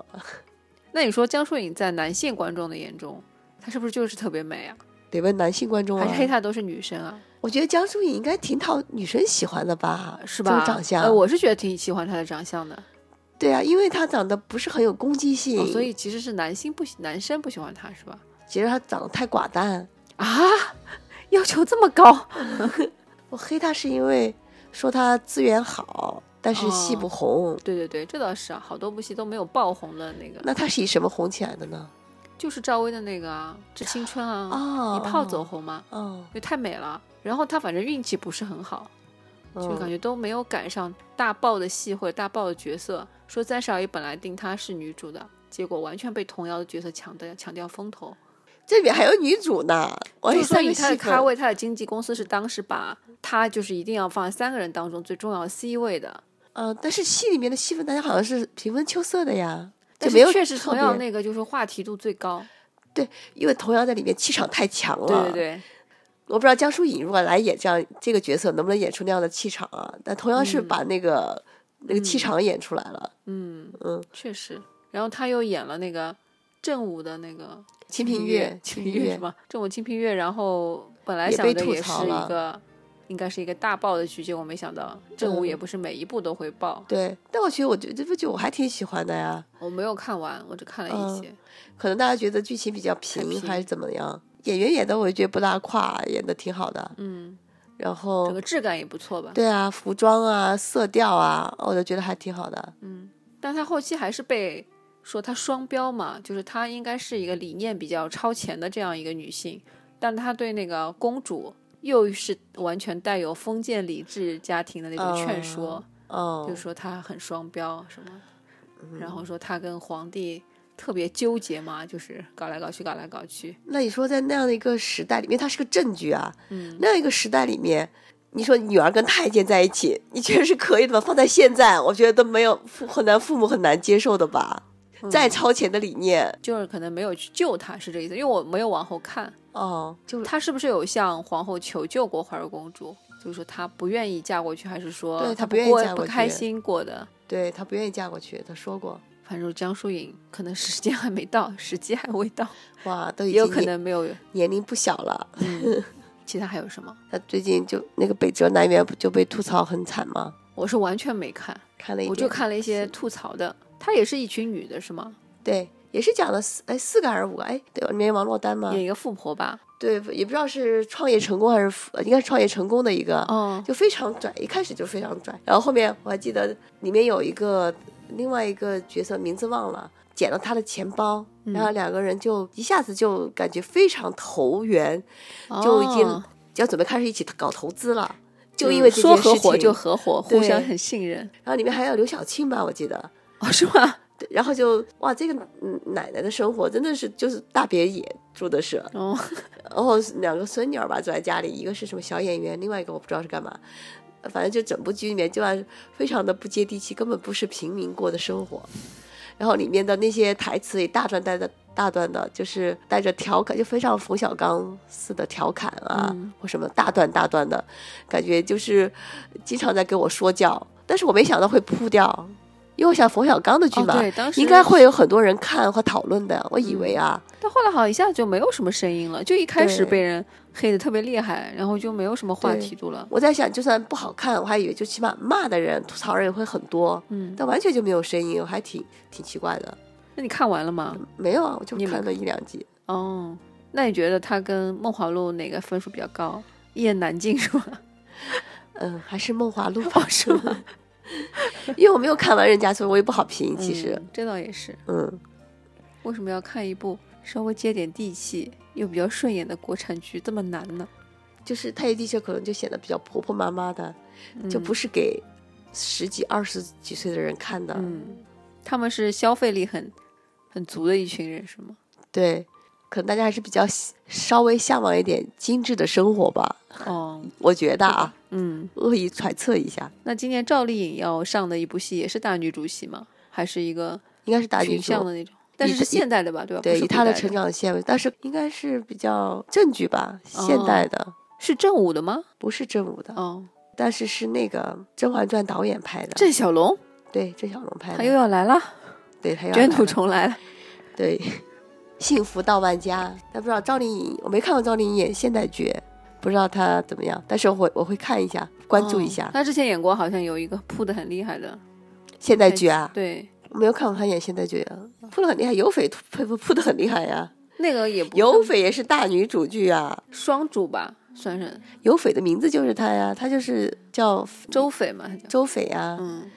Speaker 2: 那你说江疏影在男性观众的眼中，她是不是就是特别美啊？
Speaker 1: 得问男性观众
Speaker 2: 还
Speaker 1: 啊
Speaker 2: 是。黑她都是女生啊？
Speaker 1: 我觉得江疏影应该挺讨女生喜欢的吧，
Speaker 2: 是
Speaker 1: 这
Speaker 2: 吧？
Speaker 1: 个长相，
Speaker 2: 呃，我是觉得挺喜欢她的长相的，
Speaker 1: 对啊，因为她长得不是很有攻击性，
Speaker 2: 哦所以其实是男性不喜，男生不喜欢她是吧？
Speaker 1: 其实她长得太寡淡，
Speaker 2: 啊，
Speaker 5: 要求这么高，
Speaker 1: 我黑他是因为说他资源好，但
Speaker 2: 哦
Speaker 1: 是戏不红。
Speaker 2: 对对对，这倒是啊，好多部戏都没有爆红的那个，
Speaker 1: 那他是以什么红起来的呢？
Speaker 2: 就是赵薇的那个啊，《致青春》啊，
Speaker 1: 哦，
Speaker 2: 一炮走红嘛，
Speaker 1: 哦，
Speaker 2: 因为太美了。然后她反正运气不是很好，
Speaker 1: 哦，
Speaker 2: 就感
Speaker 1: 觉
Speaker 2: 觉都没有赶上大爆的戏或者大爆的角色。说三十而已本来定她是女主的，结果完全被童瑶的角色抢的抢掉风头。
Speaker 1: 这里还有女主呢，我
Speaker 2: 就
Speaker 1: 还
Speaker 2: 是说
Speaker 1: 三
Speaker 2: 以
Speaker 1: 个
Speaker 2: 她
Speaker 1: 戏
Speaker 2: 的咖
Speaker 1: 份。
Speaker 2: 位，她的经纪公司是当时把她就是一定要放在三个人当中最重要的 C 位的。
Speaker 1: 嗯，但是戏里面的戏份大家好像是平分秋色的呀，
Speaker 2: 但
Speaker 1: 就是没有
Speaker 2: 确实
Speaker 1: 特
Speaker 2: 童瑶
Speaker 1: 别
Speaker 2: 那个就是话题度最高，
Speaker 1: 对，因为童瑶在里面气场太强了。
Speaker 2: 对对对，
Speaker 1: 我不知道江疏影如果来演这样这个角色，能不能演出那样的气场啊？但同样是把那个、那个气场演出来了，
Speaker 2: 嗯
Speaker 1: 嗯，
Speaker 2: 确实。然后她又演了那个正午的那个
Speaker 1: 清
Speaker 2: 清
Speaker 1: 平乐，
Speaker 2: 清
Speaker 1: 平
Speaker 2: 平乐是吗？正午清平乐，然后本来
Speaker 1: 也
Speaker 2: 想
Speaker 1: 被
Speaker 2: 的
Speaker 1: 吐
Speaker 2: 也
Speaker 1: 槽
Speaker 2: 是一
Speaker 1: 了
Speaker 2: 个，应该是一个大爆的剧，结果没想到正午也不是每一部都会爆。
Speaker 1: 对，但我觉得我觉得这部剧我还挺喜欢的呀。
Speaker 2: 我没有看完，我只看了一
Speaker 1: 嗯
Speaker 2: 些。
Speaker 1: 可能大家觉得剧情比较平
Speaker 2: 平
Speaker 1: 还是怎么样，演员演的我觉得不拉胯，演的挺好的。
Speaker 2: 嗯，
Speaker 1: 然
Speaker 2: 整
Speaker 1: 后
Speaker 2: 个质感也不错吧。
Speaker 1: 哦对啊，服装啊、色调啊，我都觉得还挺好的。
Speaker 2: 嗯但他后期还是被说他双标嘛，就是她应该是一个理念比较超前的这样一个女性，但她对那个公主又是完全带有封建礼制家庭的那种劝说，
Speaker 1: 哦嗯
Speaker 2: 就，说她很双标什么，然后说她跟皇帝特别纠结嘛，就是搞来搞去，搞来搞去，
Speaker 1: 那你说在那样的一个时代里面，它是个证据啊，
Speaker 2: 嗯，
Speaker 1: 那样一个时代里面，你说女儿跟太监在一起，你觉得是可以的吗？放在现在，我觉得都没有父很难，父母很难接受的吧。再超前的理念，
Speaker 2: 就是可能没有去救她，是这意思，因为我没有往后看，
Speaker 1: 哦，就
Speaker 2: 她是不是有向皇后求救过怀柔公主？就是说她不愿意嫁过去，还是说
Speaker 1: 对她
Speaker 2: 她
Speaker 1: 不愿意
Speaker 2: 过
Speaker 1: 嫁过
Speaker 2: 不开
Speaker 1: 去
Speaker 2: 心过的？
Speaker 1: 对她不愿意嫁过去，她说过，
Speaker 2: 反正江疏影可能时间还没到，时机还未到，
Speaker 1: 哇，都已
Speaker 2: 也
Speaker 1: 经
Speaker 2: 有可
Speaker 1: 年
Speaker 2: 能没有。
Speaker 1: 年龄不小了。
Speaker 2: 嗯，其他还有什么？
Speaker 1: 她最近就那个北辙南辕不就被吐槽很惨吗？
Speaker 2: 我是完全没看，
Speaker 1: 看了一点，
Speaker 2: 我就看了一些吐槽的。她也是一群女的，是吗？
Speaker 1: 对，也是讲了四哎四个还是五个哎，对，里面有王珞丹吗？
Speaker 2: 演一个富婆吧。
Speaker 1: 对，也不知道是创业成功还是应该是创业成功的一个，
Speaker 2: 哦，
Speaker 1: 就非常拽，一开始就非常拽。然后后面我还记得里面有一个另外一个角色名字忘了，捡了他的钱包，
Speaker 2: 嗯
Speaker 1: 然后两个人就一下子就感觉非常投缘，就已经
Speaker 2: 哦
Speaker 1: 要准备开始一起搞投资了。就
Speaker 2: 就
Speaker 1: 因为这
Speaker 2: 说
Speaker 1: 件事
Speaker 2: 合伙
Speaker 1: 情
Speaker 2: 就合伙，互
Speaker 1: 对
Speaker 2: 相很信任。
Speaker 1: 然后里面还有刘晓庆吧，我记得。
Speaker 2: 哦，是 吗？
Speaker 1: 对然后就哇，这个嗯奶奶的生活真的是就是大别野住的是，
Speaker 2: 哦，
Speaker 1: 然后两个孙女儿吧住在家里，一个是什么小演员，另外一个我不知道是干嘛。呃反正就整部剧里面就让非常的不接地气，根本不是平民过的生活。然后里面的那些台词也大段带的大段的，就是带着调侃，就非常冯小刚似的调侃啊，
Speaker 2: 嗯
Speaker 1: 或什么大段大段的，感觉就是经常在跟我说教。但是我没想到会扑掉，因为我想冯小刚的剧
Speaker 2: 哦
Speaker 1: 嘛，
Speaker 2: 对，当时嗯
Speaker 1: 应该会有很多人看和讨论的。我以为啊，
Speaker 2: 但后来好像一下就没有什么声音了，就一开始
Speaker 1: 对
Speaker 2: 被人黑的特别厉害，然后就没有什么话
Speaker 1: 对
Speaker 2: 题度了。
Speaker 1: 我在想，就算不好看，我还以为就起码骂的人、吐槽人也会很多，
Speaker 2: 嗯，
Speaker 1: 但完全就没有声音，我还挺挺奇怪的。
Speaker 2: 那你看完了吗？
Speaker 1: 没有啊，我就
Speaker 2: 你没
Speaker 1: 看了一两集，
Speaker 2: 哦，那你觉得他跟《梦华录》哪个分数比较高？一言难尽 是吧？
Speaker 1: 嗯，还是《梦 华录》
Speaker 2: 哦
Speaker 1: 吧，，
Speaker 2: 是吗？
Speaker 1: 因为我没有看完人家，所以我也不好评。其实，
Speaker 2: 嗯这倒也是，
Speaker 1: 嗯，
Speaker 2: 为什么要看一部稍微接点地气又比较顺眼的国产剧这么难呢？
Speaker 1: 就是太极地球可能就显得比较婆婆妈妈的，就
Speaker 2: 嗯
Speaker 1: 不是给十几、二十几岁的人看的。
Speaker 2: 嗯，他们是消费力很很足的一群人是吗？
Speaker 1: 对，可能大家还是比较喜稍微向往一点精致的生活吧，
Speaker 2: 哦，
Speaker 1: 我觉得啊，
Speaker 2: 嗯，
Speaker 1: 恶意揣测一下，
Speaker 2: 那今年赵丽颖要上的一部戏也是大女主戏吗？还是一个
Speaker 1: 应该是大
Speaker 2: 群
Speaker 1: 女主
Speaker 2: 像的那种？但
Speaker 1: 以
Speaker 2: 是是
Speaker 1: 她以
Speaker 2: 现代的吧，对吧？不
Speaker 1: 对，
Speaker 2: 是
Speaker 1: 以
Speaker 2: 古
Speaker 1: 他的
Speaker 2: 代
Speaker 1: 成长线为，但是应该是比较正剧吧，
Speaker 2: 哦
Speaker 1: 现代的，
Speaker 2: 是正午的吗？
Speaker 1: 不是正午的，
Speaker 2: 哦，
Speaker 1: 但是是那个《甄嬛传》导演拍的，
Speaker 2: 郑晓龙
Speaker 1: 对郑晓龙拍
Speaker 2: 她又
Speaker 1: 的，
Speaker 2: 要来了，
Speaker 1: 对，他要
Speaker 2: 卷
Speaker 1: 来
Speaker 2: 土
Speaker 1: 了
Speaker 2: 重来了。
Speaker 1: 对， 幸福到万家。但不知道赵丽颖，我没看过赵丽颖演现代剧，不知道她怎么样，但是我会我会看一下，关注一下、
Speaker 2: 哦他之前演过，好像有一个扑的很厉害的，
Speaker 1: 现代剧啊，
Speaker 2: 对，
Speaker 1: 我没有看过她演现代剧啊，扑的很厉害，有匪 扑
Speaker 2: 嗯
Speaker 1: 扑扑的很厉害呀、
Speaker 2: 那个也不
Speaker 1: 有
Speaker 2: 算
Speaker 1: 匪也是大女主剧啊，
Speaker 2: 双主吧，算是
Speaker 1: 有匪的名字就是他呀，他就是叫
Speaker 2: 周匪嘛，他叫
Speaker 1: 周匪呀，
Speaker 2: 嗯，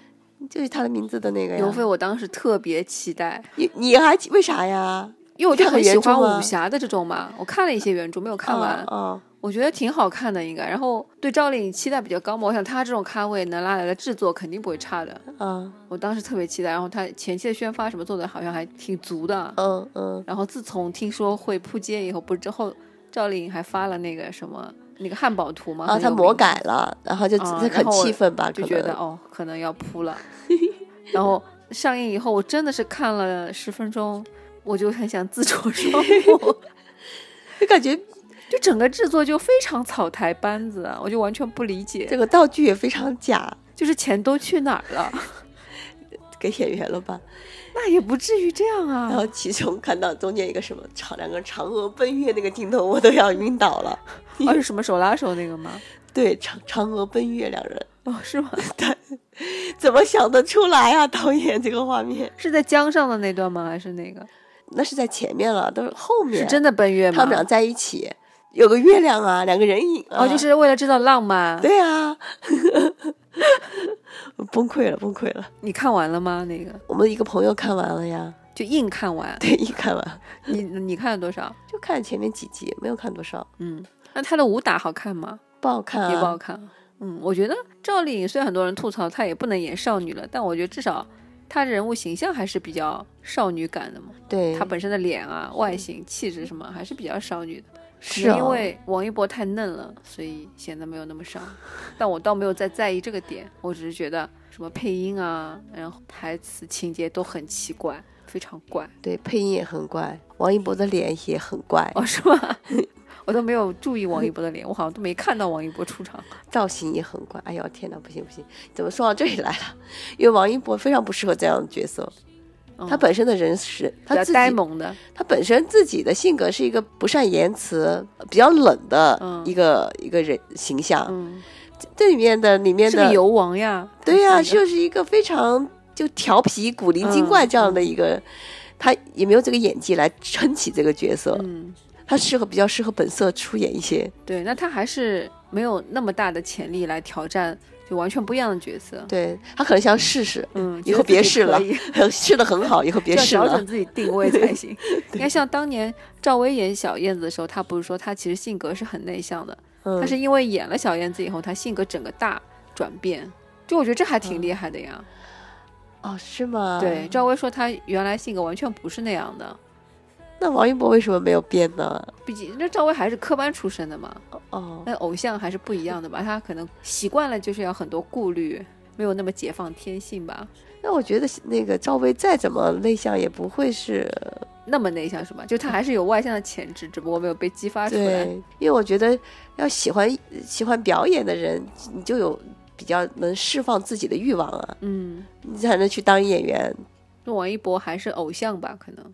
Speaker 1: 就是他的名字的那个呀。
Speaker 2: 刘飞，我当时特别期待，
Speaker 1: 你你还为啥呀？
Speaker 2: 因为我就
Speaker 1: 看了
Speaker 2: 很喜
Speaker 1: 原著吗
Speaker 2: 欢武侠的这种嘛，我看了一些原著，没有看完，
Speaker 1: 啊、哦
Speaker 2: 我觉得挺好看的，应该。然后对赵丽颖期待比较高嘛，我想她这种咖位能拉来的制作肯定不会差的。
Speaker 1: 啊，
Speaker 2: 我当时特别期待，然后她前期的宣发什么做的好像还挺足的。
Speaker 1: 嗯嗯，
Speaker 2: 然后自从听说会扑街以后，不是之后赵丽颖还发了那个什么那个汉堡图嘛，
Speaker 1: 然后
Speaker 2: 很有
Speaker 1: 啊他
Speaker 2: 名
Speaker 1: 哦魔改了，然后就
Speaker 2: 啊
Speaker 1: 他
Speaker 2: 然
Speaker 1: 很
Speaker 2: 后我
Speaker 1: 气愤吧，
Speaker 2: 就
Speaker 1: 可
Speaker 2: 觉得
Speaker 1: 能
Speaker 2: 哦可能要扑 了。然后上映以后，我真的是看了十分钟，我就很想自戳双目。
Speaker 1: 就感觉
Speaker 2: 就整个制作就非常草台班子啊，我就完全不理解，
Speaker 1: 这个道具也非常假，
Speaker 2: 就是钱都去哪儿了？
Speaker 1: 给演员了吧？
Speaker 2: 那也不至于这样
Speaker 1: 然
Speaker 2: 啊
Speaker 1: 后！其 中看到中间一个什么嫦两个嫦娥奔月那个镜头，我都要晕倒了。
Speaker 2: 哦，是什么手拉手那个吗？
Speaker 1: 对，嫦嫦娥奔月两人
Speaker 2: 哦，是吗？
Speaker 1: 怎么想得出来啊？导演这个画面，
Speaker 2: 是在江上的那段吗？还是那个？
Speaker 1: 那是在前面了，都是后面
Speaker 2: 是真的奔月
Speaker 1: 啊
Speaker 2: 吗？
Speaker 1: 他们俩在一起，有个月亮啊，两个人影啊，
Speaker 2: 哦，就是为了制造浪漫。
Speaker 1: 对啊， 我崩溃了，崩溃了。
Speaker 2: 你看完了吗？那个
Speaker 1: 我们一个朋友看完了呀，
Speaker 2: 就硬看完。
Speaker 1: 对，一看完
Speaker 2: 你你看了多少？
Speaker 1: 就看前面几集，没有看多少，
Speaker 2: 嗯，那他的武打好看吗？
Speaker 1: 不好看
Speaker 2: 也不好
Speaker 1: 啊。
Speaker 2: 看。嗯，我觉得赵丽颖虽然很多人吐槽她也不能演少女了，但我觉得至少她人物形象还是比较少女感的嘛。
Speaker 1: 对，
Speaker 2: 她本身的脸啊、外形、气质什么还是比较少女的。可
Speaker 1: 是
Speaker 2: 能
Speaker 1: 啊
Speaker 2: 因为王一博太嫩了，所以显得没有那么少。但我倒没有再在意这个点，我只是觉得什么配音啊，然后台词、情节都很奇怪，非常怪
Speaker 1: 对配音也很怪，王一博的脸也很怪，
Speaker 2: 哦，是吗？ 我都没有注意王一博的脸，我好像都没看到王一博出场。
Speaker 1: 造型也很怪。哎呦天哪，不行不行，怎么说到这里来了？因为王一博非常不适合这样的角色，
Speaker 2: 嗯
Speaker 1: 他本身的人是
Speaker 2: 比
Speaker 1: 他
Speaker 2: 较
Speaker 1: 自
Speaker 2: 呆
Speaker 1: 己
Speaker 2: 萌的，
Speaker 1: 他本身自己的性格是一个不善言辞、比较冷的
Speaker 2: 嗯
Speaker 1: 一个、一个人形象。
Speaker 2: 嗯，
Speaker 1: 这里面的里面
Speaker 2: 是个
Speaker 1: 的
Speaker 2: 游王呀。
Speaker 1: 对呀、
Speaker 2: 他是一个
Speaker 1: 就是一个非常就调皮、古灵精怪这样
Speaker 2: 嗯
Speaker 1: 的一个，他也没有这个演技来撑起这个角色，
Speaker 2: 嗯，
Speaker 1: 他适合比较适合本色出演一些。
Speaker 2: 对，那他还是没有那么大的潜力来挑战就完全不一样的角色。
Speaker 1: 对他可能想试试，
Speaker 2: 嗯，
Speaker 1: 以后别试
Speaker 2: 试
Speaker 1: 了，试的很好，以后别
Speaker 2: 要
Speaker 1: 试
Speaker 2: 调
Speaker 1: 了
Speaker 2: 整。自己定位才 行。你看，像当年赵薇演小燕子的时候，她不是说她其实性格是很内向的，
Speaker 1: 嗯
Speaker 2: 她是因为演了小燕子以后，她性格整个大转变。就我觉得这还
Speaker 1: 嗯
Speaker 2: 挺厉害的呀。
Speaker 1: 哦，是吗？
Speaker 2: 对，，赵薇说她原来性格完全不是那样的，
Speaker 1: 那王一博为什么没有变呢？
Speaker 2: 毕竟那赵薇还是科班出身的嘛，
Speaker 1: 哦，
Speaker 2: 那偶像还是不一样的吧。她可能习惯了就是要很多顾虑，没有那么解放天性吧，
Speaker 1: 那我觉得那个赵薇再怎么内向，也不会是
Speaker 2: 那么内向是吧？就她还是有外向的潜质，只不过没有被激发出来。
Speaker 1: 对，因为我觉得要喜欢喜欢表演的人，你就有比较能释放自己的欲望啊，
Speaker 2: 嗯，
Speaker 1: 你才能去当演员。
Speaker 2: 那王一博还是偶像吧，可能。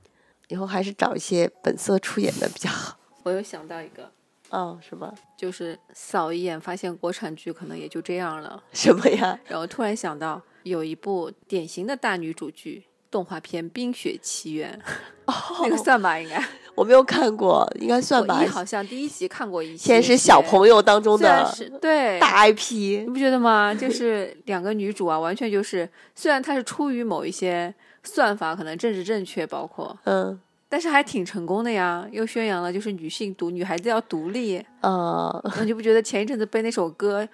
Speaker 1: 以后还是找一些本色出演的比较好。
Speaker 2: 我又想到一个，
Speaker 1: 哦，什么
Speaker 2: 就是扫一眼发现国产剧可能也就这样了，
Speaker 1: 什么呀？
Speaker 2: 然后突然想到有一部典型的大女主剧动画片《冰雪奇 缘》，那个算吧，应该
Speaker 1: 我没有看过，应该哦 算吧
Speaker 2: 我一。好像第一集看过一些，
Speaker 1: 先是小朋友当中
Speaker 2: 虽然
Speaker 1: 的
Speaker 2: 是对
Speaker 1: 大
Speaker 2: 你
Speaker 1: IP，
Speaker 2: 不觉得吗？就是两个女主啊，完全就是虽然她是出于某一些算法，可能政治正确，包括，
Speaker 1: 嗯
Speaker 2: 但是还挺成功的呀，又宣扬了就是女性独女孩子要独立，
Speaker 1: 呃，
Speaker 2: 那你就不觉得前一阵子被那首歌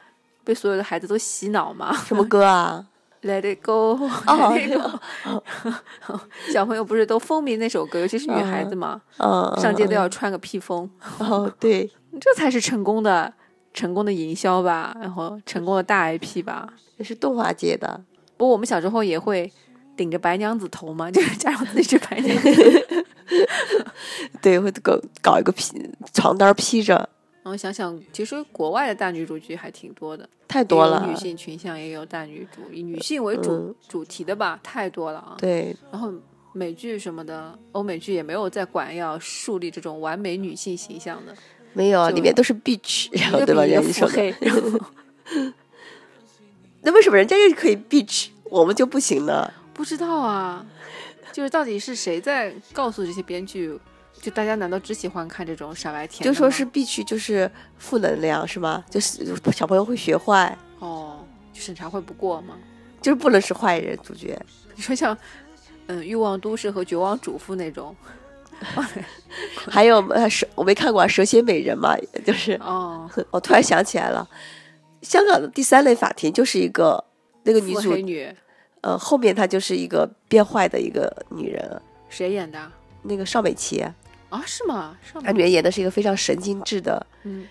Speaker 2: 被所有的孩子都洗脑吗
Speaker 1: 什么歌啊？
Speaker 2: ？Let it go，
Speaker 1: 哦
Speaker 2: Let it go 小朋友不是都风靡那首歌，尤其是女孩子嘛，
Speaker 1: 嗯，
Speaker 2: 上街都要穿个披风，
Speaker 1: 哦，对，
Speaker 2: 这才是成功的成功的营销吧，然后成功的大 IP 吧。
Speaker 1: 这是动画界的。
Speaker 2: 不过我们小时候也会顶着白娘子头嘛，就是假装自己是白娘子。
Speaker 1: 对，会搞搞一个披床单披着，
Speaker 2: 然后想想，其实国外的大女主剧还挺多的，
Speaker 1: 太多
Speaker 2: 也
Speaker 1: 了
Speaker 2: 有。女性群像也有大女主，以女性为主、
Speaker 1: 嗯
Speaker 2: 主题的吧，太多了啊。
Speaker 1: 对，
Speaker 2: 然后美剧什么的，欧美剧也没有在管要树立这种完美女性形象 的，
Speaker 1: 没有啊，
Speaker 2: 就
Speaker 1: 里面都是 bitch，然后
Speaker 2: 一
Speaker 1: 哦对
Speaker 2: 个
Speaker 1: 吧？
Speaker 2: 比一个
Speaker 1: 人家
Speaker 2: 腹
Speaker 1: 说的，
Speaker 2: 黑。
Speaker 1: 那为什么人家就可以 bitch，我们就不行呢？
Speaker 2: 不知道啊，就是到底是谁在告诉这些编剧就大家难道只喜欢看这种傻白甜的
Speaker 1: 就
Speaker 2: 吗？
Speaker 1: 说是必须就是负能量是吗？就是小朋友会学坏，
Speaker 2: 哦，就审查会不过吗？
Speaker 1: 就是不能是坏人主角。
Speaker 2: 你说像嗯《欲望都市》和《绝望主妇》那种，
Speaker 1: 还有呃，蛇我没看过、啊《蛇蝎美人》嘛，就是
Speaker 2: 哦，
Speaker 1: 我突然想起来了，香港的第三类法庭就是一个那个女
Speaker 2: 腹
Speaker 1: 主
Speaker 2: 黑，女
Speaker 1: 呃，后面她就是一个变坏的一个女人，
Speaker 2: 谁演的啊？
Speaker 1: 那个邵美琪，
Speaker 2: 啊是吗？上
Speaker 1: 她里面演的是一个非常神经质的
Speaker 2: 嗯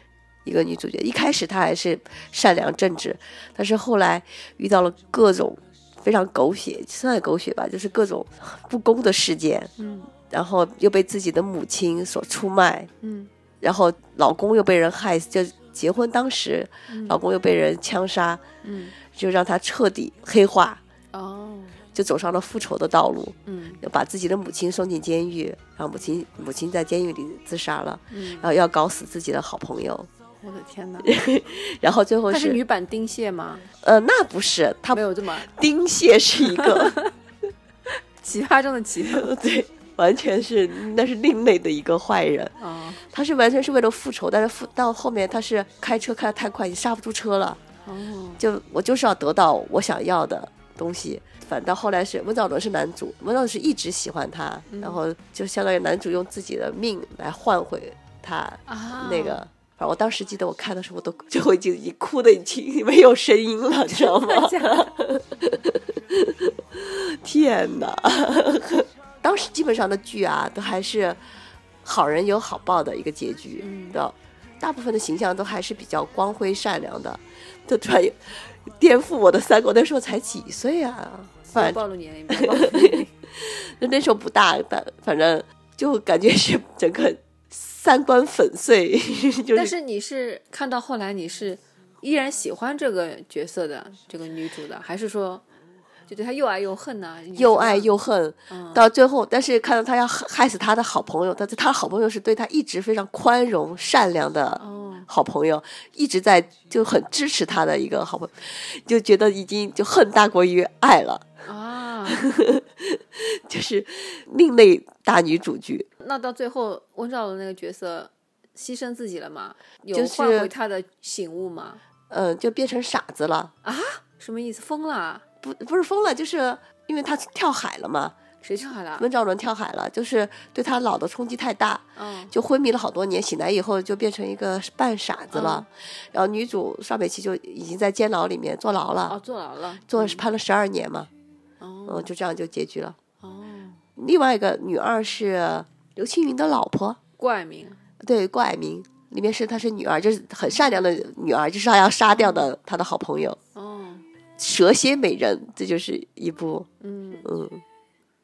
Speaker 1: 一个女主角。一开始她还是善良正直，但是后来遇到了各种非常狗血，算狗血吧，就是各种不公的事件，
Speaker 2: 嗯
Speaker 1: 然后又被自己的母亲所出卖，
Speaker 2: 嗯
Speaker 1: 然后老公又被人害死，就结婚当时
Speaker 2: 嗯
Speaker 1: 老公又被人枪杀，
Speaker 2: 嗯
Speaker 1: 就让她彻底黑化，
Speaker 2: 哦
Speaker 1: 就走上了复仇的道路，
Speaker 2: 嗯
Speaker 1: 把自己的母亲送进监狱，然后母亲母亲在监狱里自杀了，
Speaker 2: 嗯
Speaker 1: 然，后要搞死自己的好朋友，
Speaker 2: 我的天哪！
Speaker 1: 然后最后
Speaker 2: 她
Speaker 1: 是
Speaker 2: 是女版丁蟹吗？
Speaker 1: 呃那不是她
Speaker 2: 没有这么
Speaker 1: 丁蟹是一个
Speaker 2: 奇葩中的奇葩
Speaker 1: 对。完全是，那是另类的一个坏人。
Speaker 2: 啊！
Speaker 1: 他是完全是为了复仇，但是复到后面他是开车开得太快，你刹不住车了。
Speaker 2: 哦，
Speaker 1: 就我就是要得到我想要的东西。反倒后来是温兆伦是男主，温兆伦是一直喜欢他，然后就相当于男主用自己的命来换回他
Speaker 2: 啊
Speaker 1: 那 个。反正我当时记得我看的时候，我都最后已经已经哭的已经没有声音了，你知道吗？天哪！ 当时基本上的剧啊，都还是好人有好报的一个结局的，大部分的形象都还是比较光辉善良的。就突然有颠覆我的三观，那时候才几岁啊？ 反
Speaker 2: 不
Speaker 1: 正
Speaker 2: 暴露 年龄，不暴露年龄。
Speaker 1: 那时候不大，但反正就感觉是整个三观粉碎， 就
Speaker 2: 但是你是看到后来，你是依然喜欢这个角色的这个女主的，还是说就对她又爱又恨呢、你
Speaker 1: 又
Speaker 2: 是
Speaker 1: 爱
Speaker 2: 吧
Speaker 1: 又恨，到最后，但是看到他要害害死他的好朋友，但是他的好朋友是对他一直非常宽容、善良的
Speaker 2: 哦，
Speaker 1: 好朋友，一直在就很支持他的一个好朋友，就觉得已经就恨大过于爱了，
Speaker 2: 啊，
Speaker 1: 就是另类大女主剧。
Speaker 2: 那到最后温兆伦那个角色牺牲自己了吗？有
Speaker 1: 就是
Speaker 2: 换回他的醒悟吗？
Speaker 1: 嗯，就变成傻子了，
Speaker 2: 什么意思？疯了啊？
Speaker 1: 不不是疯了，就是因为他跳海了嘛，
Speaker 2: 谁跳海了？啊
Speaker 1: 温兆伦跳海了，就是对他脑的冲击太大，
Speaker 2: 嗯
Speaker 1: 就昏迷了好多年，醒来以后就变成一个半傻子了。然后女主邵美琪就已经在监牢里面坐牢了，
Speaker 2: 哦，坐牢了。
Speaker 1: 坐判了十二年嘛，
Speaker 2: 哦
Speaker 1: 嗯，就这样就结局了。
Speaker 2: 哦，
Speaker 1: 另外一个女二是刘青云的老婆，
Speaker 2: 怪名
Speaker 1: 对，郭蔼明。里面是她是女儿，就是很善良的女儿，就是她要杀掉的她的好朋友
Speaker 2: 哦，
Speaker 1: 蛇蝎美人，这就是一部
Speaker 2: 嗯，
Speaker 1: 嗯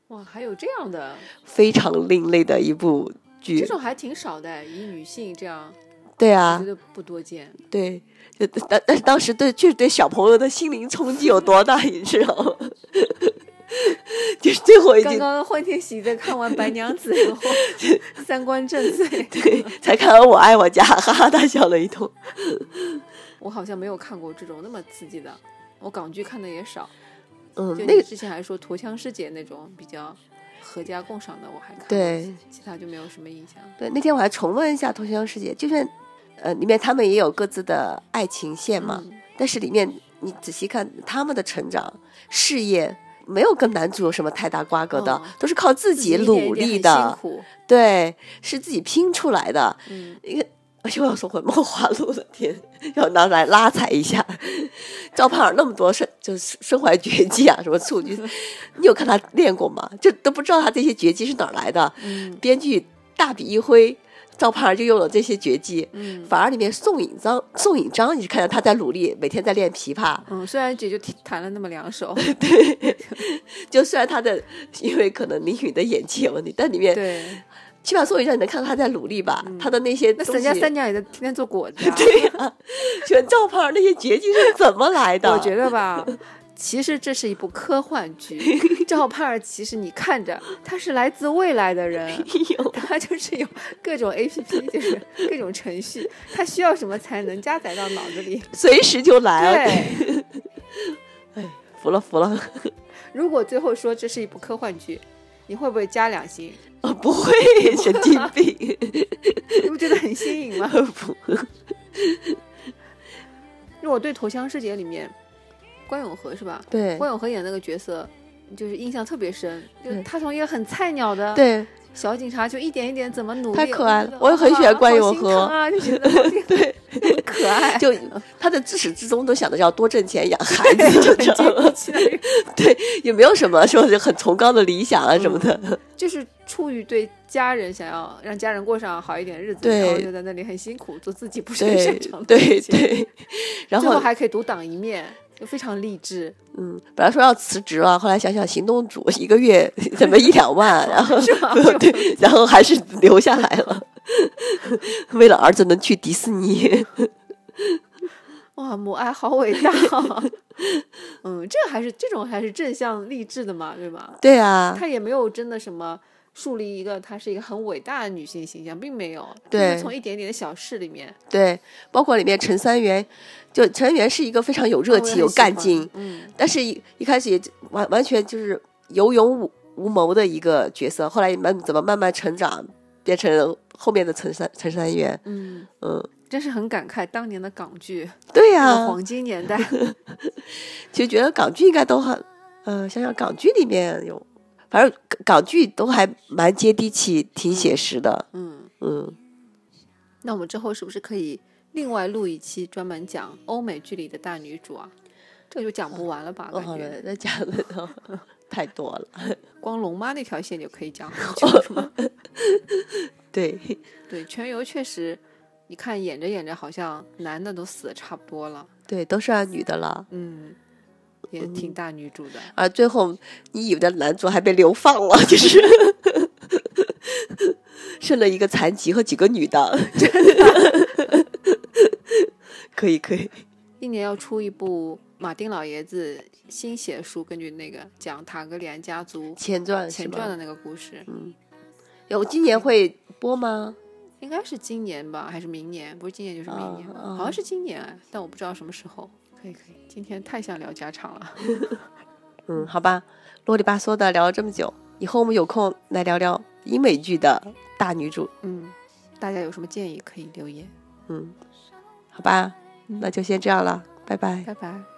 Speaker 2: 哇，还有这样的，
Speaker 1: 非常另类的一部
Speaker 2: 这
Speaker 1: 剧。
Speaker 2: 种还挺少的，以女性这样，
Speaker 1: 对
Speaker 2: 我
Speaker 1: 啊
Speaker 2: 觉，得不多见。
Speaker 1: 对，就但但是当时对，确实对小朋友的心灵冲击有多大，你知道吗？ 就是最后已
Speaker 2: 刚
Speaker 1: 经
Speaker 2: 刚欢天喜地看完《白娘子》以后，三观震碎。
Speaker 1: 对才看完《我爱我家》，哈哈大笑了一 通。
Speaker 2: 我好像没有看过这种那么刺激的，我港剧看的也少。
Speaker 1: 嗯
Speaker 2: 就，
Speaker 1: 那
Speaker 2: 你
Speaker 1: 个
Speaker 2: 之前还说《陀枪师姐》那种比较合家共赏的，我还看过，
Speaker 1: 对
Speaker 2: 其他就没有什么印象。
Speaker 1: 对，那天我还重温一下《同乡世界》，就算呃里面他们也有各自的爱情线嘛，
Speaker 2: 嗯
Speaker 1: 但是里面你仔细看他们的成长、事业，没有跟男主有什么太大瓜葛的，
Speaker 2: 哦
Speaker 1: 都是靠自
Speaker 2: 自
Speaker 1: 己
Speaker 2: 一点
Speaker 1: 努
Speaker 2: 一点
Speaker 1: 力
Speaker 2: 很
Speaker 1: 的，
Speaker 2: 辛苦。
Speaker 1: 对，是自己拼出来的。
Speaker 2: 嗯，
Speaker 1: 一个，而且我要说回《梦华录》的天，要拿来拉踩一下。赵盼儿那么多身就是身怀绝技啊，什么蹴鞠， 你有看他练过吗？就都不知道他这些绝技是哪儿来的。
Speaker 2: 嗯
Speaker 1: 编剧大笔一挥，赵盼儿就用了这些绝技。
Speaker 2: 嗯
Speaker 1: 反而里面宋引章，宋引章，你是看到他在努力，每天在练琵琶。
Speaker 2: 嗯，虽然姐就弹了那么两首，
Speaker 1: 就虽然他的，因为可能林允的演技有问题，但里面
Speaker 2: 对，嗯
Speaker 1: 起码宋引章你能看到他在努力吧？他的那些
Speaker 2: 那
Speaker 1: 东
Speaker 2: 人家
Speaker 1: 西
Speaker 2: 三娘也在天天做果子、啊。
Speaker 1: 对呀、选赵盼儿那些绝技是怎么来的？
Speaker 2: 我觉得吧，其实这是一部科幻剧。赵盼儿其实你看着，他是来自未来 的人，他就是有各种 A P P，就是各 种程序，他需要什么才能加载到脑子里。
Speaker 1: 随时就来了，
Speaker 2: 对，
Speaker 1: 服了服了。
Speaker 2: 如果最后说这是一部科幻剧，你会不会加两星？
Speaker 1: 呃不会，神经 病，
Speaker 6: 你不觉得很新颖 吗？
Speaker 1: 不，
Speaker 2: 因为我对《投降师姐》里面关咏荷是吧？
Speaker 1: 对
Speaker 2: 关咏荷演那个角色，就是印象特别深，就是
Speaker 1: 对
Speaker 2: 她从一个很菜鸟的
Speaker 1: 对，
Speaker 2: 小警察，就一点一点怎么努力，
Speaker 1: 太可爱了
Speaker 2: 觉得
Speaker 1: 我也很喜欢关咏荷
Speaker 2: 哇 好心疼啊，就觉得好心对很 可爱，
Speaker 1: 就他的自始至终都想着要多挣钱养孩子，就 这样了，
Speaker 2: 期待于
Speaker 1: 也没有什么说是很崇高的理想啊什么的。
Speaker 2: 就是出于对家人想要让家人过上好一点日子，
Speaker 1: 对
Speaker 2: 然后就在那里很辛苦，做自己不是很
Speaker 1: 对
Speaker 2: 擅长的
Speaker 1: 对
Speaker 2: 事情，
Speaker 1: 对，然
Speaker 2: 最
Speaker 1: 后
Speaker 2: 后还可以独当一面，就非常励志。
Speaker 1: 嗯，本来说要辞职了，后来想想行动组一个 月怎么一两万，然后 对，然后还是留下来了， 为了儿子能去迪士尼。
Speaker 2: 哇，母爱好伟大！哦 嗯，这还是这种还是正向励志的嘛，对吧？
Speaker 1: 对啊，
Speaker 2: 她也没有真的什么树立一个她是一个很伟大的女性形象，并没有，
Speaker 1: 对
Speaker 2: 就是从一点点的小事里面，
Speaker 1: 对，包括里面陈三元，就陈三元是一个非常有热
Speaker 2: 哦我也
Speaker 1: 情、
Speaker 2: 很
Speaker 1: 有
Speaker 2: 喜
Speaker 1: 干
Speaker 2: 欢
Speaker 1: 劲，
Speaker 2: 嗯，
Speaker 1: 但是一一开始也就完完全就是有勇无无谋的一个角色，后来慢怎么慢慢成长，变成了后面的陈三陈三元，
Speaker 2: 嗯，
Speaker 1: 嗯，啊
Speaker 2: 真是很感慨当年的港剧，
Speaker 1: 对呀、
Speaker 2: 那个黄金年代，
Speaker 1: 其实觉得港剧应该都很，呃，想想港剧里面有，反正港港剧都还蛮接地气、挺写实的，
Speaker 2: 嗯，
Speaker 1: 嗯，
Speaker 2: 那我们之后是不是可以另外录一期专门讲欧美剧里的大女主啊？这就讲不完了吧？
Speaker 1: 我
Speaker 2: 感
Speaker 1: 好
Speaker 2: 觉
Speaker 1: 了，嗯那讲的都太多了，
Speaker 2: 嗯光龙妈那条线就可以讲很
Speaker 1: 哦
Speaker 2: 久，是吗？
Speaker 1: 对，
Speaker 2: 对，全游确实，你看演着演着，好像男的都死的差不多了，
Speaker 1: 对，都是按女的了。
Speaker 2: 嗯，也
Speaker 1: 嗯
Speaker 2: 挺大女主的。
Speaker 1: 啊，最后你以为的男主还被流放了， 就是剩了一个残疾和几个女 的，真的。可以可以，
Speaker 2: 一年要出一部马丁老爷子新写书，根据那个讲塔格里安家族
Speaker 1: 前传呃是
Speaker 2: 前传
Speaker 1: 吗？
Speaker 2: 的那个故事，
Speaker 1: 有今年会播吗？
Speaker 2: 应该是今年吧，还是明年？不是今年就是明年吧，
Speaker 1: 哦哦
Speaker 2: 好像是今年哎，但我不知道什么时候。可以可以，今天太想聊家常了。
Speaker 1: 嗯，好吧，啰里吧嗦的聊了这么久，以后我们有空来聊聊英美剧的大女主，
Speaker 2: 嗯，大家有什么建议可以留言，
Speaker 1: 嗯，好吧，那就先这样了，拜拜。
Speaker 2: 拜拜。